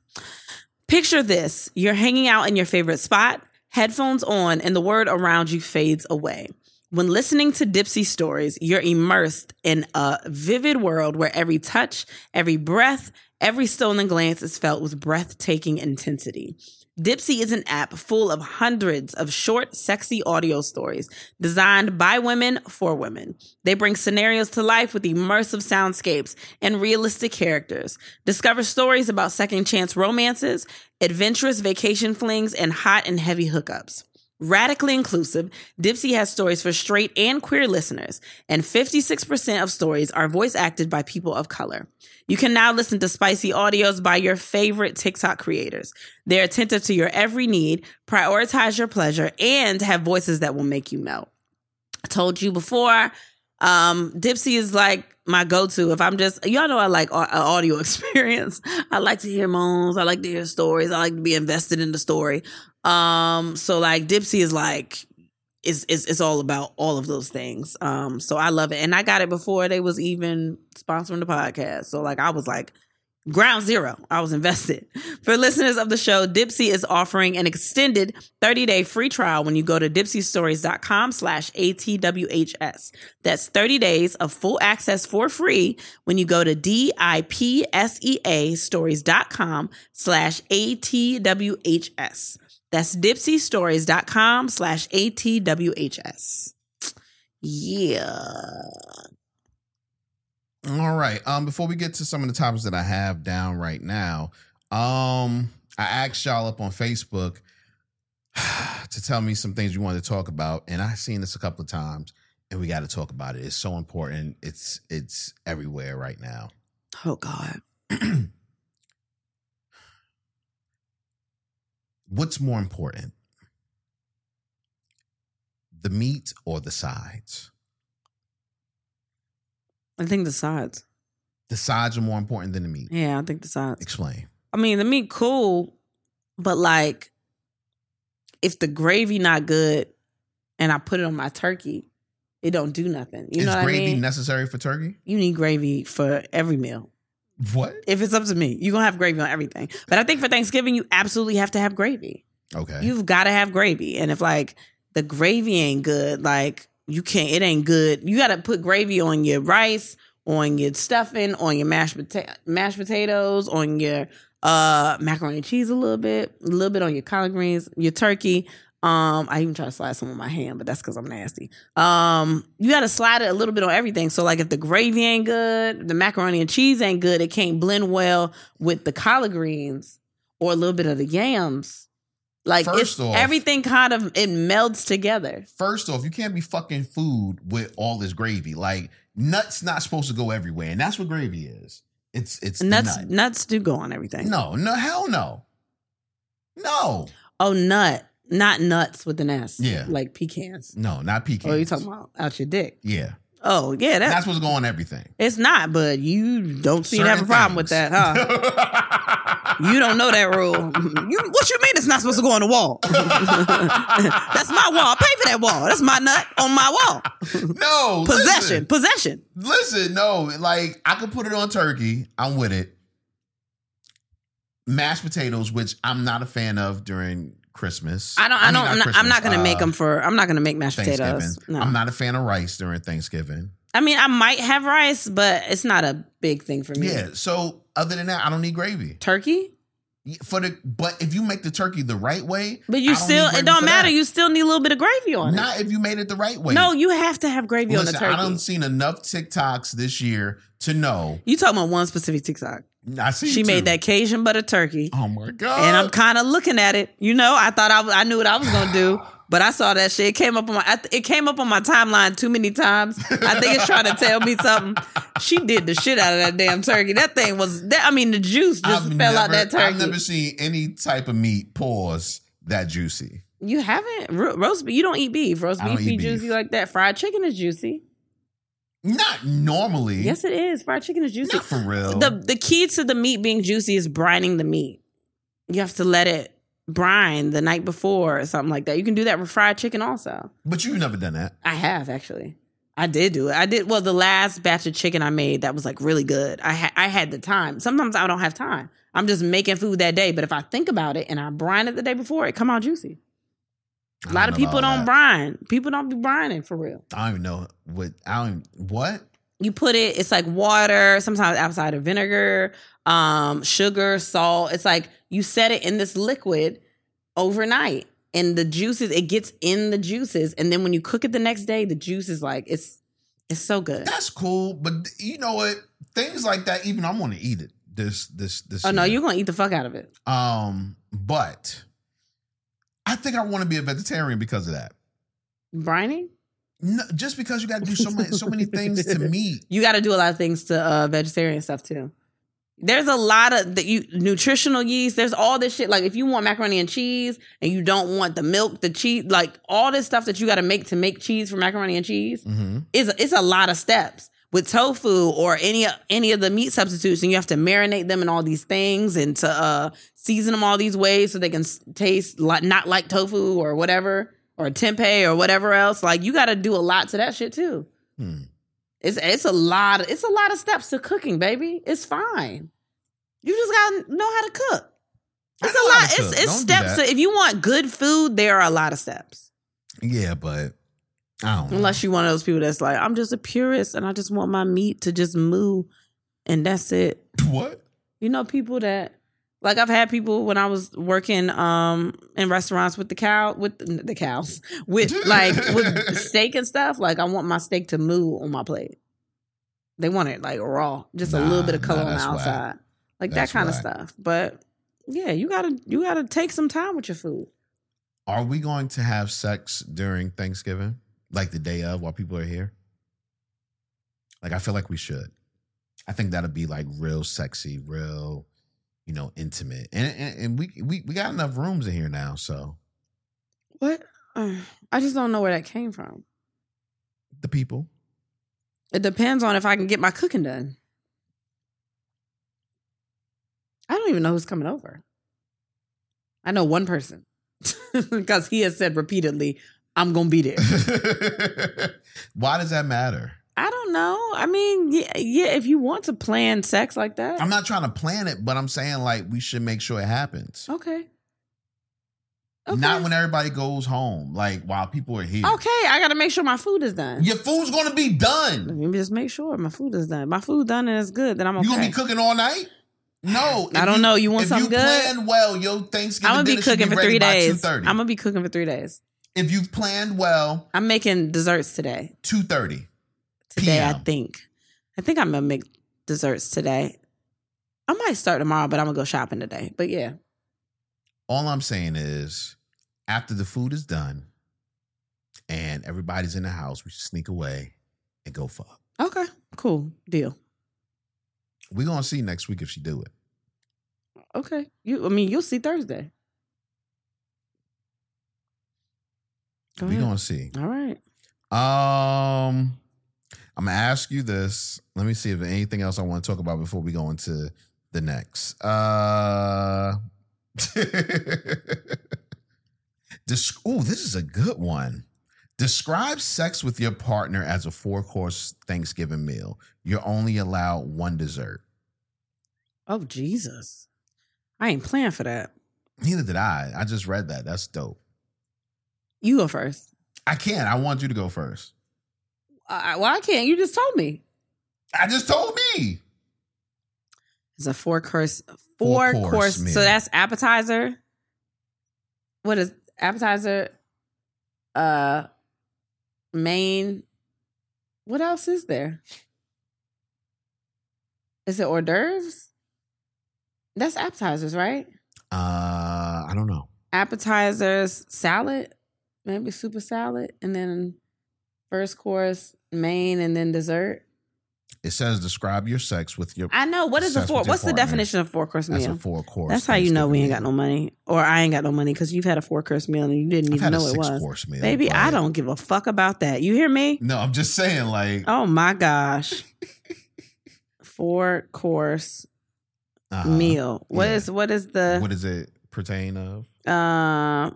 Speaker 2: picture this you're hanging out in your favorite spot headphones on and the word around you fades away when listening to Dipsy stories, you're immersed in a vivid world where every touch, every breath, every stolen glance is felt with breathtaking intensity. Dipsy is an app full of hundreds of short, sexy audio stories designed by women for women. They bring scenarios to life with immersive soundscapes and realistic characters. Discover stories about second chance romances, adventurous vacation flings, and hot and heavy hookups. Radically inclusive, Dipsy has stories for straight and queer listeners, and 56% of stories are voice acted by people of color. You can now listen to spicy audios by your favorite TikTok creators. They're attentive to your every need, prioritize your pleasure, and have voices that will make you melt. I told you before, um, Dipsy is like my go-to. If I'm just, y'all know I like au- a audio experience. I like to hear moans. I like to hear stories. I like to be invested in the story. Um, so like Dipsy is like is is it's all about all of those things. Um, so I love it. And I got it before they was even sponsoring the podcast. So like I was like ground zero. I was invested. For listeners of the show, Dipsy is offering an extended 30-day free trial when you go to dipsystories.com slash ATWHS. That's 30 days of full access for free when you go to D-I-P-S-E-A stories.com slash ATWHS. That's dipsystories.com slash ATWHS. Yeah.
Speaker 1: All right. Um, before we get to some of the topics that I have down right now, um, I asked y'all up on Facebook to tell me some things you wanted to talk about, and I've seen this a couple of times, and we got to talk about it. It's so important. It's it's everywhere right now.
Speaker 2: Oh God.
Speaker 1: What's more important, the meat or the sides?
Speaker 2: I think the sides.
Speaker 1: The sides are more important than the meat.
Speaker 2: Yeah, I think the sides.
Speaker 1: Explain.
Speaker 2: I mean, the meat cool, but like, if the gravy not good, and I put it on my turkey, it don't do nothing. You
Speaker 1: Is
Speaker 2: know what
Speaker 1: gravy
Speaker 2: I mean?
Speaker 1: necessary for turkey?
Speaker 2: you need gravy for every meal.
Speaker 1: What?
Speaker 2: If it's up to me, you're gonna have gravy on everything. But I think for Thanksgiving, you absolutely have to have gravy.
Speaker 1: Okay.
Speaker 2: You've got to have gravy, and if like the gravy ain't good, like you can't, it ain't good. You got to put gravy on your rice, on your stuffing, on your mashed pota- mashed potatoes, on your uh macaroni and cheese a little bit, a little bit on your collard greens, your turkey. Um, I even try to slide some on my hand, but that's because I'm nasty. Um, you got to slide it a little bit on everything. So like, if the gravy ain't good, the macaroni and cheese ain't good, it can't blend well with the collard greens or a little bit of the yams. Like
Speaker 1: First
Speaker 2: it's,
Speaker 1: off-
Speaker 2: everything kind of it melds together.
Speaker 1: First off, you can't be fucking food with all this gravy. Like nuts not supposed to go everywhere, and that's what gravy is. It's it's the
Speaker 2: Nuts,
Speaker 1: nut.
Speaker 2: nuts do go on everything.
Speaker 1: No, no, hell no, no,
Speaker 2: Oh, nut, not nuts with an S.
Speaker 1: Yeah.
Speaker 2: like pecans.
Speaker 1: no, not pecans.
Speaker 2: Oh, you talking about out your dick?
Speaker 1: Yeah,
Speaker 2: Oh, yeah, that's
Speaker 1: that's what's going on everything.
Speaker 2: it's not. But you don't seem to have a
Speaker 1: Certain
Speaker 2: problem with
Speaker 1: things.
Speaker 2: that, huh? You don't know that rule. You, what you mean it's not supposed to go on the wall? That's my wall. Pay for that wall. That's my nut on my wall.
Speaker 1: no
Speaker 2: Possession. Possession.
Speaker 1: Listen, listen, no, like I could put it on turkey. I'm with it. Mashed potatoes, which I'm not a fan of during Christmas.
Speaker 2: I don't. I
Speaker 1: mean,
Speaker 2: don't. I'm not, I'm not
Speaker 1: Christmas,
Speaker 2: gonna make
Speaker 1: uh,
Speaker 2: them for. I'm not gonna make mashed
Speaker 1: Thanksgiving.
Speaker 2: potatoes. No.
Speaker 1: I'm not a fan of rice during Thanksgiving.
Speaker 2: I mean, I might have rice, but it's not a big thing for me.
Speaker 1: Yeah. So other than that, I don't need gravy
Speaker 2: Turkey,
Speaker 1: for the. But if you make the turkey the right way,
Speaker 2: but
Speaker 1: I
Speaker 2: you
Speaker 1: don't
Speaker 2: still.
Speaker 1: need gravy
Speaker 2: It don't
Speaker 1: for
Speaker 2: matter.
Speaker 1: that.
Speaker 2: You still need a little bit of gravy on it.
Speaker 1: not if you made it the right way.
Speaker 2: No, you have to have gravy on
Speaker 1: Listen,
Speaker 2: the turkey.
Speaker 1: I don't seen enough TikToks this year to know.
Speaker 2: you talking about one specific TikTok?
Speaker 1: I see.
Speaker 2: She
Speaker 1: you
Speaker 2: made
Speaker 1: too.
Speaker 2: that Cajun butter turkey.
Speaker 1: Oh my god!
Speaker 2: and I'm kind of looking at it. You know, I thought I, was- I knew what I was gonna do, but I saw that shit. It came up on my I th- it came up on my timeline too many times. I think it's trying to tell me something. She did the shit out of that damn turkey. That thing was that. I mean, the juice just
Speaker 1: I've
Speaker 2: fell
Speaker 1: never,
Speaker 2: out that
Speaker 1: I've
Speaker 2: turkey.
Speaker 1: never seen any type of meat pause that juicy.
Speaker 2: you haven't ro- roast beef. You don't eat beef. Roast
Speaker 1: I don't
Speaker 2: beef be
Speaker 1: eat beef.
Speaker 2: juicy like that. Fried chicken is juicy.
Speaker 1: Not normally.
Speaker 2: Yes, it is. Fried chicken is juicy.
Speaker 1: Not for real.
Speaker 2: the the key to the meat being juicy is brining the meat. You have to let it brine the night before or something like that. You can do that with fried chicken also.
Speaker 1: but you've never done that.
Speaker 2: I have actually. I did do it. I did well the last batch of chicken I made that was like really good. I ha- I had the time. Sometimes I don't have time. I'm just making food that day, but if I think about it and I brine it the day before, it come out juicy.
Speaker 1: I
Speaker 2: A lot of
Speaker 1: know
Speaker 2: people
Speaker 1: about that.
Speaker 2: don't brine. People don't be brining for real.
Speaker 1: I don't even know what. I don't. even- What?
Speaker 2: You put it. It's like water. Sometimes outside of vinegar, um, sugar, salt. It's like you set it in this liquid overnight, and the juices. It gets in the juices, and then when you cook it the next day, the juice is like it's it's so good.
Speaker 1: That's cool, but you know what? Things like that. Even I'm going to eat it. This. This. This.
Speaker 2: Oh no,
Speaker 1: year.
Speaker 2: you're gonna eat the fuck out of it.
Speaker 1: Um. But I think I want to be a vegetarian because of that.
Speaker 2: Brining?
Speaker 1: No, just because you got to do so many so many things to meat.
Speaker 2: You got to do a lot of things to uh, vegetarian stuff too. There's a lot of that you nutritional yeast. There's all this shit. Like if you want macaroni and cheese and you don't want the milk, the cheese, like all this stuff that you got to make to make cheese for macaroni and cheese
Speaker 1: Mm-hmm.
Speaker 2: is it's a lot of steps with tofu or any any of the meat substitutes, and you have to marinate them in all these things and to uh, season them all these ways so they can s- taste like not like tofu or whatever or tempeh or whatever else. Like you got to do a lot to that shit too.
Speaker 1: Hmm.
Speaker 2: It's it's a lot. Of, it's a lot of steps to cooking, baby. It's fine. You just gotta know how to cook.
Speaker 1: I
Speaker 2: It's
Speaker 1: know
Speaker 2: a
Speaker 1: how
Speaker 2: lot.
Speaker 1: to
Speaker 2: It's
Speaker 1: cook. Don't
Speaker 2: it's
Speaker 1: do
Speaker 2: steps.
Speaker 1: that.
Speaker 2: To, if you want good food, there are a lot of steps.
Speaker 1: Yeah, but I don't. know.
Speaker 2: Unless you're one of those people that's like, I'm just a purist and I just want my meat to just moo, and that's it.
Speaker 1: what?
Speaker 2: You know, people that like I've had people when I was working um in restaurants with the cow with the cows with like with steak and stuff. Like I want my steak to moo on my plate. They want it like raw, just a little
Speaker 1: Nah,
Speaker 2: bit of color
Speaker 1: nah,
Speaker 2: on the
Speaker 1: that's whack.
Speaker 2: outside, like
Speaker 1: That's
Speaker 2: that kind
Speaker 1: whack.
Speaker 2: of stuff. But yeah, you gotta you gotta take some time with your food.
Speaker 1: Are we going to have sex during Thanksgiving, like the day of, while people are here? Like I feel like we should. I think that'll be like real sexy, real, you know, intimate, and and, and we we we got enough rooms in here now, so
Speaker 2: What? I just don't know where that came from.
Speaker 1: the people.
Speaker 2: It depends on if I can get my cooking done. I don't even know who's coming over. I know one person because he has said repeatedly, I'm going to be there.
Speaker 1: Why does that matter?
Speaker 2: I don't know. I mean, yeah, yeah, if you want to plan sex like that,
Speaker 1: I'm not trying to plan it, but I'm saying like we should make sure it happens.
Speaker 2: okay. Okay.
Speaker 1: Not when everybody goes home, like while people are here.
Speaker 2: okay, I got to make sure my food is done.
Speaker 1: Your food's gonna be
Speaker 2: Let
Speaker 1: done.
Speaker 2: me just make sure my food is done. My food done and it's good, then I'm okay.
Speaker 1: You gonna be cooking all night? No.
Speaker 2: I
Speaker 1: if
Speaker 2: don't
Speaker 1: you-
Speaker 2: know. You want
Speaker 1: if
Speaker 2: something
Speaker 1: you
Speaker 2: good?
Speaker 1: plan well, your Thanksgiving
Speaker 2: I'm going to be
Speaker 1: dinner should
Speaker 2: cooking
Speaker 1: be
Speaker 2: for
Speaker 1: ready
Speaker 2: three
Speaker 1: by
Speaker 2: days. I'm
Speaker 1: 2:30.
Speaker 2: going to be cooking for three days.
Speaker 1: If you've planned well,
Speaker 2: I'm making desserts today.
Speaker 1: two thirty.
Speaker 2: today. I
Speaker 1: PM.
Speaker 2: think. I think I'm gonna make desserts today. I might start tomorrow, but I'm gonna go shopping today. But yeah,
Speaker 1: All I'm saying is, after the food is done, and everybody's in the house, we should sneak away and go fuck.
Speaker 2: okay, cool deal.
Speaker 1: We're gonna see next week if she do it.
Speaker 2: Okay, you. I mean, you'll see Thursday. Go
Speaker 1: We're
Speaker 2: ahead.
Speaker 1: gonna see.
Speaker 2: All right.
Speaker 1: Um, I'm gonna ask you this. Let me see if there's anything else I want to talk about before we go into the next. Uh, this, oh, this is a good one. Describe sex with your partner as a four course Thanksgiving meal. You're only allowed one dessert.
Speaker 2: Oh Jesus, I ain't planned for that.
Speaker 1: Neither did I. I just read that. That's dope.
Speaker 2: You go first.
Speaker 1: I can't. I want you to go first.
Speaker 2: I, I- well, I can't. You just told me
Speaker 1: I just told me.
Speaker 2: it's a four course, four,
Speaker 1: Four-course
Speaker 2: course.
Speaker 1: meal.
Speaker 2: So that's appetizer. What is appetizer? Uh, main. What else is there? Is it hors d'oeuvres? That's appetizers, right?
Speaker 1: Uh, I don't know.
Speaker 2: Appetizers, salad, maybe super salad, and then first course, main, and then dessert.
Speaker 1: It says describe your sex with your.
Speaker 2: I know. What is a
Speaker 1: That's
Speaker 2: four?
Speaker 1: what your
Speaker 2: What's the
Speaker 1: partner-
Speaker 2: definition of four course
Speaker 1: That's a
Speaker 2: meal?
Speaker 1: four course.
Speaker 2: That's how you know we ain't got no money, or I ain't got no money because you've had a four course meal and you didn't
Speaker 1: I've
Speaker 2: even
Speaker 1: had a
Speaker 2: know it
Speaker 1: six
Speaker 2: was.
Speaker 1: course meal.
Speaker 2: Baby, I
Speaker 1: but-
Speaker 2: don't give a fuck about that. You hear me?
Speaker 1: No, I'm just saying, like,
Speaker 2: Oh my gosh. Four course
Speaker 1: uh-huh.
Speaker 2: meal. What
Speaker 1: Yeah.
Speaker 2: is what is the
Speaker 1: What does it pertain of?
Speaker 2: uh,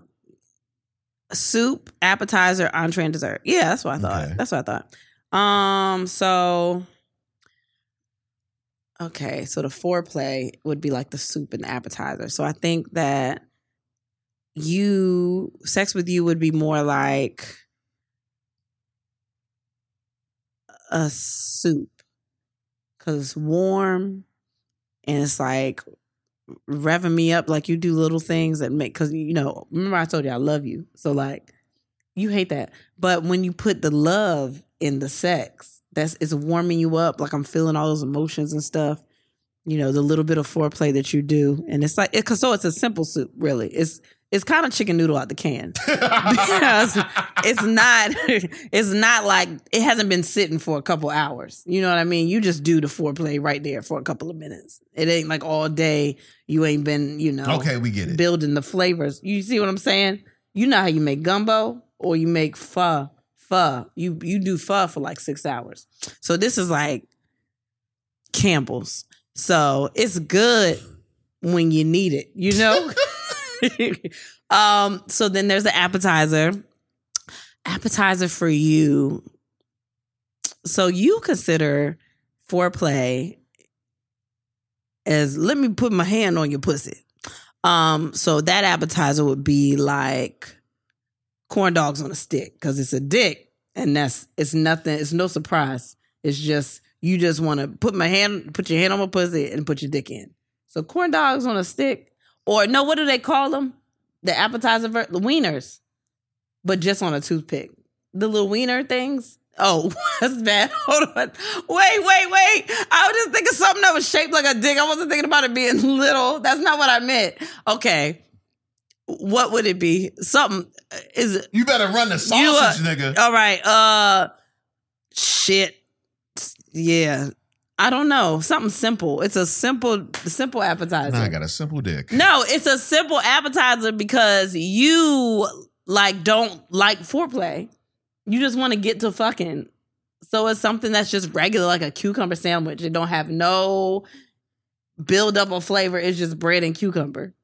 Speaker 2: soup, appetizer, entree, and dessert. Yeah, that's what I thought.
Speaker 1: Okay.
Speaker 2: That's what I thought. Um, so okay, so the foreplay would be like the soup and appetizer. So I think that you sex with you would be more like a soup because it's warm and it's like revving me up like you do little things that make because you know remember i told you i love you so like you hate that but when you put the love in the sex that's it's warming you up like i'm feeling all those emotions and stuff you know the little bit of foreplay that you do and it's like it, cause so it's a simple soup really it's it's kind of chicken noodle out the can Because it's not it's not like it hasn't been sitting for a couple hours. You know what I mean? You just do the foreplay right there for a couple of minutes. It ain't like all day you ain't been, you know,
Speaker 1: okay, we get it.
Speaker 2: building the flavors. You see what I'm saying? You know how you make gumbo or you make pho. Pho. You you do pho for like six hours. So this is like Campbell's. So it's good when you need it, you know? um, so then there's the appetizer. Appetizer for you. So you consider foreplay as let me put my hand on your pussy. Um, so that appetizer would be like corn dogs on a stick because it's a dick, and that's it's nothing. It's no surprise. It's just you just want to put my hand, put your hand on my pussy, and put your dick in. So corn dogs on a stick, or no, what do they call them? The appetizer, ver- the wieners, but just on a toothpick. The little wiener things. Oh, that's bad. Hold on. Wait, wait, wait. I was just thinking something that was shaped like a dick. I wasn't thinking about it being little. That's not what I meant. Okay. What would it be? Something is it
Speaker 1: you better run the sausage, nigga.
Speaker 2: all right. Uh shit. Yeah. I don't know. Something simple. It's a simple simple appetizer.
Speaker 1: Nah, I got a simple dick.
Speaker 2: No, it's a simple appetizer because you like don't like foreplay. You just want to get to fucking. So it's something that's just regular, like a cucumber sandwich. It don't have no build up of flavor. It's just bread and cucumber.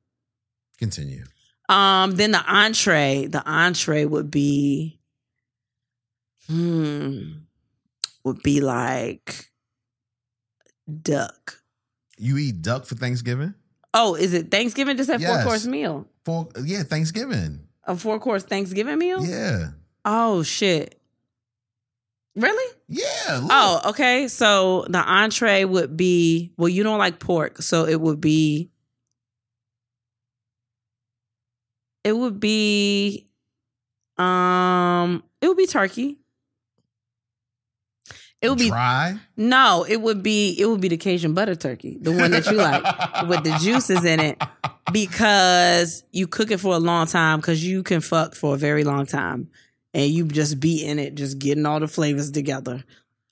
Speaker 1: Continue.
Speaker 2: Um, then the entree. The entree would be, hmm, would be like duck.
Speaker 1: You eat duck for Thanksgiving?
Speaker 2: Oh, is it Thanksgiving? Just a
Speaker 1: Yes.
Speaker 2: four course meal.
Speaker 1: For yeah, Thanksgiving.
Speaker 2: A four course Thanksgiving meal?
Speaker 1: Yeah,
Speaker 2: Oh shit. Really?
Speaker 1: yeah. look.
Speaker 2: Oh, okay. So the entree would be well, you don't like pork, so it would be it would be um it would be turkey. It would be
Speaker 1: dry.
Speaker 2: no, it would be it would be the Cajun butter turkey, the one that you like with the juices in it because you cook it for a long time because you can fuck for a very long time and you just be in it just getting all the flavors together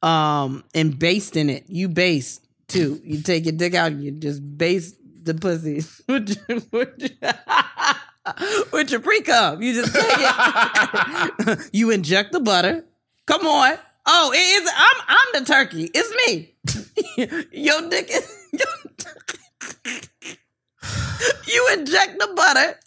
Speaker 2: um and based in it you baste too you take your dick out and you just baste the pussy with your, with your, with your pre-cum you just take it you inject the butter come on oh it is i'm i'm the turkey it's me your dick is you inject the butter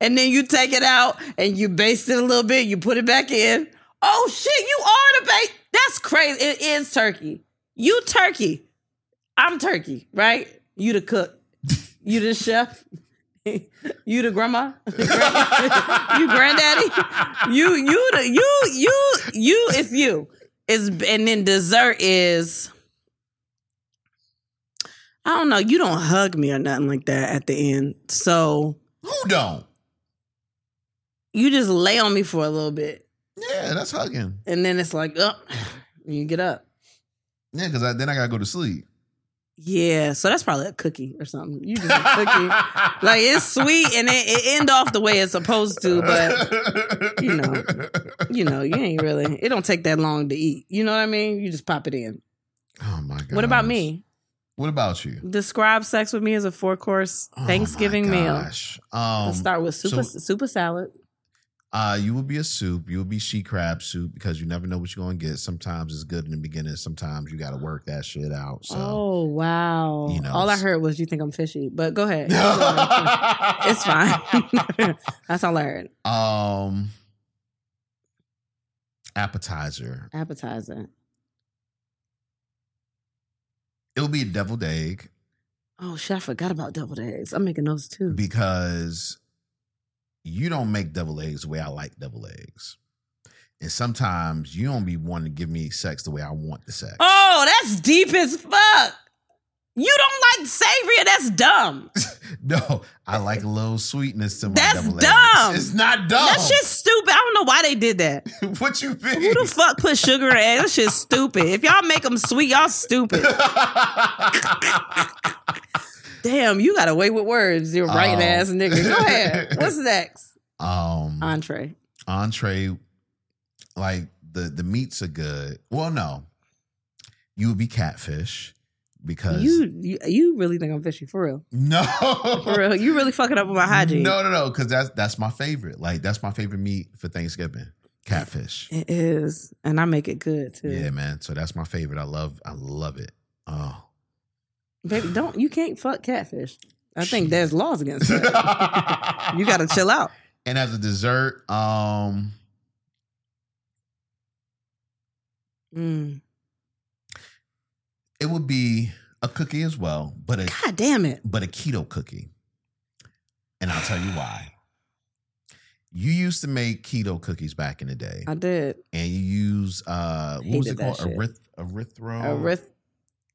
Speaker 2: and then you take it out and you baste it a little bit, you put it back in. Oh shit, you are the bait. That's crazy. It is turkey. You turkey. I'm turkey, right? You the cook. You the chef. You the grandma. you granddaddy. You you the you you you it's you. It's and then dessert is I don't know. You don't hug me or nothing like that at the end. So
Speaker 1: Who don't?
Speaker 2: you just lay on me for a little bit.
Speaker 1: Yeah, that's hugging.
Speaker 2: And then it's like, oh, you get up.
Speaker 1: Yeah, because then I gotta go to sleep.
Speaker 2: Yeah, so that's probably a cookie or something. You just a cookie. like it's sweet and it, it end off the way it's supposed to, but you know. you know, you ain't really. It don't take that long to eat. You know what I mean? You just pop it in.
Speaker 1: Oh my god.
Speaker 2: What about me?
Speaker 1: What about you?
Speaker 2: Describe sex with me as a four course
Speaker 1: Oh my
Speaker 2: Thanksgiving meal.
Speaker 1: gosh. Um,
Speaker 2: Let's start with super
Speaker 1: so-
Speaker 2: super salad.
Speaker 1: Uh, you would be a soup. You would be she crab soup because you never know what you're going to get. Sometimes it's good in the beginning. Sometimes you got to work that shit out. So.
Speaker 2: oh wow!
Speaker 1: you know,
Speaker 2: All I
Speaker 1: it's-
Speaker 2: heard was you think I'm fishy, but go ahead. it's fine. That's all I heard.
Speaker 1: um, appetizer.
Speaker 2: Appetizer.
Speaker 1: It'll be a deviled egg
Speaker 2: Oh shit! I forgot about deviled eggs. I'm making those too.
Speaker 1: because you don't make deviled eggs the way I like deviled eggs, and sometimes you don't be wanting to give me sex the way I want the sex.
Speaker 2: oh, that's deep as fuck. You don't like savory. That's dumb.
Speaker 1: No, I like a little sweetness to my
Speaker 2: That's
Speaker 1: deviled
Speaker 2: dumb.
Speaker 1: eggs. It's not dumb.
Speaker 2: That shit's stupid. I don't know why they did that.
Speaker 1: what you mean?
Speaker 2: Who the fuck put sugar in eggs? That shit's stupid. If y'all make them sweet, y'all stupid. Damn, you got away with words, you right
Speaker 1: Oh.
Speaker 2: ass nigga. Go ahead. What's next?
Speaker 1: um,
Speaker 2: Entree.
Speaker 1: entree, like the the meats are good. Well, no, you would be catfish because
Speaker 2: You, you you really think I'm fishy for real?
Speaker 1: no,
Speaker 2: For real? You really fucking up with my hygiene?
Speaker 1: no, no, no, because that's that's my favorite. Like that's my favorite meat for Thanksgiving, catfish.
Speaker 2: It is, and I make it good too.
Speaker 1: Yeah, man. So that's my favorite. I love, I love it. Oh.
Speaker 2: Baby, don't you can't fuck catfish. I think there's laws against that. You
Speaker 1: you
Speaker 2: gotta chill out.
Speaker 1: And as a dessert, um,
Speaker 2: Mm.
Speaker 1: it would be a cookie as well, but a
Speaker 2: God damn it!
Speaker 1: but a keto cookie. And I'll tell you why. You used to make keto cookies back in the day,
Speaker 2: I did
Speaker 1: and you use uh, what was
Speaker 2: Hated
Speaker 1: it called?
Speaker 2: that shit.
Speaker 1: Eryth- erythro.
Speaker 2: eryth.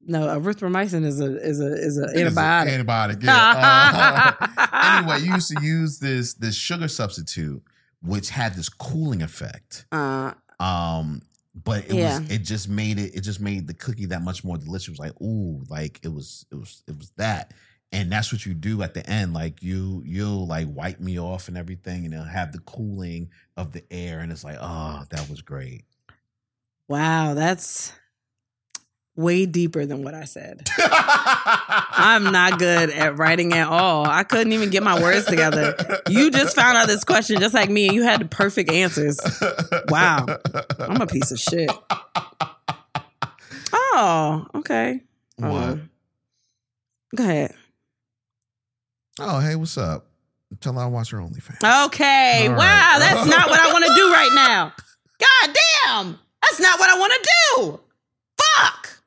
Speaker 2: No, erythromycin is a is a is
Speaker 1: I
Speaker 2: a
Speaker 1: think it's
Speaker 2: antibiotic.
Speaker 1: an Antibiotic. Yeah. Uh, anyway, you used to use this this sugar substitute, which had this cooling effect.
Speaker 2: Uh,
Speaker 1: Um, but it
Speaker 2: Yeah.
Speaker 1: was it just made it it just made the cookie that much more delicious. It was like, ooh, like it was it was it was that. And that's what you do at the end. Like you you'll like wipe me off and everything, and it'll have the cooling of the air, and it's like, oh, that was great.
Speaker 2: wow, that's way deeper than what I said. I'm not good at writing at all. I couldn't even get my words together. You just found out this question just like me, and you had the perfect answers. Wow. I'm a piece of shit. Oh, okay.
Speaker 1: What?
Speaker 2: Um, Go ahead.
Speaker 1: Oh, hey, what's up? Tell her I watch her OnlyFans.
Speaker 2: Okay.
Speaker 1: All
Speaker 2: wow,
Speaker 1: right.
Speaker 2: that's not what I want to do right now. God damn, that's not what I want to do. Fuck.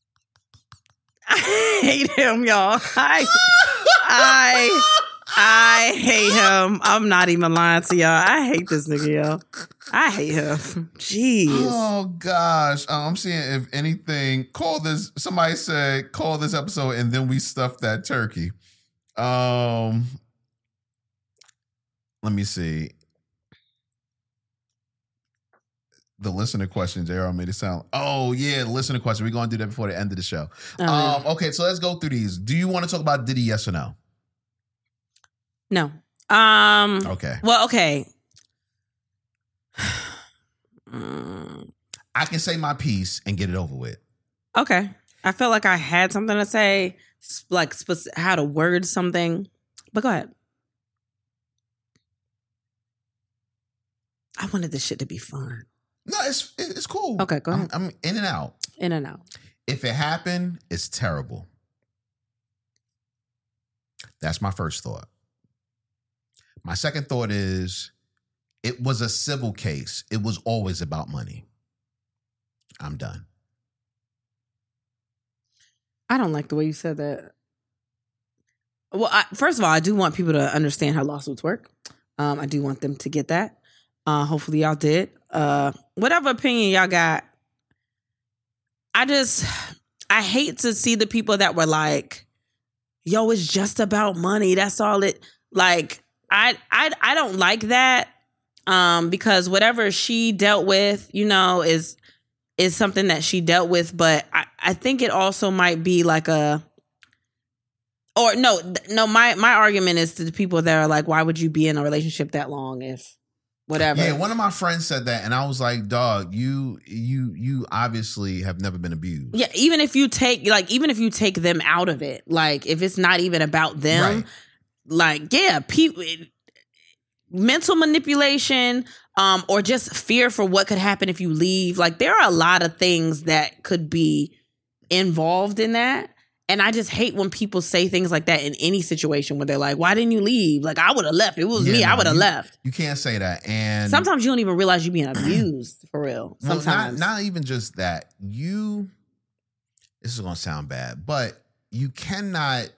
Speaker 2: I hate him, y'all. I, I, I hate him. I'm not even lying to y'all. I hate this nigga, y'all. I hate him. Jeez.
Speaker 1: Oh gosh, Uh, I'm seeing if anything. Call this. Somebody said call this episode, and then we stuff that turkey. Um, let me see. The listener questions. Arrow made it sound. Oh yeah, listener question. We're gonna do that before the end of the show.
Speaker 2: Um,
Speaker 1: Um, okay, so let's go through these. Do you want to talk about Diddy? Yes or no?
Speaker 2: no. Um.
Speaker 1: Okay,
Speaker 2: Well, okay. Mm,
Speaker 1: I can say my piece and get it over with.
Speaker 2: okay. I felt like I had something to say, s- like spec- how to word something. But go ahead. I wanted this shit to be fun.
Speaker 1: No, it's it- it's cool.
Speaker 2: Okay, go ahead.
Speaker 1: I'm, I'm in and out.
Speaker 2: In and out.
Speaker 1: If it happened, it's terrible. That's my first thought. My second thought is it was a civil case. It was always about money. I'm done.
Speaker 2: I don't like the way you said that. Well, I, first of all, I do want people to understand how lawsuits work. Um, I do want them to get that. Uh, hopefully, y'all did. Uh, whatever opinion y'all got, I just I hate to see the people that were like, "Yo, it's just about money. That's all it." Like, I I I don't like that um, because whatever she dealt with, you know, is is something that she dealt with, but I, I think it also might be like a or no, th- no, my my argument is to the people that are like, why would you be in a relationship that long if whatever?
Speaker 1: Yeah, one of my friends said that, and I was like, "Dog, you, you, you obviously have never been abused."
Speaker 2: yeah, even if you take like even if you take them out of it, like if it's not even about them,
Speaker 1: Right.
Speaker 2: like yeah people mental manipulation um or just fear for what could happen if you leave like there are a lot of things that could be involved in that and i just hate when people say things like that in any situation where they're like why didn't you leave like i would have left if it was
Speaker 1: Yeah,
Speaker 2: me i
Speaker 1: no,
Speaker 2: would have
Speaker 1: you-
Speaker 2: left
Speaker 1: You can't say that. And
Speaker 2: sometimes you don't even realize you're being abused for real
Speaker 1: Well, not-
Speaker 2: sometimes
Speaker 1: not, even just that. You, this is gonna sound bad, but you cannot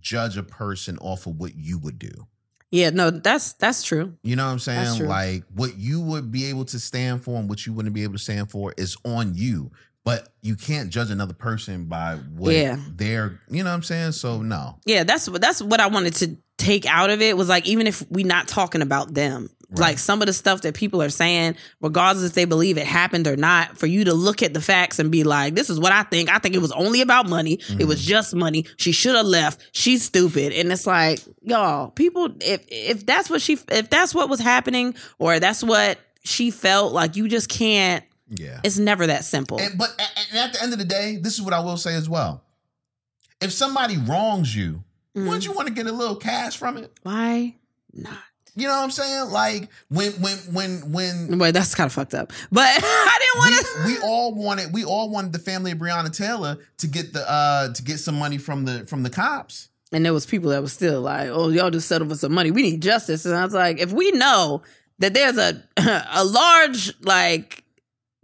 Speaker 1: judge a person off of what you would do.
Speaker 2: yeah no that's that's true
Speaker 1: You know what I'm
Speaker 2: That's
Speaker 1: saying?
Speaker 2: true.
Speaker 1: Like what you would be able to stand for and what you wouldn't be able to stand for is on you. But you can't judge another person by what
Speaker 2: Yeah.
Speaker 1: they're. You know what I'm saying? So no,
Speaker 2: yeah that's that's what i wanted to take out of it was like even if we not talking about them
Speaker 1: Right.
Speaker 2: like some of the stuff that people are saying regardless if they believe it happened or not for you to look at the facts and be like this is what i think i think it was only about money it
Speaker 1: Mm-hmm.
Speaker 2: was just money she should have left she's stupid and it's like y'all people if if that's what she if that's what was happening or that's what she felt like you just can't
Speaker 1: yeah.
Speaker 2: it's never that simple
Speaker 1: And, but a- and at the end of the day, this is what I will say as well. If somebody wrongs you,
Speaker 2: Mm.
Speaker 1: wouldn't you want to get a little cash from it?
Speaker 2: why not
Speaker 1: You know what I'm saying? Like when when when when
Speaker 2: Wait, that's kind of fucked up but i didn't want to
Speaker 1: we, we all wanted we all wanted the family of Breonna Taylor to get the uh to get some money from the from the cops.
Speaker 2: And there was people that was still like, "Oh, y'all just settle for some money. We need justice." And I was like, "If we know that there's a a large like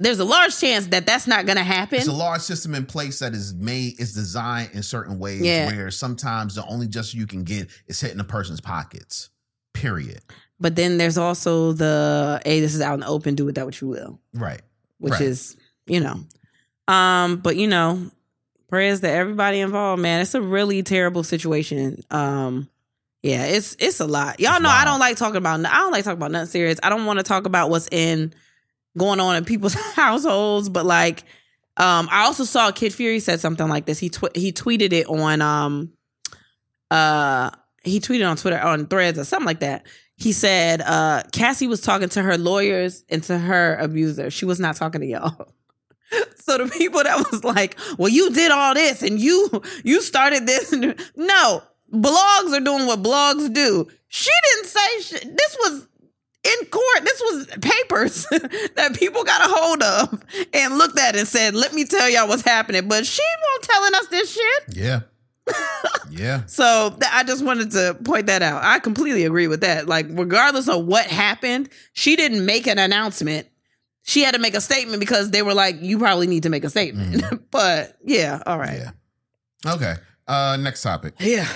Speaker 2: there's a large chance that that's not going to happen."
Speaker 1: It's a large system in place that is made is designed in certain ways
Speaker 2: Yeah.
Speaker 1: where sometimes the only justice you can get is hitting a person's pockets. Period.
Speaker 2: but then there's also the, "Hey, this is out in the open. Do with that what you will,"
Speaker 1: Right.
Speaker 2: which
Speaker 1: Right.
Speaker 2: is you know, um, but you know, prayers to everybody involved. Man, it's a really terrible situation. Um. Yeah, it's it's a lot. Y'all
Speaker 1: It's
Speaker 2: know I
Speaker 1: wild.
Speaker 2: don't like talking about I don't like talking about nothing serious. I don't want to talk about what's in going on in people's households, but like um I also saw Kid Fury said something like this. He tw- he tweeted it on um uh he tweeted on Twitter on Threads or something like that. He said uh Cassie was talking to her lawyers and to her abuser. She was not talking to y'all. So the people that was like, "Well, you did all this and you you started this." and- No, blogs are doing what blogs do. She didn't say sh- this was in court. This was papers that people got a hold of and looked at and said, "Let me tell y'all what's happening." But she won't telling us this shit.
Speaker 1: Yeah. yeah.
Speaker 2: So th- I just wanted to point that out. I completely agree with that. Like, regardless of what happened, she didn't make an announcement. She had to make a statement because they were like, "You probably need to make a statement." but yeah, all right.
Speaker 1: Yeah. Okay. Uh next topic.
Speaker 2: Yeah.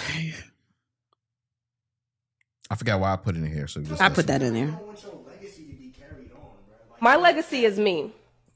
Speaker 1: I forgot why I put it in here. So just
Speaker 2: I
Speaker 1: listen.
Speaker 2: put that in there.
Speaker 3: My legacy is me.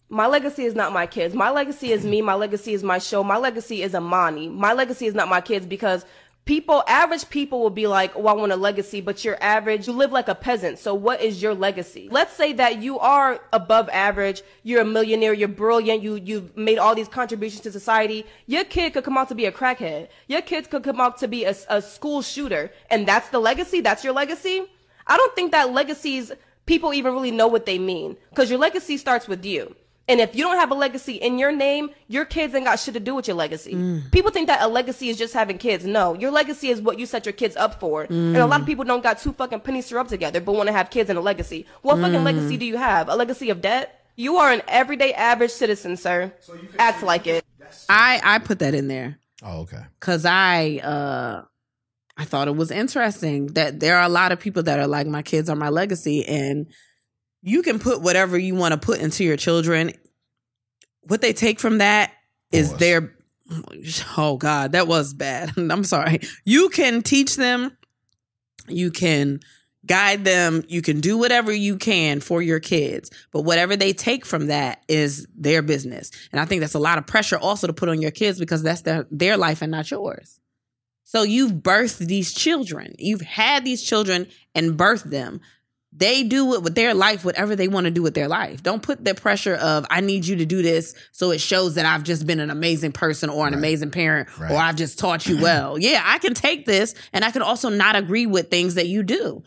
Speaker 3: My legacy is not my kids. My legacy is me. My legacy is my show. My legacy is Amani. My legacy is not my kids because people, average people will be like, oh, I want a legacy, but you're average. You live like a peasant. So what is your legacy? Let's say that you are above average. You're a millionaire. You're brilliant. You, you've made all these contributions to society. Your kid could come out to be a crackhead. Your kids could come out to be a, a school shooter. And that's the legacy. That's your legacy. I don't think that legacies people even really know what they mean because your legacy starts with you. And if you don't have a legacy in your name, your kids ain't got shit to do with your legacy. People think that a legacy is just having kids. No, your legacy is what you set your kids up for. And a lot of people don't got two fucking pennies to rub together, but want to have kids and a legacy. What fucking legacy do you have? A legacy of debt? You are an everyday average citizen, sir. Act like it.
Speaker 2: I I put that in there.
Speaker 1: Oh, okay.
Speaker 2: because I uh I thought it was interesting that there are a lot of people that are like my kids are my legacy and you can put whatever you want to put into your children. What they take from that is
Speaker 1: Pause.
Speaker 2: their oh god, that was bad. I'm sorry. You can teach them, you can guide them, you can do whatever you can for your kids, but whatever they take from that is their business. And I think that's a lot of pressure also to put on your kids because that's their their life and not yours. So you've birthed these children. You've had these children and birthed them. They do it with their life, whatever they want to do with their life. Don't put the pressure of I need you to do this so it shows that I've just been an amazing person or an
Speaker 1: Right.
Speaker 2: amazing parent
Speaker 1: Right.
Speaker 2: or I've just taught you well. Yeah, I can take this and I can also not agree with things that you do.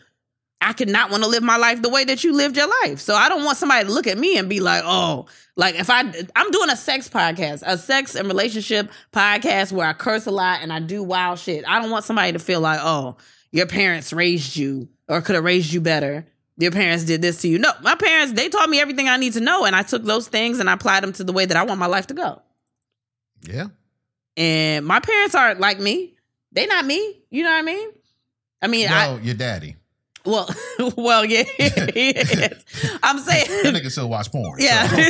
Speaker 2: I could not want to live my life the way that you lived your life. So I don't want somebody to look at me and be like, oh, like if I I'm doing a sex podcast, a sex and relationship podcast where I curse a lot and I do wild shit. I don't want somebody to feel like, oh, your parents raised you or could have raised you better. Your parents did this to you. No, my parents, they taught me everything I need to know. And I took those things and I applied them to the way that I want my life to go.
Speaker 1: Yeah.
Speaker 2: And my parents aren't like me. They not me. You know what I mean? I mean, I,
Speaker 1: no, your daddy.
Speaker 2: well, well, yeah. yes. I'm
Speaker 1: That
Speaker 2: saying,
Speaker 1: nigga still watch porn. so-
Speaker 2: yeah.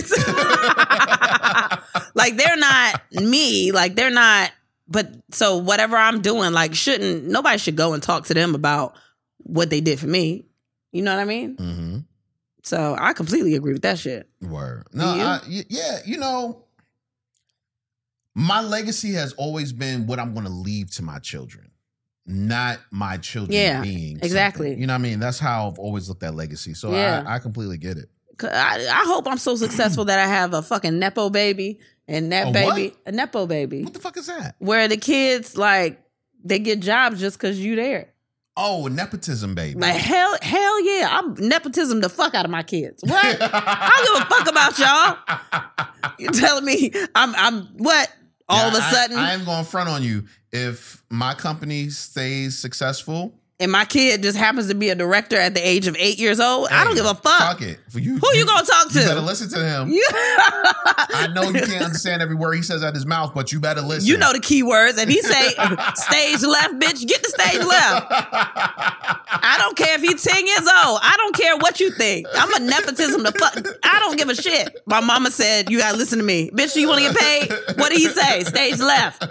Speaker 2: it's- like they're not me. Like they're not. But so whatever I'm doing, like shouldn't nobody should go and talk to them about what they did for me. You know what I mean?
Speaker 1: Mhm.
Speaker 2: So I completely agree with that shit.
Speaker 1: Word. No,
Speaker 2: You?
Speaker 1: I, y- yeah, you know, my legacy has always been what I'm going to leave to my children, not my children
Speaker 2: Yeah,
Speaker 1: being something.
Speaker 2: exactly.
Speaker 1: You know what I mean? That's how I've always looked at legacy. So
Speaker 2: Yeah.
Speaker 1: I, I completely get it.
Speaker 2: 'Cause I, I hope I'm so successful that I have a fucking nepo baby and that
Speaker 1: A what?
Speaker 2: baby a nepo baby
Speaker 1: What the fuck is that?
Speaker 2: where the kids like they get jobs just because you there.
Speaker 1: Oh, nepotism, baby.
Speaker 2: Like hell, hell yeah! I'm nepotism the fuck out of my kids. What? I don't give a fuck about y'all. You telling me I'm I'm what? All of a
Speaker 1: Now, I-
Speaker 2: sudden,
Speaker 1: I, am going front on you. If my company stays successful,
Speaker 2: and my kid just happens to be a director at the age of eight years old. I don't
Speaker 1: hey,
Speaker 2: give a fuck.
Speaker 1: Fuck it. For you,
Speaker 2: Who you gonna talk
Speaker 1: You better
Speaker 2: to?
Speaker 1: listen to him.
Speaker 2: You,
Speaker 1: I know you can't understand every word he says out his mouth, but you better listen.
Speaker 2: you know the key words, and he say stage left, bitch. Get the stage left. I don't care if he ten years old. I don't care what you think. I'm a nepotism to fuck. I don't give a shit. My mama said you gotta listen to me, bitch. You want to get paid? What did he say? Stage left.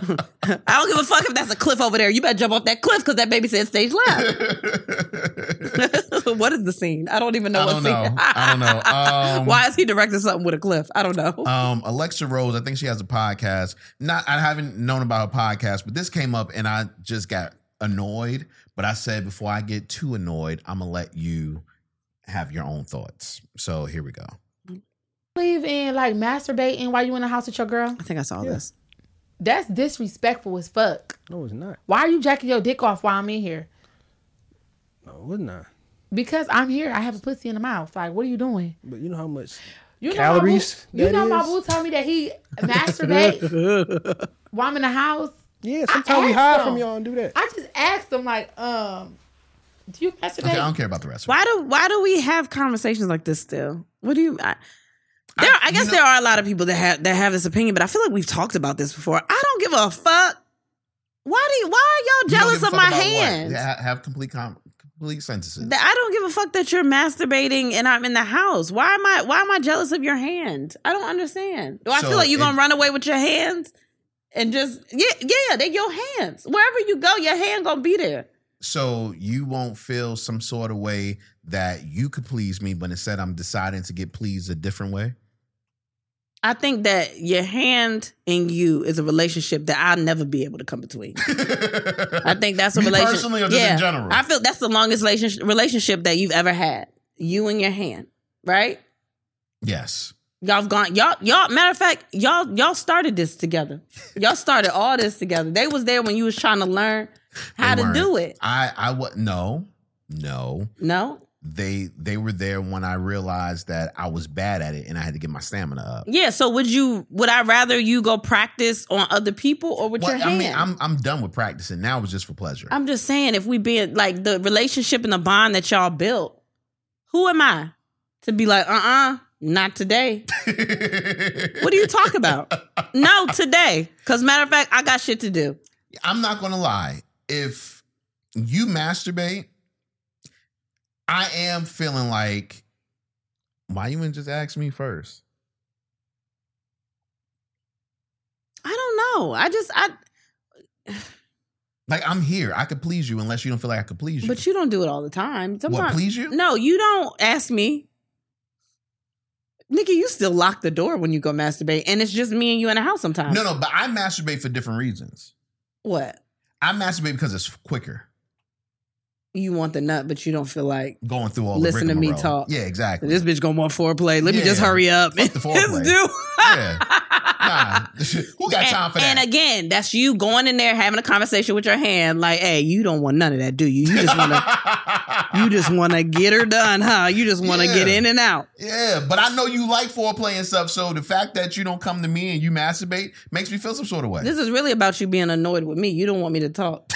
Speaker 2: I don't give a fuck if that's a cliff over there. You better jump off that cliff because that baby said stage left. what is the scene? I don't even know
Speaker 1: I
Speaker 2: what
Speaker 1: don't
Speaker 2: scene.
Speaker 1: know. I don't know. Um,
Speaker 2: Why is he directing something with a cliff? I don't know.
Speaker 1: Um, Alexa Rose, I think she has a podcast. Not, I haven't known about her podcast, but this came up and I just got annoyed. But I said before I get too annoyed, I'm gonna let you have your own thoughts. So here we go.
Speaker 4: believe in like masturbating while you in the house with your girl?
Speaker 2: I think I saw this.
Speaker 4: That's disrespectful as fuck.
Speaker 5: No, it's not.
Speaker 4: Why are you jacking your dick off while I'm in here?
Speaker 5: No, it's not.
Speaker 4: Because I'm here, I have a pussy in the mouth. Like, what are you doing?
Speaker 5: But you know how much
Speaker 4: You
Speaker 5: Calories,
Speaker 4: Know my boo, you
Speaker 5: that
Speaker 4: know my
Speaker 5: is.
Speaker 4: boo told me that he masturbate while I'm in the house.
Speaker 5: Yeah, sometimes we hide
Speaker 4: asked
Speaker 5: from
Speaker 4: him.
Speaker 5: y'all and do that.
Speaker 4: I just asked him like, um, do you masturbate?
Speaker 1: Okay, I don't care about the rest. of it.
Speaker 2: Why do Why do we have conversations like this still? What do you? I, there,
Speaker 1: I-
Speaker 2: I, guess
Speaker 1: you know-
Speaker 2: there are a lot of people that have that have this opinion, but I feel like we've talked about this before. I don't give a fuck. Why do you, Why are
Speaker 1: You
Speaker 2: y'all
Speaker 1: don't
Speaker 2: jealous
Speaker 1: give a fuck
Speaker 2: of my
Speaker 1: about what.
Speaker 2: hands?
Speaker 1: Yeah, ha- have complete com- complete sentences.
Speaker 2: That- I don't give a fuck that you're masturbating and I'm in the house. Why am I? Why am I jealous of your hand? I don't understand. Do I
Speaker 1: So
Speaker 2: feel like you're gonna
Speaker 1: it-
Speaker 2: run away with your hands? And just yeah, yeah, they your hands. Wherever you go, your hand gonna be there.
Speaker 1: so you won't feel some sort of way that you could please me, but instead I'm deciding to get pleased a different way.
Speaker 2: I think that your hand and you is a relationship that I'll never be able to come between. I think that's a
Speaker 1: Me
Speaker 2: relationship.
Speaker 1: personally or just in general?
Speaker 2: I feel that's the longest relationship relationship that you've ever had. You and your hand, right?
Speaker 1: yes.
Speaker 2: Y'all have gone. Y'all, y'all. Matter of fact, y'all, y'all started this together. Y'all started all this together. They was there when you was trying to learn how
Speaker 1: They
Speaker 2: to do
Speaker 1: weren't.
Speaker 2: it.
Speaker 1: I I would no no
Speaker 2: No,
Speaker 1: they they were there when I realized that I was bad at it and I had to get my stamina up.
Speaker 2: yeah. So would you? Would I rather you go practice on other people or with
Speaker 1: Well,
Speaker 2: your
Speaker 1: I
Speaker 2: hand?
Speaker 1: mean, I'm I'm done with practicing. Now it's just for pleasure.
Speaker 2: I'm just saying, if we be like the relationship and the bond that y'all built, who am I to be like, uh uh not today? what do you talk about? No, today. Because, matter of fact, I got shit to do.
Speaker 1: I'm not gonna lie. If you masturbate, I am feeling like why you didn't just ask me first?
Speaker 2: I don't know. I just, I,
Speaker 1: Like I'm here. I could please you unless you don't feel like I could please you.
Speaker 2: but you don't do it all the time.
Speaker 1: what
Speaker 2: Sometimes,
Speaker 1: please you?
Speaker 2: no, you don't ask me. Nikki, you still lock the door when you go masturbate, and it's just me and you in the house sometimes.
Speaker 1: No, no, but I masturbate for different reasons.
Speaker 2: What?
Speaker 1: I masturbate because it's quicker.
Speaker 2: you want the nut, but you don't feel like
Speaker 1: Going through all
Speaker 2: Listen
Speaker 1: the
Speaker 2: to me
Speaker 1: rigmarole.
Speaker 2: talk.
Speaker 1: Yeah, exactly.
Speaker 2: this bitch gonna want foreplay. Let me just
Speaker 1: Yeah.
Speaker 2: hurry up.
Speaker 1: Fuck the foreplay.
Speaker 2: Let's do.
Speaker 1: yeah. Nah. Who got
Speaker 2: and,
Speaker 1: time for that?
Speaker 2: and again, that's you going in there having a conversation with your hand, like, "Hey, you don't want none of that, do you? You just want to, you just want to get her done, huh? You just want to
Speaker 1: Yeah.
Speaker 2: get in and out."
Speaker 1: Yeah, but I know you like foreplay and stuff, so the fact that you don't come to me and you masturbate makes me feel some sort of way.
Speaker 2: This is really about you being annoyed with me. You don't want me to talk.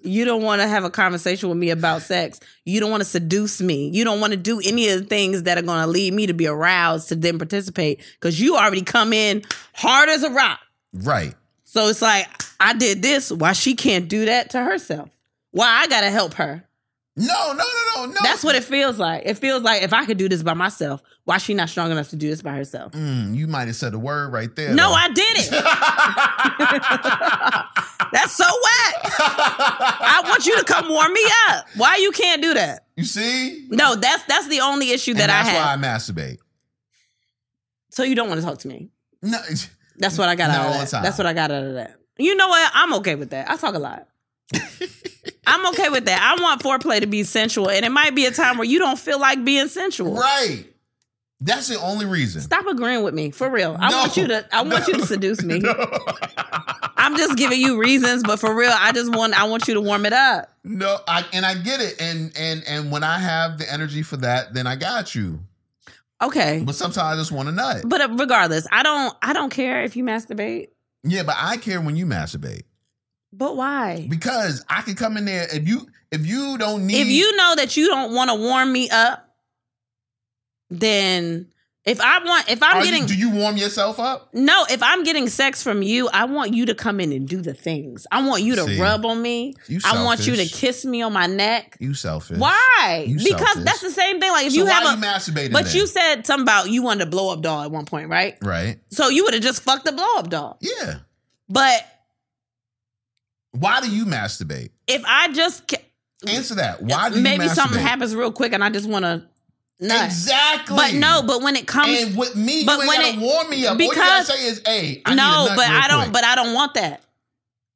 Speaker 2: You don't want to have a conversation with me about sex. You don't want to seduce me. You don't want to do any of the things that are going to lead me to be aroused to then participate because you already come in hard as a rock.
Speaker 1: right.
Speaker 2: So it's like, I did this. Why she can't do that to herself? Why I got to help her?
Speaker 1: No, no, no, no, no.
Speaker 2: That's what it feels like. It feels like if I could do this by myself, why she not strong enough to do this by herself?
Speaker 1: Mm, you might have said a word right there.
Speaker 2: No,
Speaker 1: though.
Speaker 2: I did it. That's so whack. I want you to come warm me up. Why you can't do that?
Speaker 1: You see?
Speaker 2: No, that's that's the only issue
Speaker 1: And
Speaker 2: that I
Speaker 1: that's
Speaker 2: have.
Speaker 1: why I masturbate.
Speaker 2: so you don't want to talk to me.
Speaker 1: No,
Speaker 2: That's what I got
Speaker 1: No,
Speaker 2: out
Speaker 1: all
Speaker 2: of
Speaker 1: the
Speaker 2: that.
Speaker 1: time.
Speaker 2: That's what I got out of that. You know what? I'm okay with that. I talk a lot. I'm okay with that. I want foreplay to be sensual, and it might be a time where you don't feel like being sensual.
Speaker 1: right. That's the only reason.
Speaker 2: Stop agreeing with me, for real. I
Speaker 1: No.
Speaker 2: want you to. I want you to seduce me. I'm just giving you reasons, but for real, I just want. I want you to warm it up.
Speaker 1: No, I and I get it. And and and when I have the energy for that, then I got you.
Speaker 2: Okay,
Speaker 1: But sometimes I just want a nut.
Speaker 2: but uh, regardless, I don't. I don't care if you masturbate.
Speaker 1: Yeah, but I care when you masturbate.
Speaker 2: But why?
Speaker 1: Because I could come in there if you if you don't need
Speaker 2: If you know that you don't want to warm me up, then if I want, if I'm
Speaker 1: Are you-
Speaker 2: getting
Speaker 1: do you warm yourself up?
Speaker 2: no, if I'm getting sex from you, I want you to come in and do the things. I want you to
Speaker 1: See,
Speaker 2: rub on me.
Speaker 1: you
Speaker 2: I want you to
Speaker 1: selfish.
Speaker 2: kiss me on my neck.
Speaker 1: You selfish.
Speaker 2: Why?
Speaker 1: You
Speaker 2: because
Speaker 1: selfish.
Speaker 2: that's the same thing. Like if
Speaker 1: So
Speaker 2: you
Speaker 1: why
Speaker 2: have a
Speaker 1: you masturbating?
Speaker 2: But
Speaker 1: then?
Speaker 2: you said something about you wanted a blow up doll at one point, right?
Speaker 1: right?
Speaker 2: So you would have just fucked the blow up doll.
Speaker 1: Yeah.
Speaker 2: But
Speaker 1: Why do you masturbate?
Speaker 2: if I just ca-
Speaker 1: Answer that. Why do
Speaker 2: maybe
Speaker 1: you masturbate?
Speaker 2: something happens real quick and I just want to nut.
Speaker 1: Exactly.
Speaker 2: But no, but when it comes
Speaker 1: and with me,
Speaker 2: but
Speaker 1: you ain't
Speaker 2: when
Speaker 1: gotta
Speaker 2: it-
Speaker 1: warm me up. All you gotta
Speaker 2: because-
Speaker 1: say is, "Hey, I
Speaker 2: no,
Speaker 1: need a nut
Speaker 2: but
Speaker 1: real
Speaker 2: I don't
Speaker 1: quick.
Speaker 2: but I don't want that.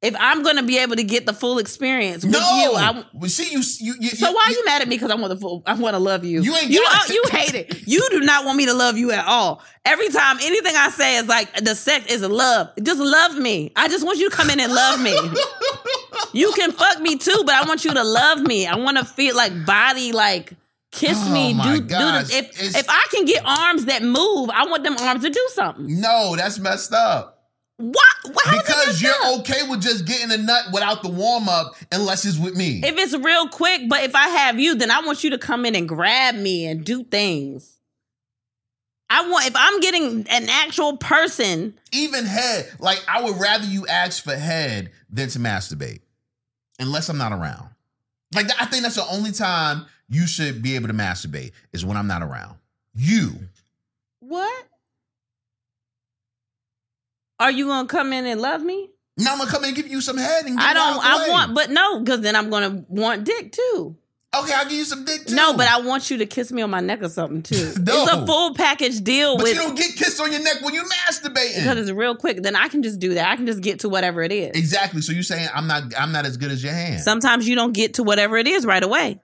Speaker 2: If I'm going to be able to get the full experience with
Speaker 1: no,
Speaker 2: you, I
Speaker 1: Well, see you. you, you
Speaker 2: so
Speaker 1: you,
Speaker 2: why you mad at me? Because I want to, full, I want to love you.
Speaker 1: You ain't
Speaker 2: you,
Speaker 1: got it.
Speaker 2: uh, you hate it. You do not want me to love you at all. Every time anything I say is like the sex is love. Just love me. I just want you to come in and love me. you can fuck me too, but I want you to love me. I want to feel like body like. Kiss
Speaker 1: Oh
Speaker 2: me,
Speaker 1: my
Speaker 2: do, do
Speaker 1: gosh,
Speaker 2: this. If
Speaker 1: it's-
Speaker 2: if I can get arms that move, I want them arms to do something.
Speaker 1: No, that's messed up.
Speaker 2: What? what how does that
Speaker 1: Because
Speaker 2: mess
Speaker 1: you're
Speaker 2: up?
Speaker 1: okay with just getting a nut without the warm up, unless it's with me.
Speaker 2: If it's real quick, but if I have you, then I want you to come in and grab me and do things. I want if I'm getting an actual person,
Speaker 1: Even head, like I would rather you ask for head than to masturbate, unless I'm not around. Like I think that's the only time you should be able to masturbate is when I'm not around. You,
Speaker 2: what? Are you gonna come in and love me?
Speaker 1: now I'm gonna come and give you some head and get
Speaker 2: I
Speaker 1: it out
Speaker 2: don't.
Speaker 1: the
Speaker 2: I
Speaker 1: way.
Speaker 2: want, but no, because then I'm gonna want dick too.
Speaker 1: Okay, I'll give you some dick too.
Speaker 2: No, but I want you to kiss me on my neck or something too.
Speaker 1: No.
Speaker 2: It's a full package deal
Speaker 1: But
Speaker 2: with
Speaker 1: you don't get kissed on your neck when you
Speaker 2: because
Speaker 1: masturbating.
Speaker 2: it's real quick. Then I can just do that. I can just get to whatever it is.
Speaker 1: Exactly. So you're saying I'm not I'm not as good as your hand.
Speaker 2: Sometimes you don't get to whatever it is right away.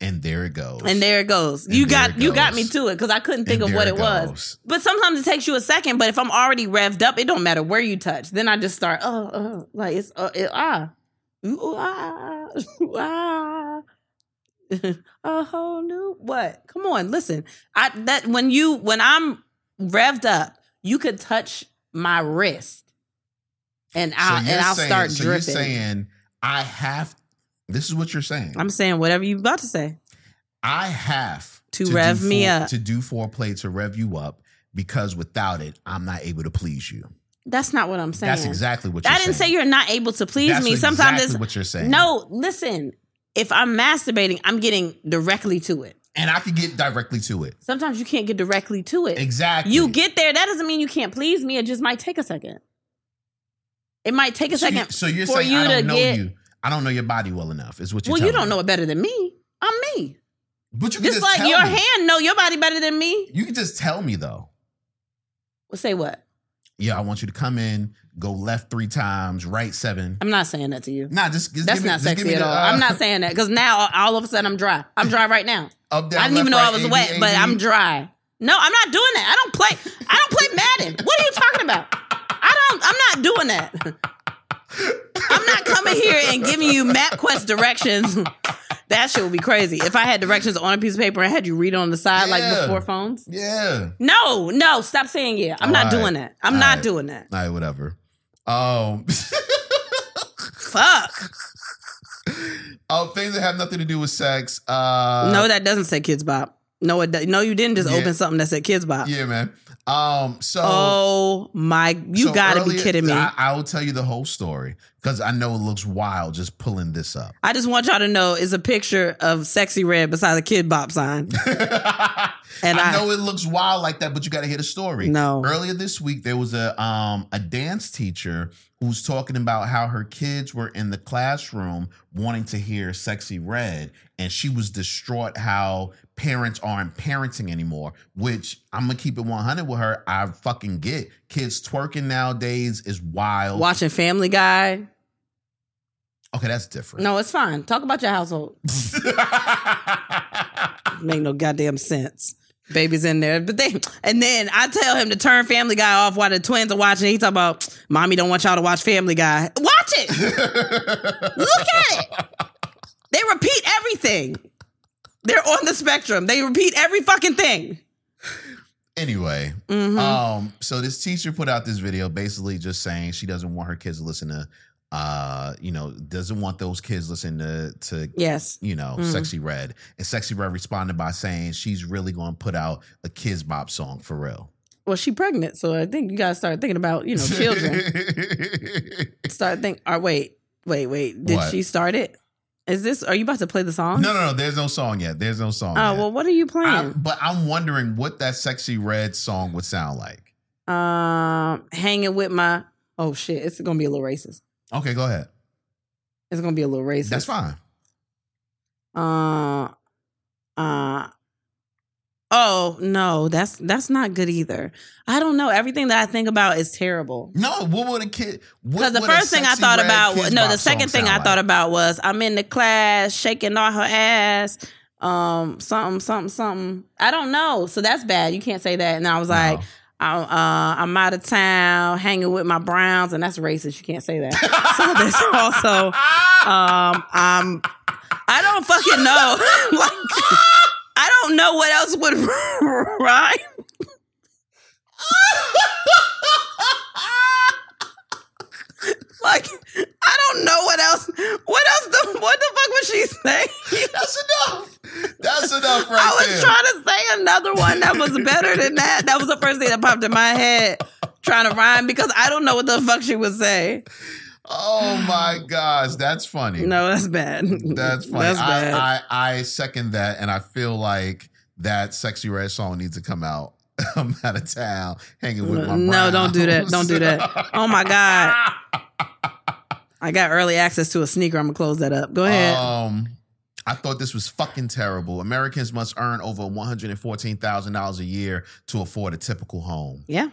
Speaker 1: and there it goes.
Speaker 2: And there it goes.
Speaker 1: And
Speaker 2: you
Speaker 1: there
Speaker 2: got
Speaker 1: it
Speaker 2: you got
Speaker 1: goes.
Speaker 2: me to it because I couldn't think
Speaker 1: And
Speaker 2: of
Speaker 1: there
Speaker 2: what
Speaker 1: it
Speaker 2: it, was.
Speaker 1: goes.
Speaker 2: But sometimes it takes you a second. But if I'm already revved up, it don't matter where you touch. Then I just start oh, oh like it's uh, it, ah Ooh, ooh, ah ooh, ah. a whole new what? Come on, listen. I that when you when I'm revved up, you could touch my wrist, and
Speaker 1: So
Speaker 2: I will
Speaker 1: you're
Speaker 2: and I'll
Speaker 1: saying-
Speaker 2: start
Speaker 1: so
Speaker 2: dripping.
Speaker 1: You're saying I have. This is what you're saying.
Speaker 2: I'm saying whatever you about to say.
Speaker 1: I have
Speaker 2: To
Speaker 1: do
Speaker 2: rev me
Speaker 1: fore-
Speaker 2: up.
Speaker 1: to do foreplay to rev you up because without it, I'm not able to please you.
Speaker 2: That's not what I'm saying.
Speaker 1: That's exactly what you're
Speaker 2: I didn't say
Speaker 1: saying.
Speaker 2: you're not able to please
Speaker 1: That's
Speaker 2: me.
Speaker 1: exactly
Speaker 2: Sometimes it's
Speaker 1: what you're saying.
Speaker 2: no. Listen, if I'm masturbating, I'm getting directly to it.
Speaker 1: and I could get directly to it.
Speaker 2: Sometimes you can't get directly to it.
Speaker 1: Exactly.
Speaker 2: You get there. That doesn't mean you can't please me. It just might take a second. It might take a
Speaker 1: So you-
Speaker 2: second.
Speaker 1: So you're
Speaker 2: for
Speaker 1: saying
Speaker 2: you
Speaker 1: I
Speaker 2: to
Speaker 1: don't know
Speaker 2: get-
Speaker 1: you. I don't know your body well enough. Is what you.
Speaker 2: well, you don't know it better than me. I'm me.
Speaker 1: But you can
Speaker 2: Just,
Speaker 1: just,
Speaker 2: like
Speaker 1: tell
Speaker 2: your
Speaker 1: me.
Speaker 2: hand know your body better than me.
Speaker 1: You can just tell me though.
Speaker 2: Well, say what?
Speaker 1: yeah, I want you to come in, go left three times, right seven.
Speaker 2: I'm not saying that to you.
Speaker 1: Nah, just, just
Speaker 2: That's
Speaker 1: give me-
Speaker 2: not
Speaker 1: just give
Speaker 2: sexy
Speaker 1: me
Speaker 2: at
Speaker 1: the,
Speaker 2: all.
Speaker 1: uh,
Speaker 2: I'm not saying that because now all of a sudden I'm dry. I'm dry right now.
Speaker 1: Up, down,
Speaker 2: I didn't even know
Speaker 1: left,
Speaker 2: I
Speaker 1: right,
Speaker 2: was
Speaker 1: A, B,
Speaker 2: wet,
Speaker 1: A,
Speaker 2: but
Speaker 1: B.
Speaker 2: I'm dry. No, I'm not doing that. I don't play. I don't play Madden. What are you talking about? I don't. I'm not doing that. I'm not coming here and giving you MapQuest directions. That shit would be crazy. If I had directions on a piece of paper and had you read it on the side like
Speaker 1: Yeah.
Speaker 2: before phones.
Speaker 1: Yeah.
Speaker 2: No, no, stop saying yeah. I'm not
Speaker 1: All right.
Speaker 2: doing that. I'm
Speaker 1: All
Speaker 2: not
Speaker 1: right.
Speaker 2: doing that.
Speaker 1: All right, whatever. Um,
Speaker 2: Fuck.
Speaker 1: oh, things that have nothing to do with sex. Uh,
Speaker 2: no, that doesn't say kids bop. No, it do- no, you didn't just
Speaker 1: Yeah.
Speaker 2: open something that said kids bop.
Speaker 1: yeah, man. Um, so
Speaker 2: Oh my! You
Speaker 1: so
Speaker 2: gotta be
Speaker 1: earlier-
Speaker 2: kidding me.
Speaker 1: I, I will tell you the whole story because I know it looks wild just pulling this up.
Speaker 2: I just want y'all to know it's a picture of sexy red beside a kid bop sign. And
Speaker 1: I,
Speaker 2: I-
Speaker 1: know it looks wild like that, but you got to hear the story.
Speaker 2: No.
Speaker 1: Earlier this week, there was a um a dance teacher who was talking about how her kids were in the classroom wanting to hear "Sexy Red," and she was distraught how parents aren't parenting anymore. Which I'm gonna keep it 100 with her. I fucking get kids twerking nowadays is wild.
Speaker 2: Watching Family Guy.
Speaker 1: Okay, that's different.
Speaker 2: No, it's fine. Talk about your household. Make no goddamn sense. Baby's in there, but they and then I tell him to turn Family Guy off while the twins are watching. He talk about mommy don't want y'all to watch Family Guy. Watch it. Look at it. They repeat everything. They're on the spectrum. They repeat every fucking thing.
Speaker 1: anyway,
Speaker 2: Mhm.
Speaker 1: Um, so this teacher put out this video basically just saying she doesn't want her kids to listen to uh, you know, doesn't want those kids listening to to
Speaker 2: yes.
Speaker 1: you know,
Speaker 2: Mhm.
Speaker 1: Sexy Red. And Sexy Red responded by saying she's really gonna put out a kids bop song for real.
Speaker 2: Well, she pregnant, so I think you gotta start thinking about you know children. start think or wait wait wait did
Speaker 1: What?
Speaker 2: she start it is this are you about to play the
Speaker 1: no,
Speaker 2: song
Speaker 1: no, no, there's no song yet. There's no song.
Speaker 2: oh
Speaker 1: yet.
Speaker 2: well what are you
Speaker 1: I'm-
Speaker 2: playing
Speaker 1: but I'm wondering what that sexy red song would sound like.
Speaker 2: um hanging with my oh shit it's gonna be a little racist
Speaker 1: Okay, go ahead.
Speaker 2: it's gonna be a little racist
Speaker 1: That's fine.
Speaker 2: uh uh oh no that's that's not good either i don't know everything that i think about is terrible
Speaker 1: No, what would a kid? what
Speaker 2: because the
Speaker 1: would a
Speaker 2: first thing I
Speaker 1: Sexy
Speaker 2: thought
Speaker 1: Red
Speaker 2: about,
Speaker 1: Kids
Speaker 2: was, no,
Speaker 1: Bop
Speaker 2: the
Speaker 1: song
Speaker 2: second thing
Speaker 1: sound
Speaker 2: I
Speaker 1: like?
Speaker 2: thought about was I'm in the class shaking all her ass, um, something, something, something. I don't know, so that's bad. You can't say that. And I was like,
Speaker 1: No.
Speaker 2: I'm, uh, I'm out of town, hanging with my Browns, and that's racist. You can't say that. so there's also, um, I'm, I don't fucking know. like, I don't know what else would rhyme. Like, I don't know what else. What else? The, what the fuck was she saying?
Speaker 1: That's enough. That's enough right
Speaker 2: I was
Speaker 1: there.
Speaker 2: trying to say another one that was better than that. That was the first thing that popped in my head, trying to rhyme because I don't know what the fuck she would say.
Speaker 1: oh my gosh, that's funny.
Speaker 2: No, that's bad.
Speaker 1: that's funny.
Speaker 2: That's bad.
Speaker 1: I, I I second that, and I feel like that sexy red song needs to come out. I'm out of town, hanging with my.
Speaker 2: no, don't do that.
Speaker 1: Browns.
Speaker 2: Don't do that. Oh my god. I got early access to a sneaker. I'm gonna close that up. Go ahead.
Speaker 1: Um, I thought this was fucking terrible. Americans must earn over one hundred and fourteen thousand dollars a year to afford a typical home.
Speaker 2: yeah,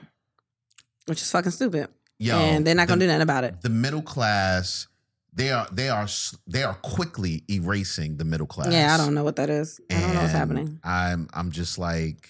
Speaker 2: which is fucking stupid.
Speaker 1: Yo,
Speaker 2: and they're not gonna do nothing about it.
Speaker 1: the middle class they are they are s- they are quickly erasing the middle class
Speaker 2: Yeah, I don't know what that is. I don't know what's
Speaker 1: And
Speaker 2: happening.
Speaker 1: i'm i'm just like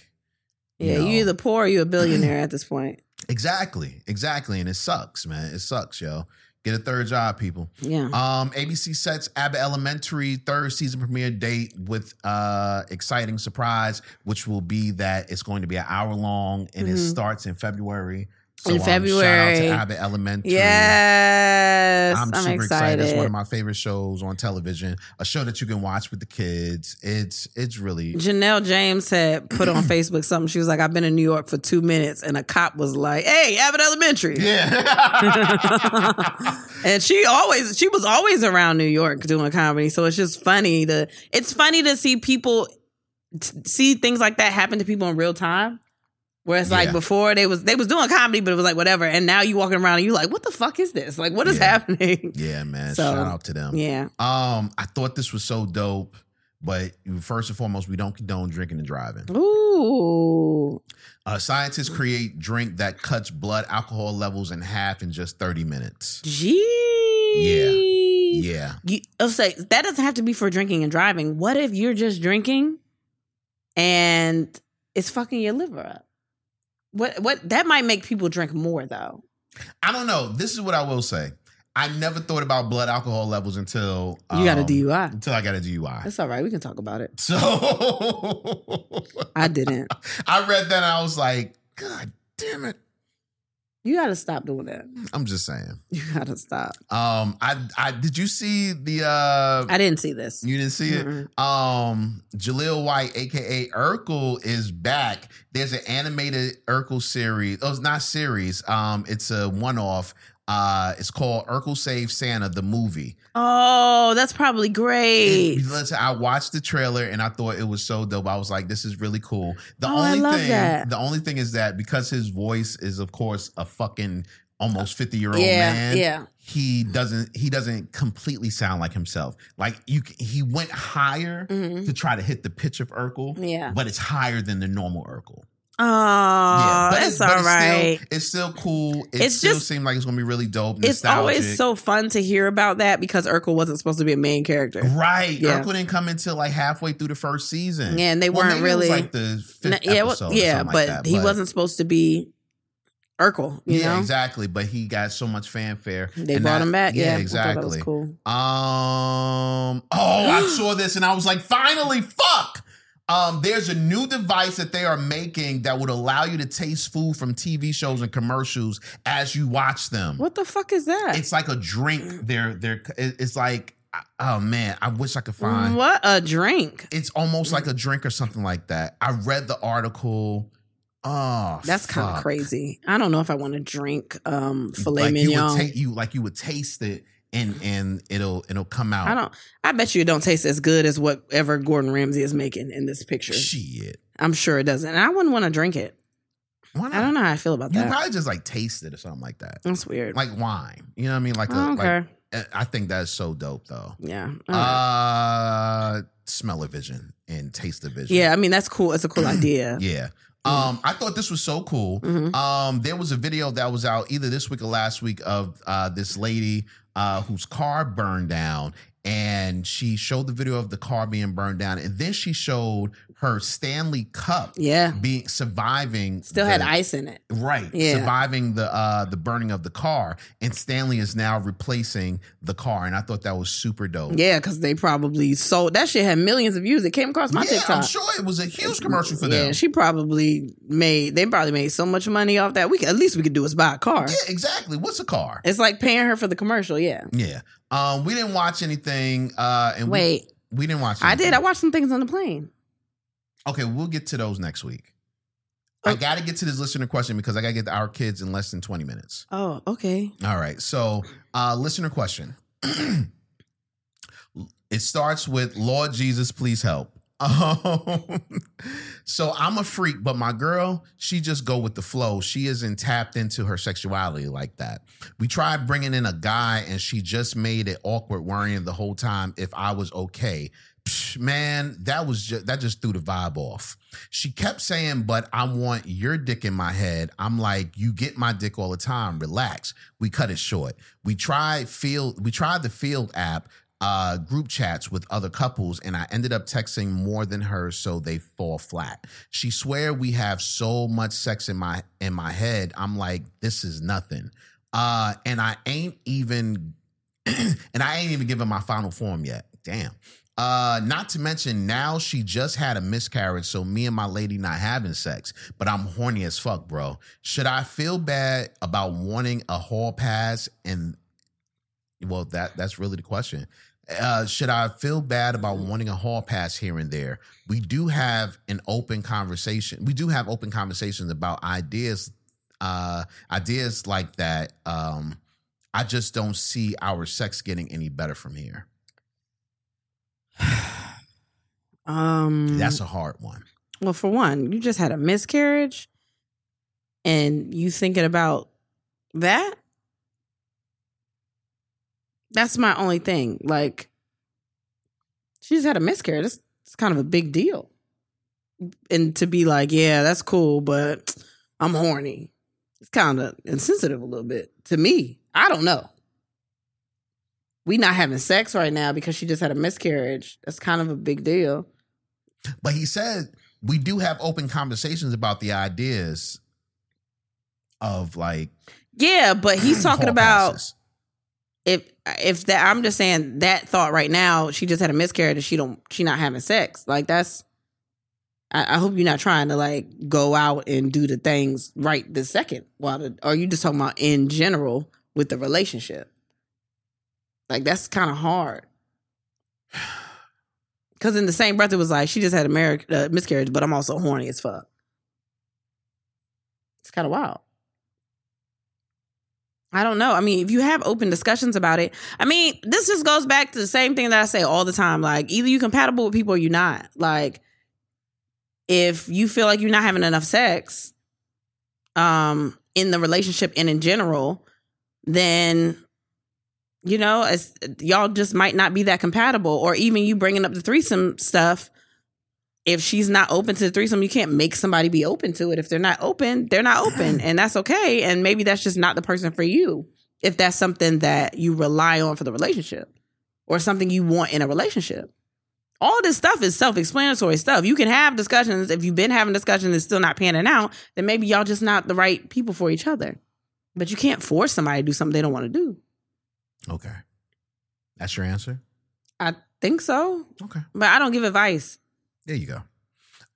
Speaker 2: Yeah,
Speaker 1: No.
Speaker 2: you either poor or you a billionaire at this point.
Speaker 1: exactly exactly and it sucks man it sucks yo get a third job people
Speaker 2: Yeah.
Speaker 1: um abc sets abba elementary third season premiere date with uh exciting surprise which will be that it's going to be an hour long and it
Speaker 2: Mhm.
Speaker 1: starts in february
Speaker 2: In
Speaker 1: um, shout out to
Speaker 2: February.
Speaker 1: abba elementary
Speaker 2: Yes.
Speaker 1: I'm,
Speaker 2: I'm,
Speaker 1: super excited.
Speaker 2: excited.
Speaker 1: It's one of my favorite shows on television. A show that you can watch with the kids. It's it's really
Speaker 2: Janelle James had put on Facebook something. She was like, I've been in New York for two minutes. And a cop was like, Hey, Abbott Elementary.
Speaker 1: yeah.
Speaker 2: And she always, she was always around New York doing comedy. So it's just funny to, it's funny to see people, t- see things like that happen to people in real time. Where it's like
Speaker 1: Yeah.
Speaker 2: before they was they was doing comedy, but it was like whatever. And now you walking around and you like, what the fuck is this? Like, what is
Speaker 1: Yeah.
Speaker 2: happening?
Speaker 1: yeah, man.
Speaker 2: So,
Speaker 1: Shout out to them.
Speaker 2: Yeah.
Speaker 1: Um, I thought this was so dope, but first and foremost, we don't condone drinking and driving.
Speaker 2: Ooh.
Speaker 1: Uh, scientists create drink that cuts blood alcohol levels in half in just 30 minutes.
Speaker 2: Gee.
Speaker 1: Yeah. Yeah.
Speaker 2: You, I'll say that doesn't have to be for drinking and driving. What if you're just drinking and it's fucking your liver up? What what that might make people drink more though.
Speaker 1: I don't know. This is what I will say. I never thought about blood alcohol levels until
Speaker 2: You got a
Speaker 1: um,
Speaker 2: DUI.
Speaker 1: Until I got a DUI.
Speaker 2: That's all right. We can talk about it.
Speaker 1: So
Speaker 2: I didn't.
Speaker 1: I read that and I was like, God damn it.
Speaker 2: You gotta stop doing that.
Speaker 1: I'm just saying.
Speaker 2: You gotta stop.
Speaker 1: Um, I I did you see the uh
Speaker 2: I didn't see this.
Speaker 1: you didn't see it?
Speaker 2: Mm-mm.
Speaker 1: Um, Jaleel White, aka Urkel, is back. There's an animated Urkel series. Oh, it's not series. Um, it's a one-off. Uh, it's called Urkel Save Santa, the movie.
Speaker 2: Oh, that's probably great.
Speaker 1: And listen, I watched the trailer and I thought it was so dope. I was like, this is really cool. The
Speaker 2: Oh, I
Speaker 1: only
Speaker 2: love
Speaker 1: thing,
Speaker 2: that.
Speaker 1: the only thing is that because his voice is, of course, a fucking almost 50 year old
Speaker 2: yeah,
Speaker 1: man.
Speaker 2: yeah.
Speaker 1: He doesn't he doesn't completely sound like himself. Like you c- he went higher
Speaker 2: Mhm.
Speaker 1: to try to hit the pitch of Urkel,
Speaker 2: Yeah.
Speaker 1: but it's higher than the normal Urkel.
Speaker 2: Oh,
Speaker 1: but
Speaker 2: it's
Speaker 1: but
Speaker 2: all right.
Speaker 1: Still, it's still cool. It
Speaker 2: It's
Speaker 1: still
Speaker 2: just-
Speaker 1: seemed like it's gonna be really dope.
Speaker 2: it's always
Speaker 1: nostalgic.
Speaker 2: so fun to hear about that because Urkel wasn't supposed to be a main character.
Speaker 1: Right.
Speaker 2: Yeah.
Speaker 1: Urkel didn't come until like halfway through the first season.
Speaker 2: Yeah, and they
Speaker 1: Well,
Speaker 2: weren't
Speaker 1: maybe it was,
Speaker 2: really-
Speaker 1: like the fifth
Speaker 2: N- yeah, well,
Speaker 1: episode. or
Speaker 2: yeah,
Speaker 1: something
Speaker 2: but
Speaker 1: like that,
Speaker 2: he wasn't supposed to be Urkel. You
Speaker 1: yeah,
Speaker 2: know,
Speaker 1: exactly. But he got so much fanfare.
Speaker 2: they
Speaker 1: And
Speaker 2: brought
Speaker 1: that-
Speaker 2: him back. Yeah, I thought that was
Speaker 1: exactly.
Speaker 2: cool.
Speaker 1: Um. Oh, I saw this and I was like, finally, fuck. Um, there's a new device that they are making that would allow you to taste food from TV shows and commercials as you watch them.
Speaker 2: What the fuck is that?
Speaker 1: It's like a drink. They're they're. it- It's like, oh man, I wish I could find.
Speaker 2: What a drink.
Speaker 1: it's almost
Speaker 2: Mm-hmm.
Speaker 1: like a drink or something like that. I read the article. Oh,
Speaker 2: That's kind of
Speaker 1: fuck.
Speaker 2: crazy. I don't know if I want to drink um, filet
Speaker 1: like You
Speaker 2: mignon.
Speaker 1: would take you like you would taste it and and it'll it'll come out.
Speaker 2: I don't. I bet you it don't taste as good as whatever Gordon Ramsay is making in this picture.
Speaker 1: Shit.
Speaker 2: I'm sure it doesn't. And I wouldn't want to drink it.
Speaker 1: Why
Speaker 2: I don't know how I feel about
Speaker 1: You
Speaker 2: that.
Speaker 1: probably just like taste it or something like that,
Speaker 2: That's weird.
Speaker 1: like wine. You know what I mean? Like,
Speaker 2: I
Speaker 1: a,
Speaker 2: don't
Speaker 1: like
Speaker 2: care.
Speaker 1: uh, I think that's so dope though.
Speaker 2: Yeah. I don't know.
Speaker 1: Uh, smell of vision and taste of vision.
Speaker 2: yeah. I mean, that's cool. It's a cool idea.
Speaker 1: yeah.
Speaker 2: Mm-hmm.
Speaker 1: Um, I thought this was so cool.
Speaker 2: Mhm.
Speaker 1: Um, there was a video that was out either this week or last week of uh, this lady uh, whose car burned down, and she showed the video of the car being burned down, and then she showed her Stanley Cup
Speaker 2: Yeah.
Speaker 1: being surviving.
Speaker 2: Still had
Speaker 1: the-
Speaker 2: ice in it.
Speaker 1: Right,
Speaker 2: Yeah.
Speaker 1: surviving the uh the burning of the car, and Stanley is now replacing the car, and I thought that was super dope.
Speaker 2: Yeah, because they probably sold that shit had millions of views. It came across my
Speaker 1: Yeah,
Speaker 2: TikTok.
Speaker 1: I'm sure it was a huge commercial for them.
Speaker 2: Yeah, she probably made. They probably made so much money off that. We could, at least we could do is buy a car.
Speaker 1: yeah, exactly. What's a car?
Speaker 2: It's like paying her for the commercial. Yeah.
Speaker 1: Yeah. Um, we didn't watch anything. Uh, and we-
Speaker 2: Wait,
Speaker 1: we, didn't watch.
Speaker 2: I did. I
Speaker 1: anything.
Speaker 2: watched some things on the plane.
Speaker 1: okay, we'll get to those next week. I got to get to this listener question because I got to get to our kids in less than twenty minutes.
Speaker 2: Oh, okay.
Speaker 1: All right. So, uh, listener question. it starts with Lord Jesus, please help. Um, so I'm a freak, but my girl, she just go with the flow. She isn't tapped into her sexuality like that. We tried bringing in a guy, and she just made it awkward, worrying the whole time if I was okay. Psh, man, that was just that just threw the vibe off. She kept saying, "But I want your dick in my head." I'm like, "You get my dick all the time. Relax." We cut it short. We tried field. We tried the field app uh, group chats with other couples, and I ended up texting more than her, so they fall flat. She swear we have so much sex in my in my head. I'm like, this is nothing, uh, and I ain't even and I ain't even given my final form yet. Damn. Uh, not to mention now she just had a miscarriage, so me and my lady not having sex, but I'm horny as fuck, bro. Should I feel bad about wanting a hall pass and well, that that's really the question. Uh, should I feel bad about wanting a hall pass here and there? We do have an open conversation. We do have open conversations about ideas, uh, ideas like that. Um, I just don't see our sex getting any better from here.
Speaker 2: Um,
Speaker 1: That's a hard one.
Speaker 2: well. For one, you just had a miscarriage, and you thinking about that. That's my only thing. Like, she just had a miscarriage. It's, it's kind of a big deal, and to be like, yeah, that's cool, but I'm horny. It's kind of insensitive a little bit to me. I don't know. We not having sex right now because she just had a miscarriage. That's kind of a big deal.
Speaker 1: But he said we do have open conversations about the ideas of like
Speaker 2: Yeah, but Uh, he's talking
Speaker 1: hall
Speaker 2: about
Speaker 1: passes.
Speaker 2: if if that I'm just saying that thought right now, she just had a miscarriage and she don't she not having sex. Like that's I, I hope you're not trying to like go out and do the things right this second. While the, or you just talking about in general with the relationship. Like that's kind of hard. Cause in the same breath, it was like she just had a marriage uh, miscarriage, but I'm also horny as fuck. It's kind of wild. I don't know. I mean, if you have open discussions about it, I mean, this just goes back to the same thing that I say all the time. Like, either you're compatible with people or you're not. Like, if you feel like you're not having enough sex, um, in the relationship and in general, then you know, it's, y'all just might not be that compatible. Or even you bringing up the threesome stuff. If she's not open to the threesome, you can't make somebody be open to it. If they're not open, they're not open, and that's okay. And maybe that's just not the person for you. If that's something that you rely on for the relationship, or something you want in a relationship, all this stuff is self-explanatory stuff. You can have discussions. If you've been having discussions and it's still not panning out, then maybe y'all just not the right people for each other. But you can't force somebody to do something they don't want to do.
Speaker 1: Okay. That's your answer?
Speaker 2: I think so,
Speaker 1: Okay.
Speaker 2: but I don't give advice
Speaker 1: There you go.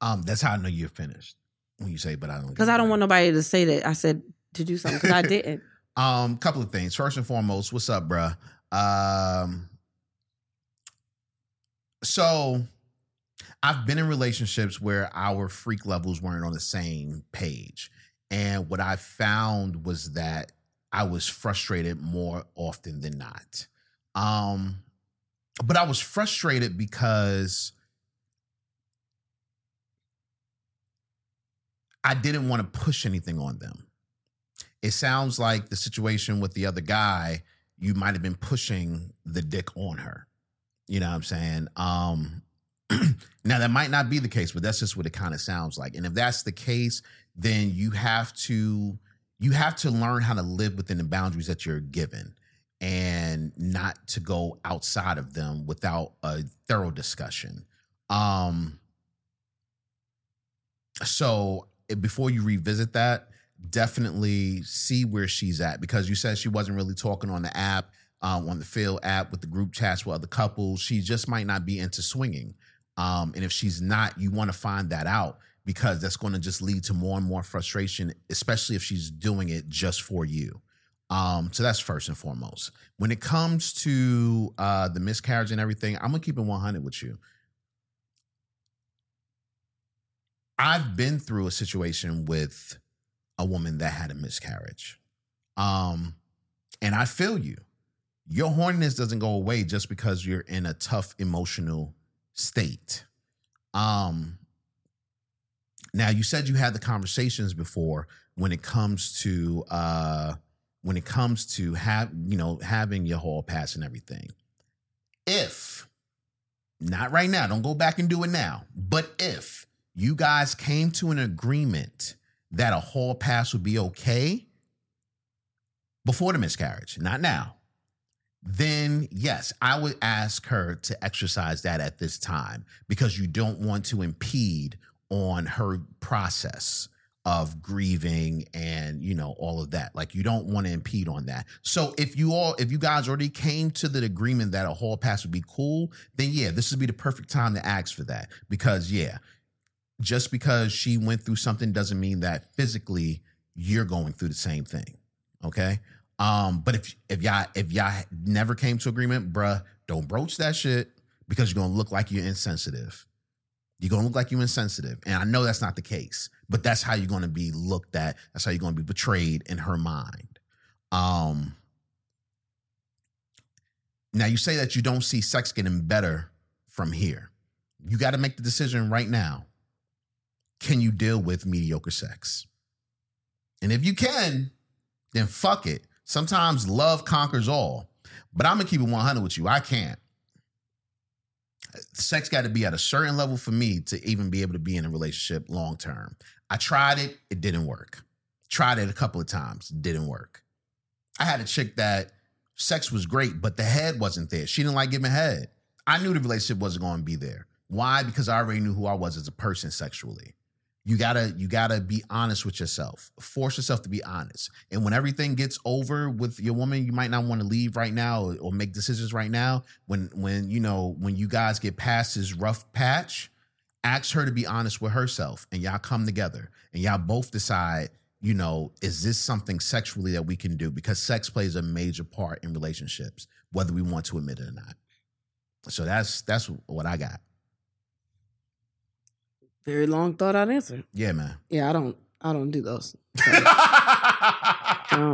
Speaker 1: Um, that's how I know you're finished. When you say but I don't
Speaker 2: because I don't want nobody to say that I said to do something because I didn't.
Speaker 1: Um, couple of things. First and foremost, what's up, bruh? Um, so I've been in relationships where our freak levels weren't on the same page. And what I found was that I was frustrated more often than not. Um, but I was frustrated because I didn't want to push anything on them it sounds like the situation with the other guy, you might have been pushing the dick on her. You know what I'm saying? Um now that might not be the case, but that's just what it kind of sounds like. And if that's the case, then you have to you have to learn how to live within the boundaries that you're given and not to go outside of them without a thorough discussion. Um so eh, before you revisit that, definitely see where she's at because you said she wasn't really talking on the app, um, on the Phil app with the group chats with other couples. She just might not be into swinging. Um, and if she's not, you want to find that out because that's going to just lead to more and more frustration, especially if she's doing it just for you. Um, so that's first and foremost. When it comes to uh, the miscarriage and everything, I'm gonna keep it 100 with you. I've been through a situation with a woman that had a miscarriage. Um, and I feel you. Your horniness doesn't go away just because you're in a tough emotional state. Um, now you said you had the conversations before when it comes to uh, when it comes to have you know having your hall pass and everything. If not right now, don't go back and do it now. But if you guys came to an agreement that a hall pass would be okay before the miscarriage, not now, then yes, I would ask her to exercise that at this time because you don't want to impede on her process of grieving and you know all of that like you don't want to impede on that so if you all if you guys already came to the agreement that a hall pass would be cool then yeah this would be the perfect time to ask for that because yeah just because she went through something doesn't mean that physically you're going through the same thing. Okay. Um, but if if y'all if y'all never came to agreement, bruh, don't broach that shit because you're gonna look like you're insensitive. You're gonna look like you're insensitive. And I know that's not the case, but that's how you're gonna be looked at. That's how you're gonna be betrayed in her mind. Um now you say that you don't see sex getting better from here. You gotta make the decision right now can you deal with mediocre sex? And if you can, then fuck it. Sometimes love conquers all. But I'm gonna keep it 100 with you. I can't. Sex got to be at a certain level for me to even be able to be in a relationship long term. I tried it, it didn't work. Tried it a couple of times, didn't work. I had a chick that sex was great, but the head wasn't there. She didn't like giving head. I knew the relationship wasn't going to be there. Why? Because I already knew who I was as a person sexually. You gotta, you gotta be honest with yourself. Force yourself to be honest. And when everything gets over with your woman, you might not want to leave right now or, or make decisions right now. When, when you know, when you guys get past this rough patch, ask her to be honest with herself, and y'all come together, and y'all both decide you know, is this something sexually that we can do? Because sex plays a major part in relationships, whether we want to admit it or not. So that's that's what I got.
Speaker 2: Very long thought out answer.
Speaker 1: Yeah, man.
Speaker 2: Yeah, I don't I don't do those.
Speaker 1: don't.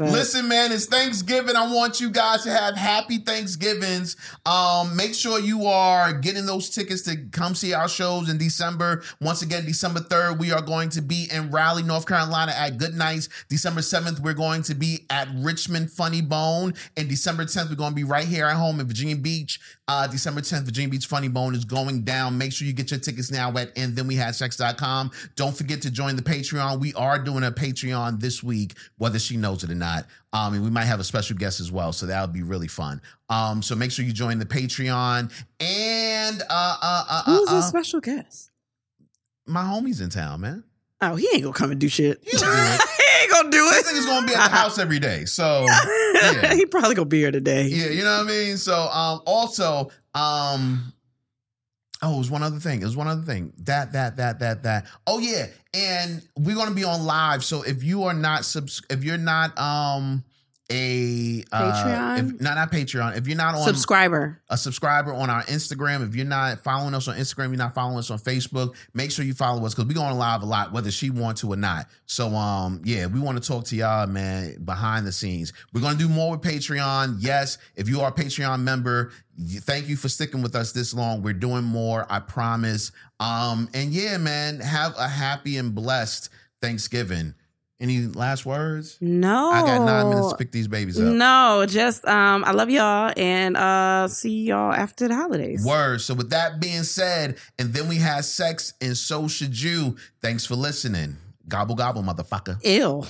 Speaker 1: But- Listen, man, it's Thanksgiving. I want you guys to have happy Thanksgivings. Um, make sure you are getting those tickets to come see our shows in December. Once again, December 3rd, we are going to be in Raleigh, North Carolina at Good Nights. December 7th, we're going to be at Richmond Funny Bone. And December 10th, we're going to be right here at home in Virginia Beach. Uh, December 10th, Virginia Beach Funny Bone is going down. Make sure you get your tickets now at and then we had sex.com. Don't forget to join the Patreon. We are doing a Patreon this week, whether she knows it or not. Um, and we might have a special guest as well, so that'll be really fun. Um, so make sure you join the Patreon and uh, uh, uh, uh,
Speaker 2: Who's a
Speaker 1: uh
Speaker 2: special guest?
Speaker 1: my homies in town, man.
Speaker 2: Oh, he ain't gonna come and do shit. he
Speaker 1: He'll do it.
Speaker 2: ain't gonna do
Speaker 1: This thing is gonna be at the house every day, so
Speaker 2: it.
Speaker 1: Yeah.
Speaker 2: he probably gonna be here today.
Speaker 1: yeah, you know what I mean. So um, also um, oh, it was one other thing. It was one other thing. That that that that that. Oh yeah, and we're gonna be on live. So if you are not subs, if you're not um a uh,
Speaker 2: Patreon?
Speaker 1: if, not not Patreon, if you're not on
Speaker 2: Subscriber.
Speaker 1: a subscriber on our Instagram. If you're not following us on Instagram, you're not following us on Facebook. Make sure you follow us because we going live a lot, whether she wants to or not. So, um, yeah, we want to talk to y'all, man, behind the scenes. We're gonna do more with Patreon. Yes, if you are a Patreon member, y- thank you for sticking with us this long. We're doing more, I promise. Um, and yeah, man, have a happy and blessed Thanksgiving. Any last words?
Speaker 2: No.
Speaker 1: I got nine minutes
Speaker 2: Oh.
Speaker 1: to pick these babies up.
Speaker 2: No, just um, I love y'all and uh, see y'all after the holidays.
Speaker 1: Word. So with that being said, and then we had sex, and so should you. Thanks for listening. Gobble gobble, motherfucker.
Speaker 2: Ew.